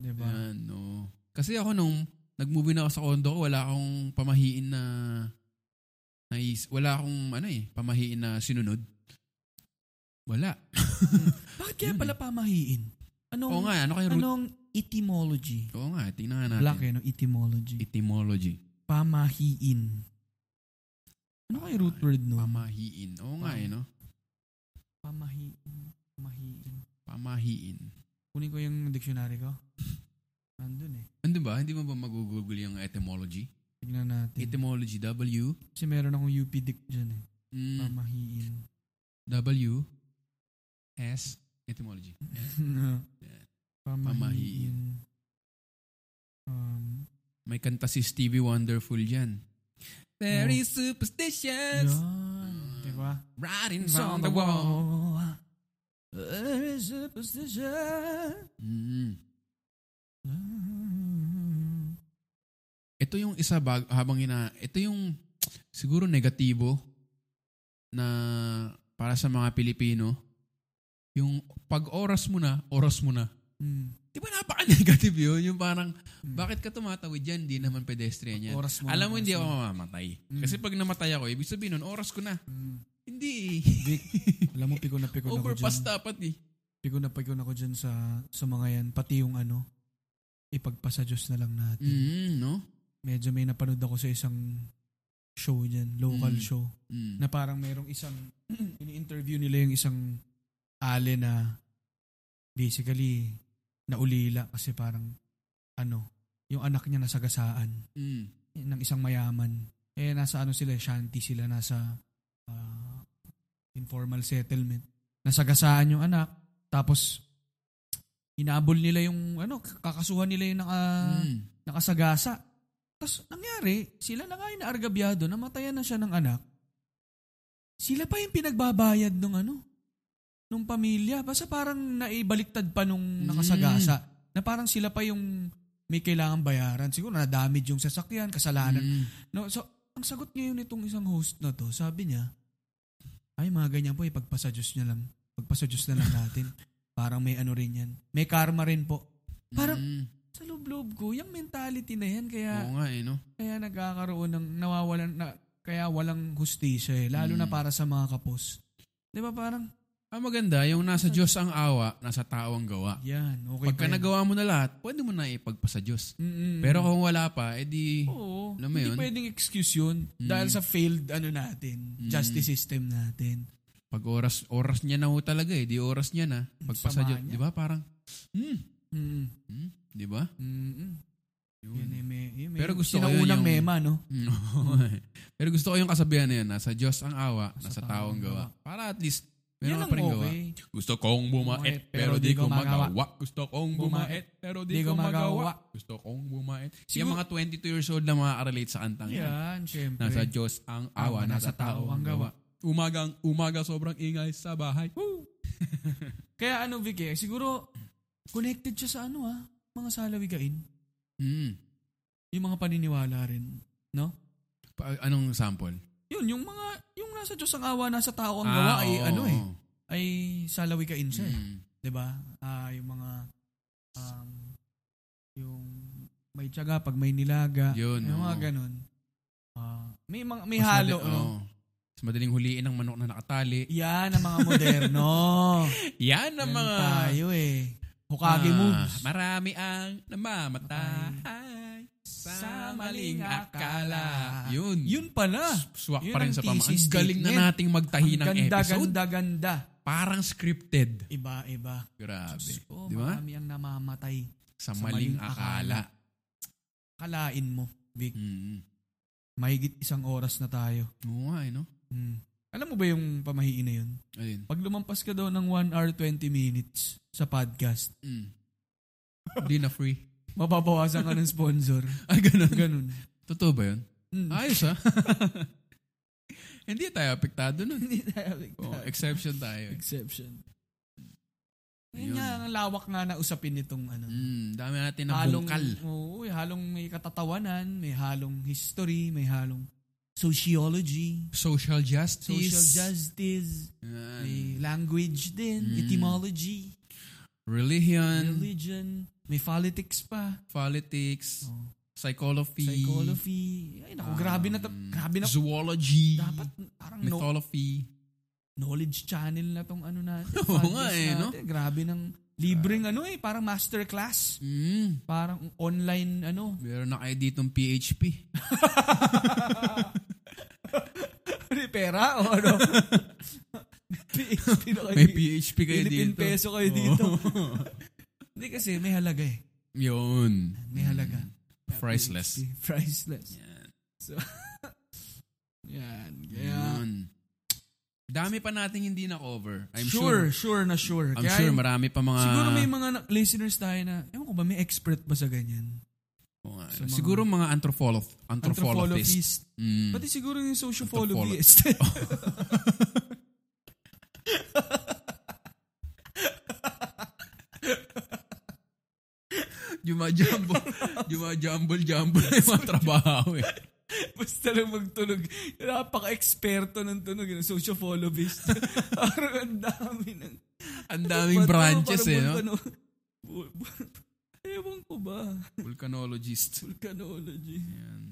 [SPEAKER 1] 'Di ba?
[SPEAKER 2] Yan, no. Kasi ako nung nag-move in ako sa condo ko, wala akong pamahiin na nais, wala akong ano eh, pamahiin na sinunod. Wala.
[SPEAKER 1] Bakit kaya
[SPEAKER 2] Yun
[SPEAKER 1] pala pamahiin? Anong
[SPEAKER 2] Mm. Oo nga, ano kaya root?
[SPEAKER 1] anong etymology?
[SPEAKER 2] Oo nga, tingnan nga natin.
[SPEAKER 1] Black eh, no? etymology.
[SPEAKER 2] Etymology.
[SPEAKER 1] Pamahiin. Ano kaya root word no?
[SPEAKER 2] Pamahiin. Oo nga eh, no?
[SPEAKER 1] Pamahiin. Pamahiin.
[SPEAKER 2] Pamahiin.
[SPEAKER 1] Kunin ko yung dictionary ko. Andun eh.
[SPEAKER 2] Ano ba? Hindi mo ba mag-google yung etymology?
[SPEAKER 1] Tignan natin.
[SPEAKER 2] Etymology, W.
[SPEAKER 1] Kasi meron akong UP dic dyan eh.
[SPEAKER 2] Mm,
[SPEAKER 1] Pamahiin.
[SPEAKER 2] w. S. Etymology. Pamahiin.
[SPEAKER 1] Pamahiin. Um,
[SPEAKER 2] May kanta si Stevie Wonderful dyan. Very superstitious.
[SPEAKER 1] yan. Diba?
[SPEAKER 2] Writing on the wall.
[SPEAKER 1] There is superstition.
[SPEAKER 2] Mm.
[SPEAKER 1] Hmm.
[SPEAKER 2] Ito yung isa bag, habang ina... Ito yung siguro negatibo na para sa mga Pilipino. Yung pag oras mo na, oras mo na.
[SPEAKER 1] Mm.
[SPEAKER 2] Di ba napaka-negative yun? Yung parang, bakit ka tumatawid dyan? Di naman pedestrian yan.
[SPEAKER 1] Hmm. Oras mo na, Hmm.
[SPEAKER 2] Alam mo,
[SPEAKER 1] oras
[SPEAKER 2] hindi
[SPEAKER 1] mo
[SPEAKER 2] ako mamamatay. Kasi pag namatay ako, ibig sabihin nun, oras ko na.
[SPEAKER 1] Mm.
[SPEAKER 2] Hindi eh.
[SPEAKER 1] Vic, alam mo, pikon na pikon ako
[SPEAKER 2] Overpass
[SPEAKER 1] dyan.
[SPEAKER 2] dapat eh.
[SPEAKER 1] Pikon na pikon ako dyan sa, sa mga yan. Pati yung ano, ipagpasa Diyos na lang natin.
[SPEAKER 2] Mm, no?
[SPEAKER 1] Medyo may napanood ako sa isang show dyan, local
[SPEAKER 2] Mm.
[SPEAKER 1] show.
[SPEAKER 2] Mm.
[SPEAKER 1] na parang merong isang ini-interview nila yung isang ale na basically naulila kasi parang ano, yung anak niya nasagasaan
[SPEAKER 2] Mm.
[SPEAKER 1] ng isang mayaman. Eh nasa ano sila, shanty sila nasa ah, informal settlement. Nasagasaan yung anak tapos inabol nila yung ano, kakasuhan nila yung naka,
[SPEAKER 2] Mm.
[SPEAKER 1] nakasagasa. Tapos nangyari, sila na nga yung naargabyado, namatayan na siya ng anak. Sila pa yung pinagbabayad ng ano, nung pamilya. Basta parang naibaliktad pa nung nakasagasa. Na parang sila pa yung may kailangan bayaran. Siguro na-damage yung sasakyan, kasalanan.
[SPEAKER 2] Mm.
[SPEAKER 1] No, so, ang sagot ngayon itong isang host na to, sabi niya, ay mga ganyan po, ipagpasa Diyos niya lang. Pagpasa Diyos na lang natin. Parang may ano rin yan. May karma rin po. Parang
[SPEAKER 2] Mm.
[SPEAKER 1] sa loob-loob ko, yung mentality na yan, kaya
[SPEAKER 2] Oo nga eh, no?
[SPEAKER 1] kaya nagkakaroon ng nawawalan na kaya walang hustisya eh, lalo na
[SPEAKER 2] Mm.
[SPEAKER 1] para sa mga kapos. 'Di ba parang
[SPEAKER 2] Ang maganda, yung nasa Diyos ang awa, nasa tao ang gawa.
[SPEAKER 1] yan, okay.
[SPEAKER 2] Pagka
[SPEAKER 1] pa yan.
[SPEAKER 2] nagawa mo na lahat, pwede mo na ipagpa sa Diyos.
[SPEAKER 1] Mm-mm.
[SPEAKER 2] Pero kung wala pa, eh edi...
[SPEAKER 1] Oo,
[SPEAKER 2] alam mo
[SPEAKER 1] hindi
[SPEAKER 2] yun? Mm.
[SPEAKER 1] pwedeng excuse 'yun dahil sa failed ano natin, justice system natin.
[SPEAKER 2] pag oras oras niya na ho talaga eh, di oras niya na
[SPEAKER 1] Hmm,
[SPEAKER 2] pagpasa
[SPEAKER 1] Sama
[SPEAKER 2] Diyos,
[SPEAKER 1] niya.
[SPEAKER 2] di ba? Parang hmm,
[SPEAKER 1] Mm.
[SPEAKER 2] hmm, di ba?
[SPEAKER 1] Mm.
[SPEAKER 2] Yun.
[SPEAKER 1] Yan eh, may, yun, may
[SPEAKER 2] Pero gusto ko yun
[SPEAKER 1] sinaunang
[SPEAKER 2] yung-
[SPEAKER 1] mema, no?
[SPEAKER 2] Mm, oo eh. Pero gusto ko yung kasabihan na yun, nasa Diyos ang awa, nasa, tao ang gawa. Para at least
[SPEAKER 1] Yan
[SPEAKER 2] meron
[SPEAKER 1] ang
[SPEAKER 2] ka pa rin gawa.
[SPEAKER 1] okay.
[SPEAKER 2] Gusto kong
[SPEAKER 1] Bumait, pero di ko magawa.
[SPEAKER 2] Gusto kong
[SPEAKER 1] Bumait,
[SPEAKER 2] pero
[SPEAKER 1] di ko magawa.
[SPEAKER 2] Gusto kong bumait.
[SPEAKER 1] Siguro-
[SPEAKER 2] yung mga 22 years old na makaka-relate sa kantang yan.
[SPEAKER 1] Yan, syempre.
[SPEAKER 2] Nasa Diyos ang awa, nasa, tao ang gawa. Umagang umaga sobrang ingay sa bahay. Woo!
[SPEAKER 1] Kaya ano, Vicky, siguro connected siya sa ano ah, mga salawigain.
[SPEAKER 2] Mm.
[SPEAKER 1] Yung mga paniniwala rin, no?
[SPEAKER 2] Pa- anong sample?
[SPEAKER 1] Yun, yung mga, yung nasa Diyos ang awa, nasa tao ang gawa, ay
[SPEAKER 2] Ah, oo.
[SPEAKER 1] ano eh, ay salawikain siya eh.
[SPEAKER 2] Mm.
[SPEAKER 1] 'Di ba Ah, yung mga, um, yung may tiyaga pag may nilaga.
[SPEAKER 2] Yun,
[SPEAKER 1] Yung mga
[SPEAKER 2] oo.
[SPEAKER 1] ganun. Ah, may mga, may
[SPEAKER 2] Mas
[SPEAKER 1] halo,
[SPEAKER 2] madi-
[SPEAKER 1] no?
[SPEAKER 2] oo. Mas madaling huliin ang manok na nakatali.
[SPEAKER 1] Yan ang mga moderno.
[SPEAKER 2] Yan ang
[SPEAKER 1] Yan
[SPEAKER 2] mga...
[SPEAKER 1] tayo eh. Hokage
[SPEAKER 2] Ah,
[SPEAKER 1] moves.
[SPEAKER 2] Marami ang namamatay sa maling akala. Yun.
[SPEAKER 1] Yun pala.
[SPEAKER 2] Swak
[SPEAKER 1] Yun
[SPEAKER 2] pa rin
[SPEAKER 1] ang
[SPEAKER 2] sa pamahan.
[SPEAKER 1] thesis
[SPEAKER 2] Ang Galing na
[SPEAKER 1] statement.
[SPEAKER 2] nating magtahi ng
[SPEAKER 1] Ang ganda,
[SPEAKER 2] episode.
[SPEAKER 1] ganda, ganda.
[SPEAKER 2] Parang scripted.
[SPEAKER 1] Iba, iba.
[SPEAKER 2] Grabe.
[SPEAKER 1] Diyos ko,
[SPEAKER 2] Di ba?
[SPEAKER 1] marami ang namamatay.
[SPEAKER 2] Sa,
[SPEAKER 1] sa maling
[SPEAKER 2] maling akala.
[SPEAKER 1] Kalain mo, Vic.
[SPEAKER 2] Mm.
[SPEAKER 1] Mahigit isang oras na tayo.
[SPEAKER 2] Oo nga eh, no?
[SPEAKER 1] Hmm. Alam mo ba yung pamahiin na yun?
[SPEAKER 2] Ayun.
[SPEAKER 1] Pag lumampas ka daw ng 1 hour 20 minutes sa podcast,
[SPEAKER 2] Mm. Hindi na free.
[SPEAKER 1] mababawasan ka ng sponsor.
[SPEAKER 2] Ay, ganun.
[SPEAKER 1] Ganun.
[SPEAKER 2] Totoo ba yun?
[SPEAKER 1] Hmm.
[SPEAKER 2] Ayos ah. Hindi tayo apektado nun.
[SPEAKER 1] Hindi tayo
[SPEAKER 2] Oh,
[SPEAKER 1] bigla.
[SPEAKER 2] exception tayo. eh.
[SPEAKER 1] Exception.
[SPEAKER 2] Ayun.
[SPEAKER 1] Yun nga, ang lawak nga na usapin itong ano.
[SPEAKER 2] Mm, dami natin na bungkal.
[SPEAKER 1] oo, eh, halong may katatawanan, may halong history, may halong sociology,
[SPEAKER 2] Social justice.
[SPEAKER 1] social justice,
[SPEAKER 2] Yan.
[SPEAKER 1] may language din,
[SPEAKER 2] Mm.
[SPEAKER 1] etymology.
[SPEAKER 2] Religion.
[SPEAKER 1] religion, may politics pa,
[SPEAKER 2] Politics.
[SPEAKER 1] Oh.
[SPEAKER 2] Psychology.
[SPEAKER 1] psychology. Ay naku, grabe na to.
[SPEAKER 2] um,
[SPEAKER 1] Grabe na.
[SPEAKER 2] Zoology.
[SPEAKER 1] dapat ano? parang no,
[SPEAKER 2] Mythology.
[SPEAKER 1] knowledge channel na tong ano natin.
[SPEAKER 2] Oo
[SPEAKER 1] podcast
[SPEAKER 2] nga eh, no?
[SPEAKER 1] natin. Grabe ng libreng ano eh, parang masterclass.
[SPEAKER 2] Mm.
[SPEAKER 1] Parang online ano.
[SPEAKER 2] Meron na kayo ditong PHP.
[SPEAKER 1] Repera o ano? PHP na kayo
[SPEAKER 2] May
[SPEAKER 1] dito.
[SPEAKER 2] PHP kayo
[SPEAKER 1] Philippine
[SPEAKER 2] dito.
[SPEAKER 1] peso kayo
[SPEAKER 2] Oo.
[SPEAKER 1] dito. Hindi kasi may halaga eh.
[SPEAKER 2] Yun.
[SPEAKER 1] May halaga.
[SPEAKER 2] Mm. Priceless.
[SPEAKER 1] PHP, Priceless.
[SPEAKER 2] Yan.
[SPEAKER 1] So, yan. Kaya,
[SPEAKER 2] Yun. Dami pa nating hindi na cover. I'm
[SPEAKER 1] sure,
[SPEAKER 2] sure.
[SPEAKER 1] sure na sure.
[SPEAKER 2] I'm
[SPEAKER 1] Kaya
[SPEAKER 2] sure
[SPEAKER 1] yung-
[SPEAKER 2] marami pa mga...
[SPEAKER 1] Siguro may mga na- listeners tayo na, ewan ko ba, may expert ba sa ganyan?
[SPEAKER 2] Oo nga.
[SPEAKER 1] sa mga-
[SPEAKER 2] ano. siguro mga anthropolog-
[SPEAKER 1] Anthropologist.
[SPEAKER 2] anthropologists. Mm.
[SPEAKER 1] Pati siguro yung
[SPEAKER 2] Anthropologist.
[SPEAKER 1] sociopologist.
[SPEAKER 2] Jumajumble. Jumajumble, jumble yung mga trabaho eh.
[SPEAKER 1] Basta lang magtunog. Napaka-eksperto ng tunog. Yung sociopologist. Parang ang dami ng...
[SPEAKER 2] Ang daming branches eh, no?
[SPEAKER 1] Ano? Vul- vul- Ewan ko ba?
[SPEAKER 2] Volcanologist.
[SPEAKER 1] Volcanology.
[SPEAKER 2] Yan.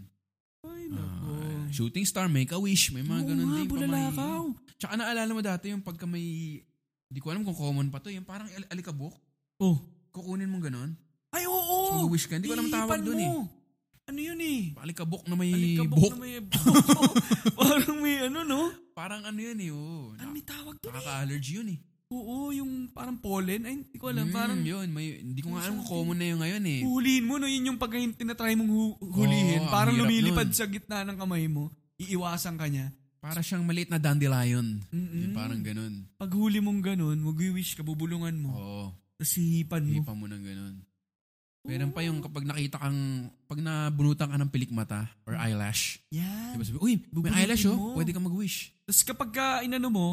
[SPEAKER 1] Ay, nako.
[SPEAKER 2] Ah, shooting star, make a wish. May mga
[SPEAKER 1] Oo
[SPEAKER 2] ganun
[SPEAKER 1] nga,
[SPEAKER 2] din.
[SPEAKER 1] bulalakaw.
[SPEAKER 2] pamahiin. Tsaka naalala mo dati yung pagka may... Di ko alam kung common pa to. Yung parang al- alikabok.
[SPEAKER 1] Oh.
[SPEAKER 2] Kukunin mo ganun.
[SPEAKER 1] Ay, oo!
[SPEAKER 2] Mag-wish ka. Hindi ko alam ang tawag
[SPEAKER 1] Iipan
[SPEAKER 2] dun eh.
[SPEAKER 1] mo. Ano yun eh?
[SPEAKER 2] Alikabok na may
[SPEAKER 1] Alikabok
[SPEAKER 2] buhok.
[SPEAKER 1] na may buhok. Parang may ano, no?
[SPEAKER 2] Parang ano yun eh. Oh.
[SPEAKER 1] Ano may tawag doon eh?
[SPEAKER 2] Nakaka-allergy yun eh.
[SPEAKER 1] Oo, yung parang pollen. Ay, hindi ko alam.
[SPEAKER 2] Mm,
[SPEAKER 1] Parang
[SPEAKER 2] yun. May, hindi ko nga alam
[SPEAKER 1] something.
[SPEAKER 2] kung common na yun ngayon eh.
[SPEAKER 1] huliin mo, no? Yun yung pagka hin- tinatry mong hu- hulihin.
[SPEAKER 2] Oo, ang
[SPEAKER 1] parang
[SPEAKER 2] hirap
[SPEAKER 1] lumilipad
[SPEAKER 2] nun.
[SPEAKER 1] sa gitna ng kamay mo. Iiwasan ka niya.
[SPEAKER 2] Para siyang maliit na dandelion.
[SPEAKER 1] Mm-mm.
[SPEAKER 2] Yung parang ganun.
[SPEAKER 1] Pag huli mong ganun, magwi-wish ka, bubulungan mo.
[SPEAKER 2] Oo.
[SPEAKER 1] Tapos hihipan mo.
[SPEAKER 2] Hipa mo ng ganun. Meron pa yung kapag nakita kang, pag nabunutan ka ng pilikmata or eyelash,
[SPEAKER 1] Yan.
[SPEAKER 2] Diba sabi, uy, may
[SPEAKER 1] Bubunutin
[SPEAKER 2] eyelash oh,
[SPEAKER 1] mo.
[SPEAKER 2] pwede ka mag-wish.
[SPEAKER 1] Tapos kapag ka, inano mo,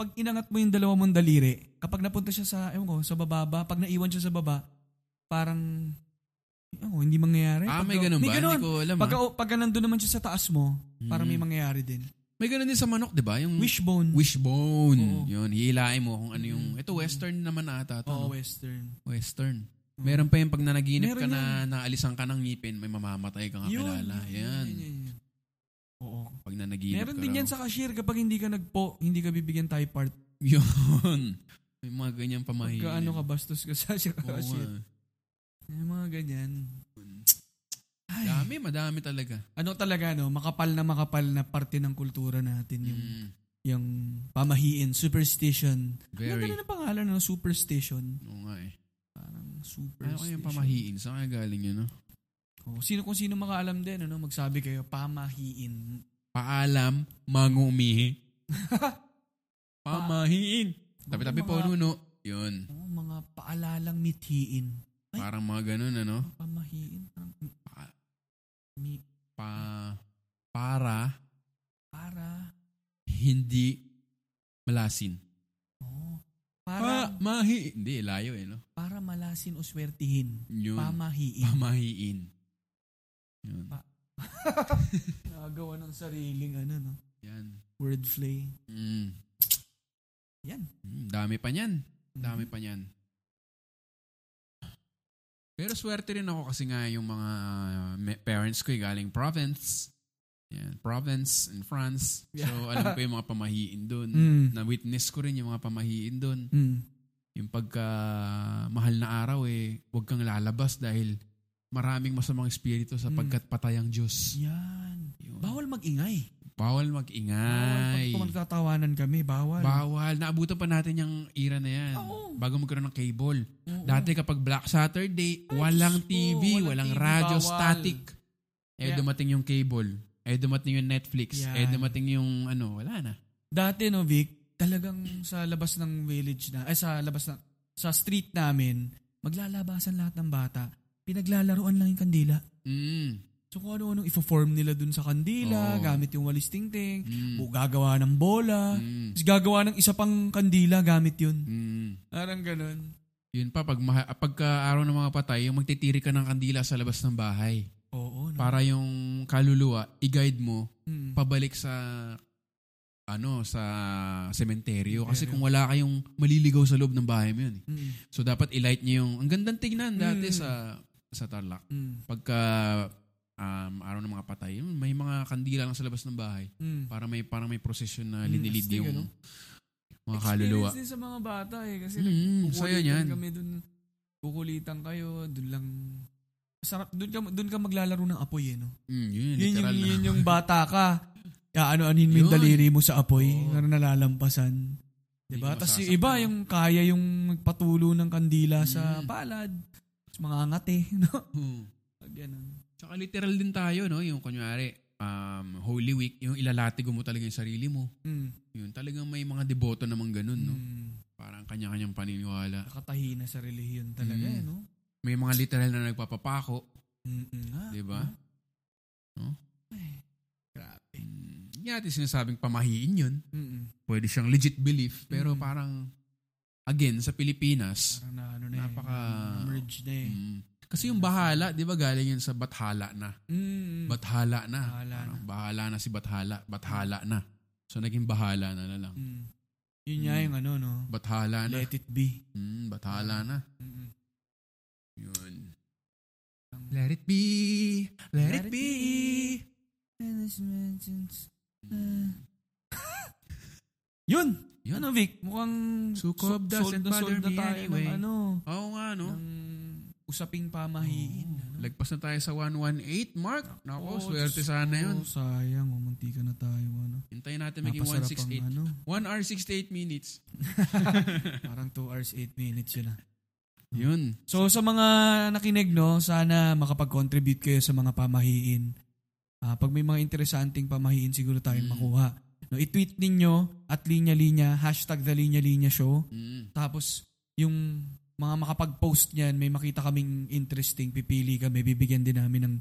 [SPEAKER 1] pag inangat mo yung dalawa mong daliri, kapag napunta siya sa, ewan ko, sa bababa, pag naiwan siya sa baba, parang, ewan ko, hindi mangyayari.
[SPEAKER 2] Ah,
[SPEAKER 1] Pag-
[SPEAKER 2] may ganun ba?
[SPEAKER 1] May ganun.
[SPEAKER 2] Hindi ko alam.
[SPEAKER 1] Pagka,
[SPEAKER 2] ah.
[SPEAKER 1] pagka nandun naman siya sa taas mo, parang
[SPEAKER 2] Mm.
[SPEAKER 1] may mangyayari din.
[SPEAKER 2] May ganun din sa manok, di ba? Yung
[SPEAKER 1] Wishbone. Oo.
[SPEAKER 2] wishbone. Yun, hihilain mo kung ano yung... Ito, western naman ata. to,
[SPEAKER 1] Oo,
[SPEAKER 2] no?
[SPEAKER 1] western.
[SPEAKER 2] Western. Meron pa yung pag
[SPEAKER 1] Mm.
[SPEAKER 2] nanaginip
[SPEAKER 1] Meron
[SPEAKER 2] ka na naalisan ka ng ngipin, may mamamatay kang akilala. Yan.
[SPEAKER 1] yun, yun. Oo.
[SPEAKER 2] Pag nanaginip
[SPEAKER 1] Meron
[SPEAKER 2] ka
[SPEAKER 1] din
[SPEAKER 2] raw.
[SPEAKER 1] yan sa cashier kapag hindi ka nagpo, hindi ka bibigyan tayo part.
[SPEAKER 2] Yun. May mga ganyan pamahiin.
[SPEAKER 1] Pagka ano ka, bastos ka sa sa
[SPEAKER 2] Oo
[SPEAKER 1] cashier.
[SPEAKER 2] nga. eh.
[SPEAKER 1] Yung mga ganyan. Ay,
[SPEAKER 2] Dami, madami talaga.
[SPEAKER 1] ano talaga no, makapal na makapal na parte ng kultura natin yung
[SPEAKER 2] Mm,
[SPEAKER 1] yung pamahiin, superstition. Ano
[SPEAKER 2] very.
[SPEAKER 1] na ng pangalan ng superstition?
[SPEAKER 2] Oo nga eh.
[SPEAKER 1] Parang
[SPEAKER 2] Ano kaya
[SPEAKER 1] superstition.
[SPEAKER 2] yung pamahiin? Saan kaya galing yun? No?
[SPEAKER 1] Oo, sino kung sino makaalam din ano, magsabi kayo pamahiin.
[SPEAKER 2] Paalam, mangumihi. pamahiin. Tabi-tabi
[SPEAKER 1] Mga-
[SPEAKER 2] pa ununo. Yun.
[SPEAKER 1] Oo, mga paalalang mithiin. Ay.
[SPEAKER 2] Parang mga ganun, ano?
[SPEAKER 1] Pamahiin. Parang,
[SPEAKER 2] Pa-
[SPEAKER 1] mi,
[SPEAKER 2] Pa, para
[SPEAKER 1] para.
[SPEAKER 2] hindi malasin.
[SPEAKER 1] Oo.
[SPEAKER 2] Pa,
[SPEAKER 1] Parang,
[SPEAKER 2] mahi. Hindi, layo eh, no?
[SPEAKER 1] para malasin o swertihin.
[SPEAKER 2] Yun.
[SPEAKER 1] Pamahiin.
[SPEAKER 2] Pamahiin. Yun.
[SPEAKER 1] Nagawa ng sariling ano, no?
[SPEAKER 2] Yan.
[SPEAKER 1] Wordplay.
[SPEAKER 2] Mm.
[SPEAKER 1] Yan.
[SPEAKER 2] Mm, dami pa niyan. Dami pa niyan. Pero swerte rin ako kasi nga yung mga me- parents ko eh, galing province. Yan, province in France. So alam ko yung mga pamahiin doon.
[SPEAKER 1] Mm.
[SPEAKER 2] Na-witness ko rin yung mga pamahiin doon.
[SPEAKER 1] Mm.
[SPEAKER 2] Yung pagka mahal na araw eh, huwag kang lalabas dahil maraming masamang espiritu sapagkat
[SPEAKER 1] Mm.
[SPEAKER 2] patay ang Diyos.
[SPEAKER 1] Yan.
[SPEAKER 2] Yun.
[SPEAKER 1] Bawal mag-ingay.
[SPEAKER 2] Bawal
[SPEAKER 1] Bawal
[SPEAKER 2] mag-ingay.
[SPEAKER 1] pag magtatawanan kami. Bawal.
[SPEAKER 2] Bawal. Naabutan pa natin yung era na yan.
[SPEAKER 1] Oo.
[SPEAKER 2] Bago magkaroon ng cable.
[SPEAKER 1] Oo.
[SPEAKER 2] Dati kapag Black Saturday, walang
[SPEAKER 1] Diyos ko,
[SPEAKER 2] TV,
[SPEAKER 1] walang
[SPEAKER 2] walang,
[SPEAKER 1] TV,
[SPEAKER 2] radyo,
[SPEAKER 1] bawal.
[SPEAKER 2] static. Eh
[SPEAKER 1] Kaya-
[SPEAKER 2] dumating yung cable. Eh dumating yung Netflix. Eh
[SPEAKER 1] Yan.
[SPEAKER 2] dumating yung ano, wala na.
[SPEAKER 1] Dati, no, Vic, talagang sa labas ng village na, ay sa labas ng, sa street namin, maglalabasan lahat ng bata. Pinaglalaruan lang yung kandila.
[SPEAKER 2] Mm.
[SPEAKER 1] So kung ano-ano, ifo-form nila dun sa kandila,
[SPEAKER 2] Oo.
[SPEAKER 1] gamit yung walis tingting,
[SPEAKER 2] Mm.
[SPEAKER 1] o gagawa ng bola,
[SPEAKER 2] Mm.
[SPEAKER 1] tapos gagawa ng isa pang kandila gamit yun.
[SPEAKER 2] Mm.
[SPEAKER 1] Parang ganun.
[SPEAKER 2] Yun pa, pag, maha- pagka araw ng mga patay, yung magtitiri ka ng kandila sa labas ng bahay.
[SPEAKER 1] Mm. Oo, no?
[SPEAKER 2] Para yung kaluluwa, i-guide mo
[SPEAKER 1] Mm.
[SPEAKER 2] pabalik sa ano sa sementeryo kasi kung wala kayong maliligaw sa loob ng bahay mo yun. eh.
[SPEAKER 1] Mm.
[SPEAKER 2] So dapat i-light niyo yung ang gandang tignan dati
[SPEAKER 1] Mm.
[SPEAKER 2] sa sa Tarlac.
[SPEAKER 1] Mm.
[SPEAKER 2] Pagka um, araw ng mga patay, yun, may mga kandila lang sa labas ng bahay
[SPEAKER 1] Mm.
[SPEAKER 2] para may parang may procession
[SPEAKER 1] Mm,
[SPEAKER 2] na linilid
[SPEAKER 1] astig, ano?
[SPEAKER 2] yung mga kaluluwa.
[SPEAKER 1] Experience din sa mga bata eh. Kasi
[SPEAKER 2] Mm,
[SPEAKER 1] nagkukulitan
[SPEAKER 2] saya niyan.
[SPEAKER 1] kami dun. Kukulitan kayo, dun lang. Sarap, dun ka, dun ka maglalaro ng apoy eh, no?
[SPEAKER 2] Mm, yun,
[SPEAKER 1] Yun yung,
[SPEAKER 2] literal na.
[SPEAKER 1] yun yung bata ka. Ya, ano anin mo yung
[SPEAKER 2] Yun.
[SPEAKER 1] daliri mo sa apoy.
[SPEAKER 2] Oo.
[SPEAKER 1] Ano nalalampasan. Diba?
[SPEAKER 2] Hindi ka
[SPEAKER 1] Tapos yung
[SPEAKER 2] masasaktan.
[SPEAKER 1] iba, yung kaya yung magpatulo ng kandila sa
[SPEAKER 2] Mm.
[SPEAKER 1] palad. Tapos mga ngate, no?
[SPEAKER 2] Oo.
[SPEAKER 1] Pag ganun.
[SPEAKER 2] Tsaka literal din tayo, no? Yung kunyari, um, Holy Week, yung ilalatigo mo talaga yung sarili mo.
[SPEAKER 1] Mm.
[SPEAKER 2] Yun, talagang may mga deboto namang ganun, no?
[SPEAKER 1] Mm.
[SPEAKER 2] Parang kanya-kanyang paniniwala.
[SPEAKER 1] Nakatahi na sa relihiyon talaga,
[SPEAKER 2] Mm.
[SPEAKER 1] eh, no?
[SPEAKER 2] May mga literal na nagpapapako,
[SPEAKER 1] Mm-mm. Ah,
[SPEAKER 2] di ba?
[SPEAKER 1] ah.
[SPEAKER 2] Ah. Grabe. Mm, hindi natin sinasabing pamahiin yun.
[SPEAKER 1] Mm-mm.
[SPEAKER 2] Pwede siyang legit belief, pero
[SPEAKER 1] Mm.
[SPEAKER 2] parang, again, sa Pilipinas,
[SPEAKER 1] Parang na ano na eh.
[SPEAKER 2] Napaka-
[SPEAKER 1] Merge na eh.
[SPEAKER 2] mm, kasi yung bahala, di ba galing yun sa bathala na.
[SPEAKER 1] Mm.
[SPEAKER 2] Bathala na.
[SPEAKER 1] Bahala
[SPEAKER 2] Parang bahala na si bathala. Bathala na. So, naging bahala na na lang.
[SPEAKER 1] Mm. Yun nga
[SPEAKER 2] Mm.
[SPEAKER 1] yung ano, no?
[SPEAKER 2] Bathala na.
[SPEAKER 1] Let it be.
[SPEAKER 2] Mm, bathala na.
[SPEAKER 1] Mm-mm.
[SPEAKER 2] Yun. Let it be. Let, it be.
[SPEAKER 1] uh, Yun!
[SPEAKER 2] Yun.
[SPEAKER 1] Ano, Vic? Mukhang
[SPEAKER 2] Sukob
[SPEAKER 1] so- sold
[SPEAKER 2] doesn't
[SPEAKER 1] na
[SPEAKER 2] bother
[SPEAKER 1] sold na
[SPEAKER 2] me
[SPEAKER 1] tayo
[SPEAKER 2] anyway.
[SPEAKER 1] ng ano,
[SPEAKER 2] Oo nga, no? Oh.
[SPEAKER 1] ng usaping pamahiin. ano?
[SPEAKER 2] Lagpas na tayo sa 118, Mark. Nako,
[SPEAKER 1] Oh,
[SPEAKER 2] swerte
[SPEAKER 1] Diyos
[SPEAKER 2] sana
[SPEAKER 1] ko,
[SPEAKER 2] yun.
[SPEAKER 1] sayang, umunti ka na tayo. Ano.
[SPEAKER 2] Hintayin natin maging
[SPEAKER 1] Napasarap ang
[SPEAKER 2] 168.
[SPEAKER 1] ano.
[SPEAKER 2] 1 hour 68 minutes.
[SPEAKER 1] Parang 2 hours 8 minutes yun ah.
[SPEAKER 2] Yun.
[SPEAKER 1] So sa mga nakinig no, sana makapag-contribute kayo sa mga pamahiin. Ah, pag may mga interesanting pamahiin siguro tayong
[SPEAKER 2] Mm.
[SPEAKER 1] makuha. No, i-tweet ninyo at linya-linya, hashtag the linya-linya show.
[SPEAKER 2] Mm.
[SPEAKER 1] Tapos yung mga makapag-post niyan, may makita kaming interesting, pipili kami, bibigyan din namin ng,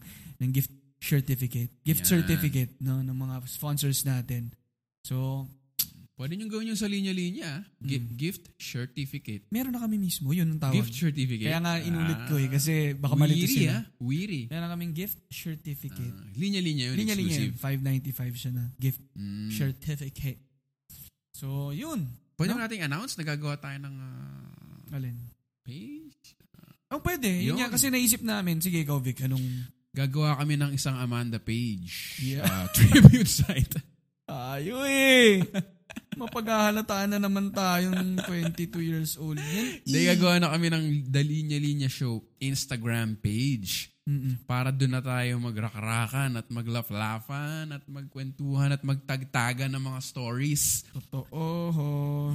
[SPEAKER 1] ng gift certificate. Gift
[SPEAKER 2] Yan.
[SPEAKER 1] certificate no, ng mga sponsors natin. So,
[SPEAKER 2] Pwede nyo gawin yung sa linya-linya. ah. Gi- Gift certificate.
[SPEAKER 1] Meron na kami mismo, yun ang Hmm. tawag.
[SPEAKER 2] Gift certificate.
[SPEAKER 1] Kaya nga inulit ko eh, kasi baka malito
[SPEAKER 2] Weary
[SPEAKER 1] sila.
[SPEAKER 2] ah. Weary.
[SPEAKER 1] Meron na kaming gift certificate.
[SPEAKER 2] Ah, linya-linya yun.
[SPEAKER 1] Linya-linya,
[SPEAKER 2] exclusive.
[SPEAKER 1] yun, 595 siya na gift
[SPEAKER 2] Mm.
[SPEAKER 1] certificate. So, yun.
[SPEAKER 2] Pwede
[SPEAKER 1] No?
[SPEAKER 2] ba nating announce. Nagagawa tayo ng ah,
[SPEAKER 1] Alin?
[SPEAKER 2] page.
[SPEAKER 1] Oh, pwede. Yun,
[SPEAKER 2] Yun.
[SPEAKER 1] nga, kasi naisip namin, sige ikaw Vic, anong...
[SPEAKER 2] Gagawa kami ng isang Amanda page.
[SPEAKER 1] Yeah.
[SPEAKER 2] ah, tribute site.
[SPEAKER 1] Ayo eh! Mapaghahalataan na naman tayo ng 22 years old. Yan,
[SPEAKER 2] Hindi,
[SPEAKER 1] eh.
[SPEAKER 2] gagawa na kami ng The Linya Linya Show Instagram page.
[SPEAKER 1] Mm-mm.
[SPEAKER 2] Para doon na tayo magrakrakan at maglaflafan at magkwentuhan at magtagtagan ng mga stories.
[SPEAKER 1] Totoo.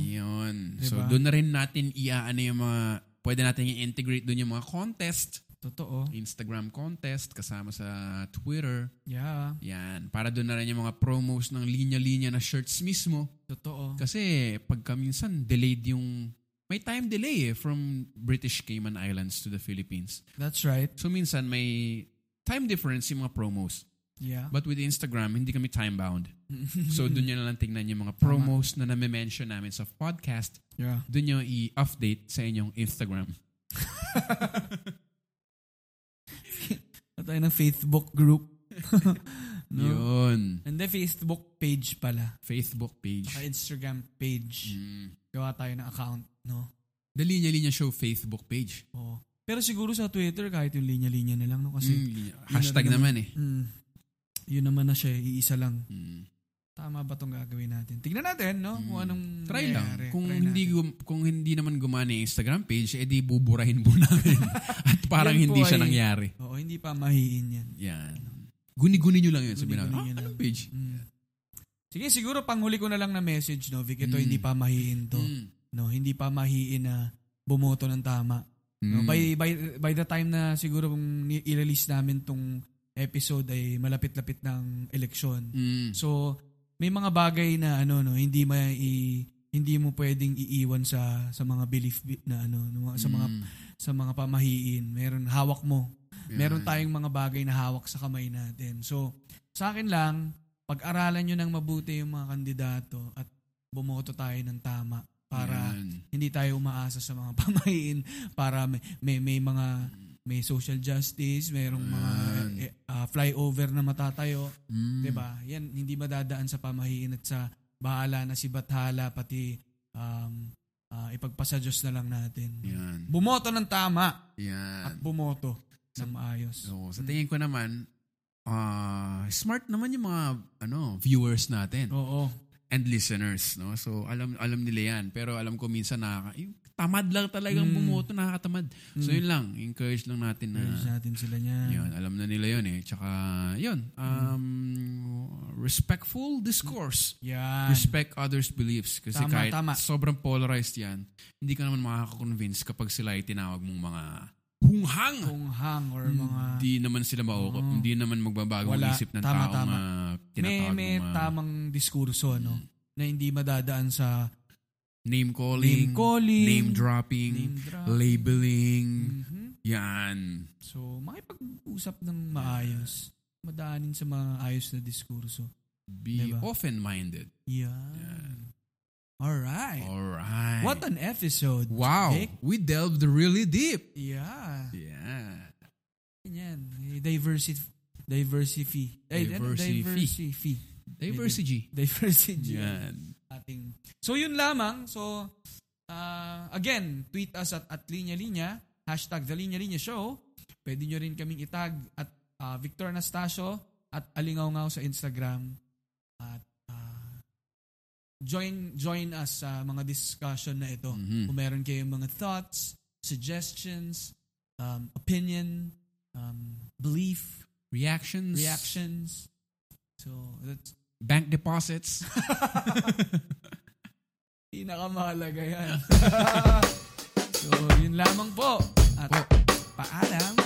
[SPEAKER 2] Yun.
[SPEAKER 1] Diba?
[SPEAKER 2] So doon na rin natin iaano yung mga, pwede natin i-integrate doon yung mga contest.
[SPEAKER 1] Totoo.
[SPEAKER 2] Instagram contest kasama sa Twitter.
[SPEAKER 1] Yeah.
[SPEAKER 2] Yan. Para doon na rin yung mga promos ng linya-linya na shirts mismo.
[SPEAKER 1] Totoo.
[SPEAKER 2] Kasi pagka minsan delayed yung, may time delay eh from British Cayman Islands to the Philippines.
[SPEAKER 1] That's right.
[SPEAKER 2] So minsan may time difference yung mga promos.
[SPEAKER 1] Yeah.
[SPEAKER 2] But with Instagram, hindi kami time-bound. so doon nyo na lang tingnan yung mga promos na nami-mention namin sa podcast.
[SPEAKER 1] Yeah.
[SPEAKER 2] Doon nyo i-update sa inyong Instagram.
[SPEAKER 1] At tayo ng Facebook group. no?
[SPEAKER 2] Yun.
[SPEAKER 1] And the Facebook page pala.
[SPEAKER 2] Facebook page.
[SPEAKER 1] Sa Instagram page.
[SPEAKER 2] Mm.
[SPEAKER 1] Gawa tayo ng account, no?
[SPEAKER 2] The Linya Linya Show Facebook page.
[SPEAKER 1] Oo. Pero siguro sa Twitter, kahit yung linya-linya na lang, no? Kasi,
[SPEAKER 2] Mm, linya- hashtag
[SPEAKER 1] na
[SPEAKER 2] naman eh.
[SPEAKER 1] mm, yun naman na siya, eh, iisa lang.
[SPEAKER 2] Mm.
[SPEAKER 1] Tama ba tong gagawin natin? Tignan natin, no? Kung anong
[SPEAKER 2] Try lang.
[SPEAKER 1] nangyayari.
[SPEAKER 2] Kung
[SPEAKER 1] Try
[SPEAKER 2] hindi
[SPEAKER 1] natin.
[SPEAKER 2] gum- kung hindi naman gumana yung Instagram page, edi buburahin po namin. At
[SPEAKER 1] Yan
[SPEAKER 2] parang
[SPEAKER 1] po eh.
[SPEAKER 2] hindi siya
[SPEAKER 1] ay-
[SPEAKER 2] nangyari.
[SPEAKER 1] Oo, hindi pa mahiin yan.
[SPEAKER 2] Yan. Guni-guni nyo lang yun. Sabi na,
[SPEAKER 1] Guni-guni
[SPEAKER 2] ah,
[SPEAKER 1] nyo lang."
[SPEAKER 2] anong page?
[SPEAKER 1] Mm. Sige, siguro panghuli ko na lang na message, no? Vic, ito
[SPEAKER 2] Mm.
[SPEAKER 1] hindi pa mahiin to.
[SPEAKER 2] Mm.
[SPEAKER 1] No, hindi pa mahiin na bumoto ng tama. No,
[SPEAKER 2] Mm.
[SPEAKER 1] by by by the time na siguro kung ni- i-release namin tong episode ay malapit-lapit ng eleksyon.
[SPEAKER 2] Mm.
[SPEAKER 1] So may mga bagay na ano no hindi mai hindi mo pwedeng iiwan sa sa mga belief bi- na ano no, mga- sa mga
[SPEAKER 2] Mm.
[SPEAKER 1] sa mga pamahiin. Meron hawak mo.
[SPEAKER 2] Yan.
[SPEAKER 1] Meron tayong mga bagay na hawak sa kamay natin. So sa akin lang pag-aralan niyo ng mabuti yung mga kandidato at bumoto tayo ng tama para
[SPEAKER 2] Yan.
[SPEAKER 1] hindi tayo umaasa sa mga pamahiin para may, may, may mga may social justice, mayroong mga
[SPEAKER 2] Ayan.
[SPEAKER 1] eh, ah, flyover na matatayo,
[SPEAKER 2] Mm.
[SPEAKER 1] 'di ba? Yan hindi madadaan sa pamahiin at sa bahala na si Bathala pati um, ah, ipagpasa Diyos na lang natin.
[SPEAKER 2] Yan.
[SPEAKER 1] Bumoto ng tama at
[SPEAKER 2] Yan.
[SPEAKER 1] bumoto ng maayos.
[SPEAKER 2] So, sa tingin ko naman, ah, smart naman yung mga ano viewers natin.
[SPEAKER 1] Oo.
[SPEAKER 2] and listeners, no? So alam alam nila 'yan, pero alam ko minsan nakaka yung tamad lang talagang
[SPEAKER 1] Mm.
[SPEAKER 2] bumoto, nakakatamad. So
[SPEAKER 1] Mm.
[SPEAKER 2] yun lang, encourage lang natin na
[SPEAKER 1] Praise natin sila niyan.
[SPEAKER 2] yun, alam na nila yun eh. Tsaka yun, um, respectful discourse.
[SPEAKER 1] Yan.
[SPEAKER 2] Respect others' beliefs. Kasi
[SPEAKER 1] Tama,
[SPEAKER 2] kahit
[SPEAKER 1] tama.
[SPEAKER 2] sobrang polarized yan, hindi ka naman makakakonvince kapag sila ay tinawag mong mga hunghang.
[SPEAKER 1] Kung hang or mga
[SPEAKER 2] Hmm, Hindi naman sila maukap.
[SPEAKER 1] Oo.
[SPEAKER 2] Hindi naman magbabago ang
[SPEAKER 1] Wala.
[SPEAKER 2] isip ng
[SPEAKER 1] Tama,
[SPEAKER 2] tao
[SPEAKER 1] tama.
[SPEAKER 2] na
[SPEAKER 1] may, may
[SPEAKER 2] tinatawag mong ah, mga Hmm.
[SPEAKER 1] tamang diskurso no na hindi madadaan sa
[SPEAKER 2] name calling,
[SPEAKER 1] Name calling.
[SPEAKER 2] name dropping,
[SPEAKER 1] name drop.
[SPEAKER 2] labeling,
[SPEAKER 1] Mhm.
[SPEAKER 2] yan.
[SPEAKER 1] So, makipag-usap ng maayos. Madaanin sa maayos na diskurso.
[SPEAKER 2] Be
[SPEAKER 1] Diba?
[SPEAKER 2] open-minded.
[SPEAKER 1] Yan. Alright.
[SPEAKER 2] Alright.
[SPEAKER 1] What an episode.
[SPEAKER 2] wow.
[SPEAKER 1] Vic.
[SPEAKER 2] We delved really deep.
[SPEAKER 1] Yeah.
[SPEAKER 2] Yeah.
[SPEAKER 1] Yan. Eh, Diversity. Diversity. Ay, ano?
[SPEAKER 2] Diversity.
[SPEAKER 1] Diversity.
[SPEAKER 2] Diversity.
[SPEAKER 1] Diversity.
[SPEAKER 2] Yan.
[SPEAKER 1] Ating. So, yun lamang. So, ah, again, tweet us at, at Linya Linya. Hashtag The Linya Linya Show. Pwede nyo rin kaming itag at ah, Victor Anastasio at Alingaw sa Instagram. At ah, join join us sa mga discussion na ito.
[SPEAKER 2] Mhm.
[SPEAKER 1] Kung meron kayong mga thoughts, suggestions, um, opinion, um, belief,
[SPEAKER 2] Reactions.
[SPEAKER 1] reactions. So, that's
[SPEAKER 2] Bank deposits.
[SPEAKER 1] Pinakamahalaga yan. so, yun lamang po. At paalam.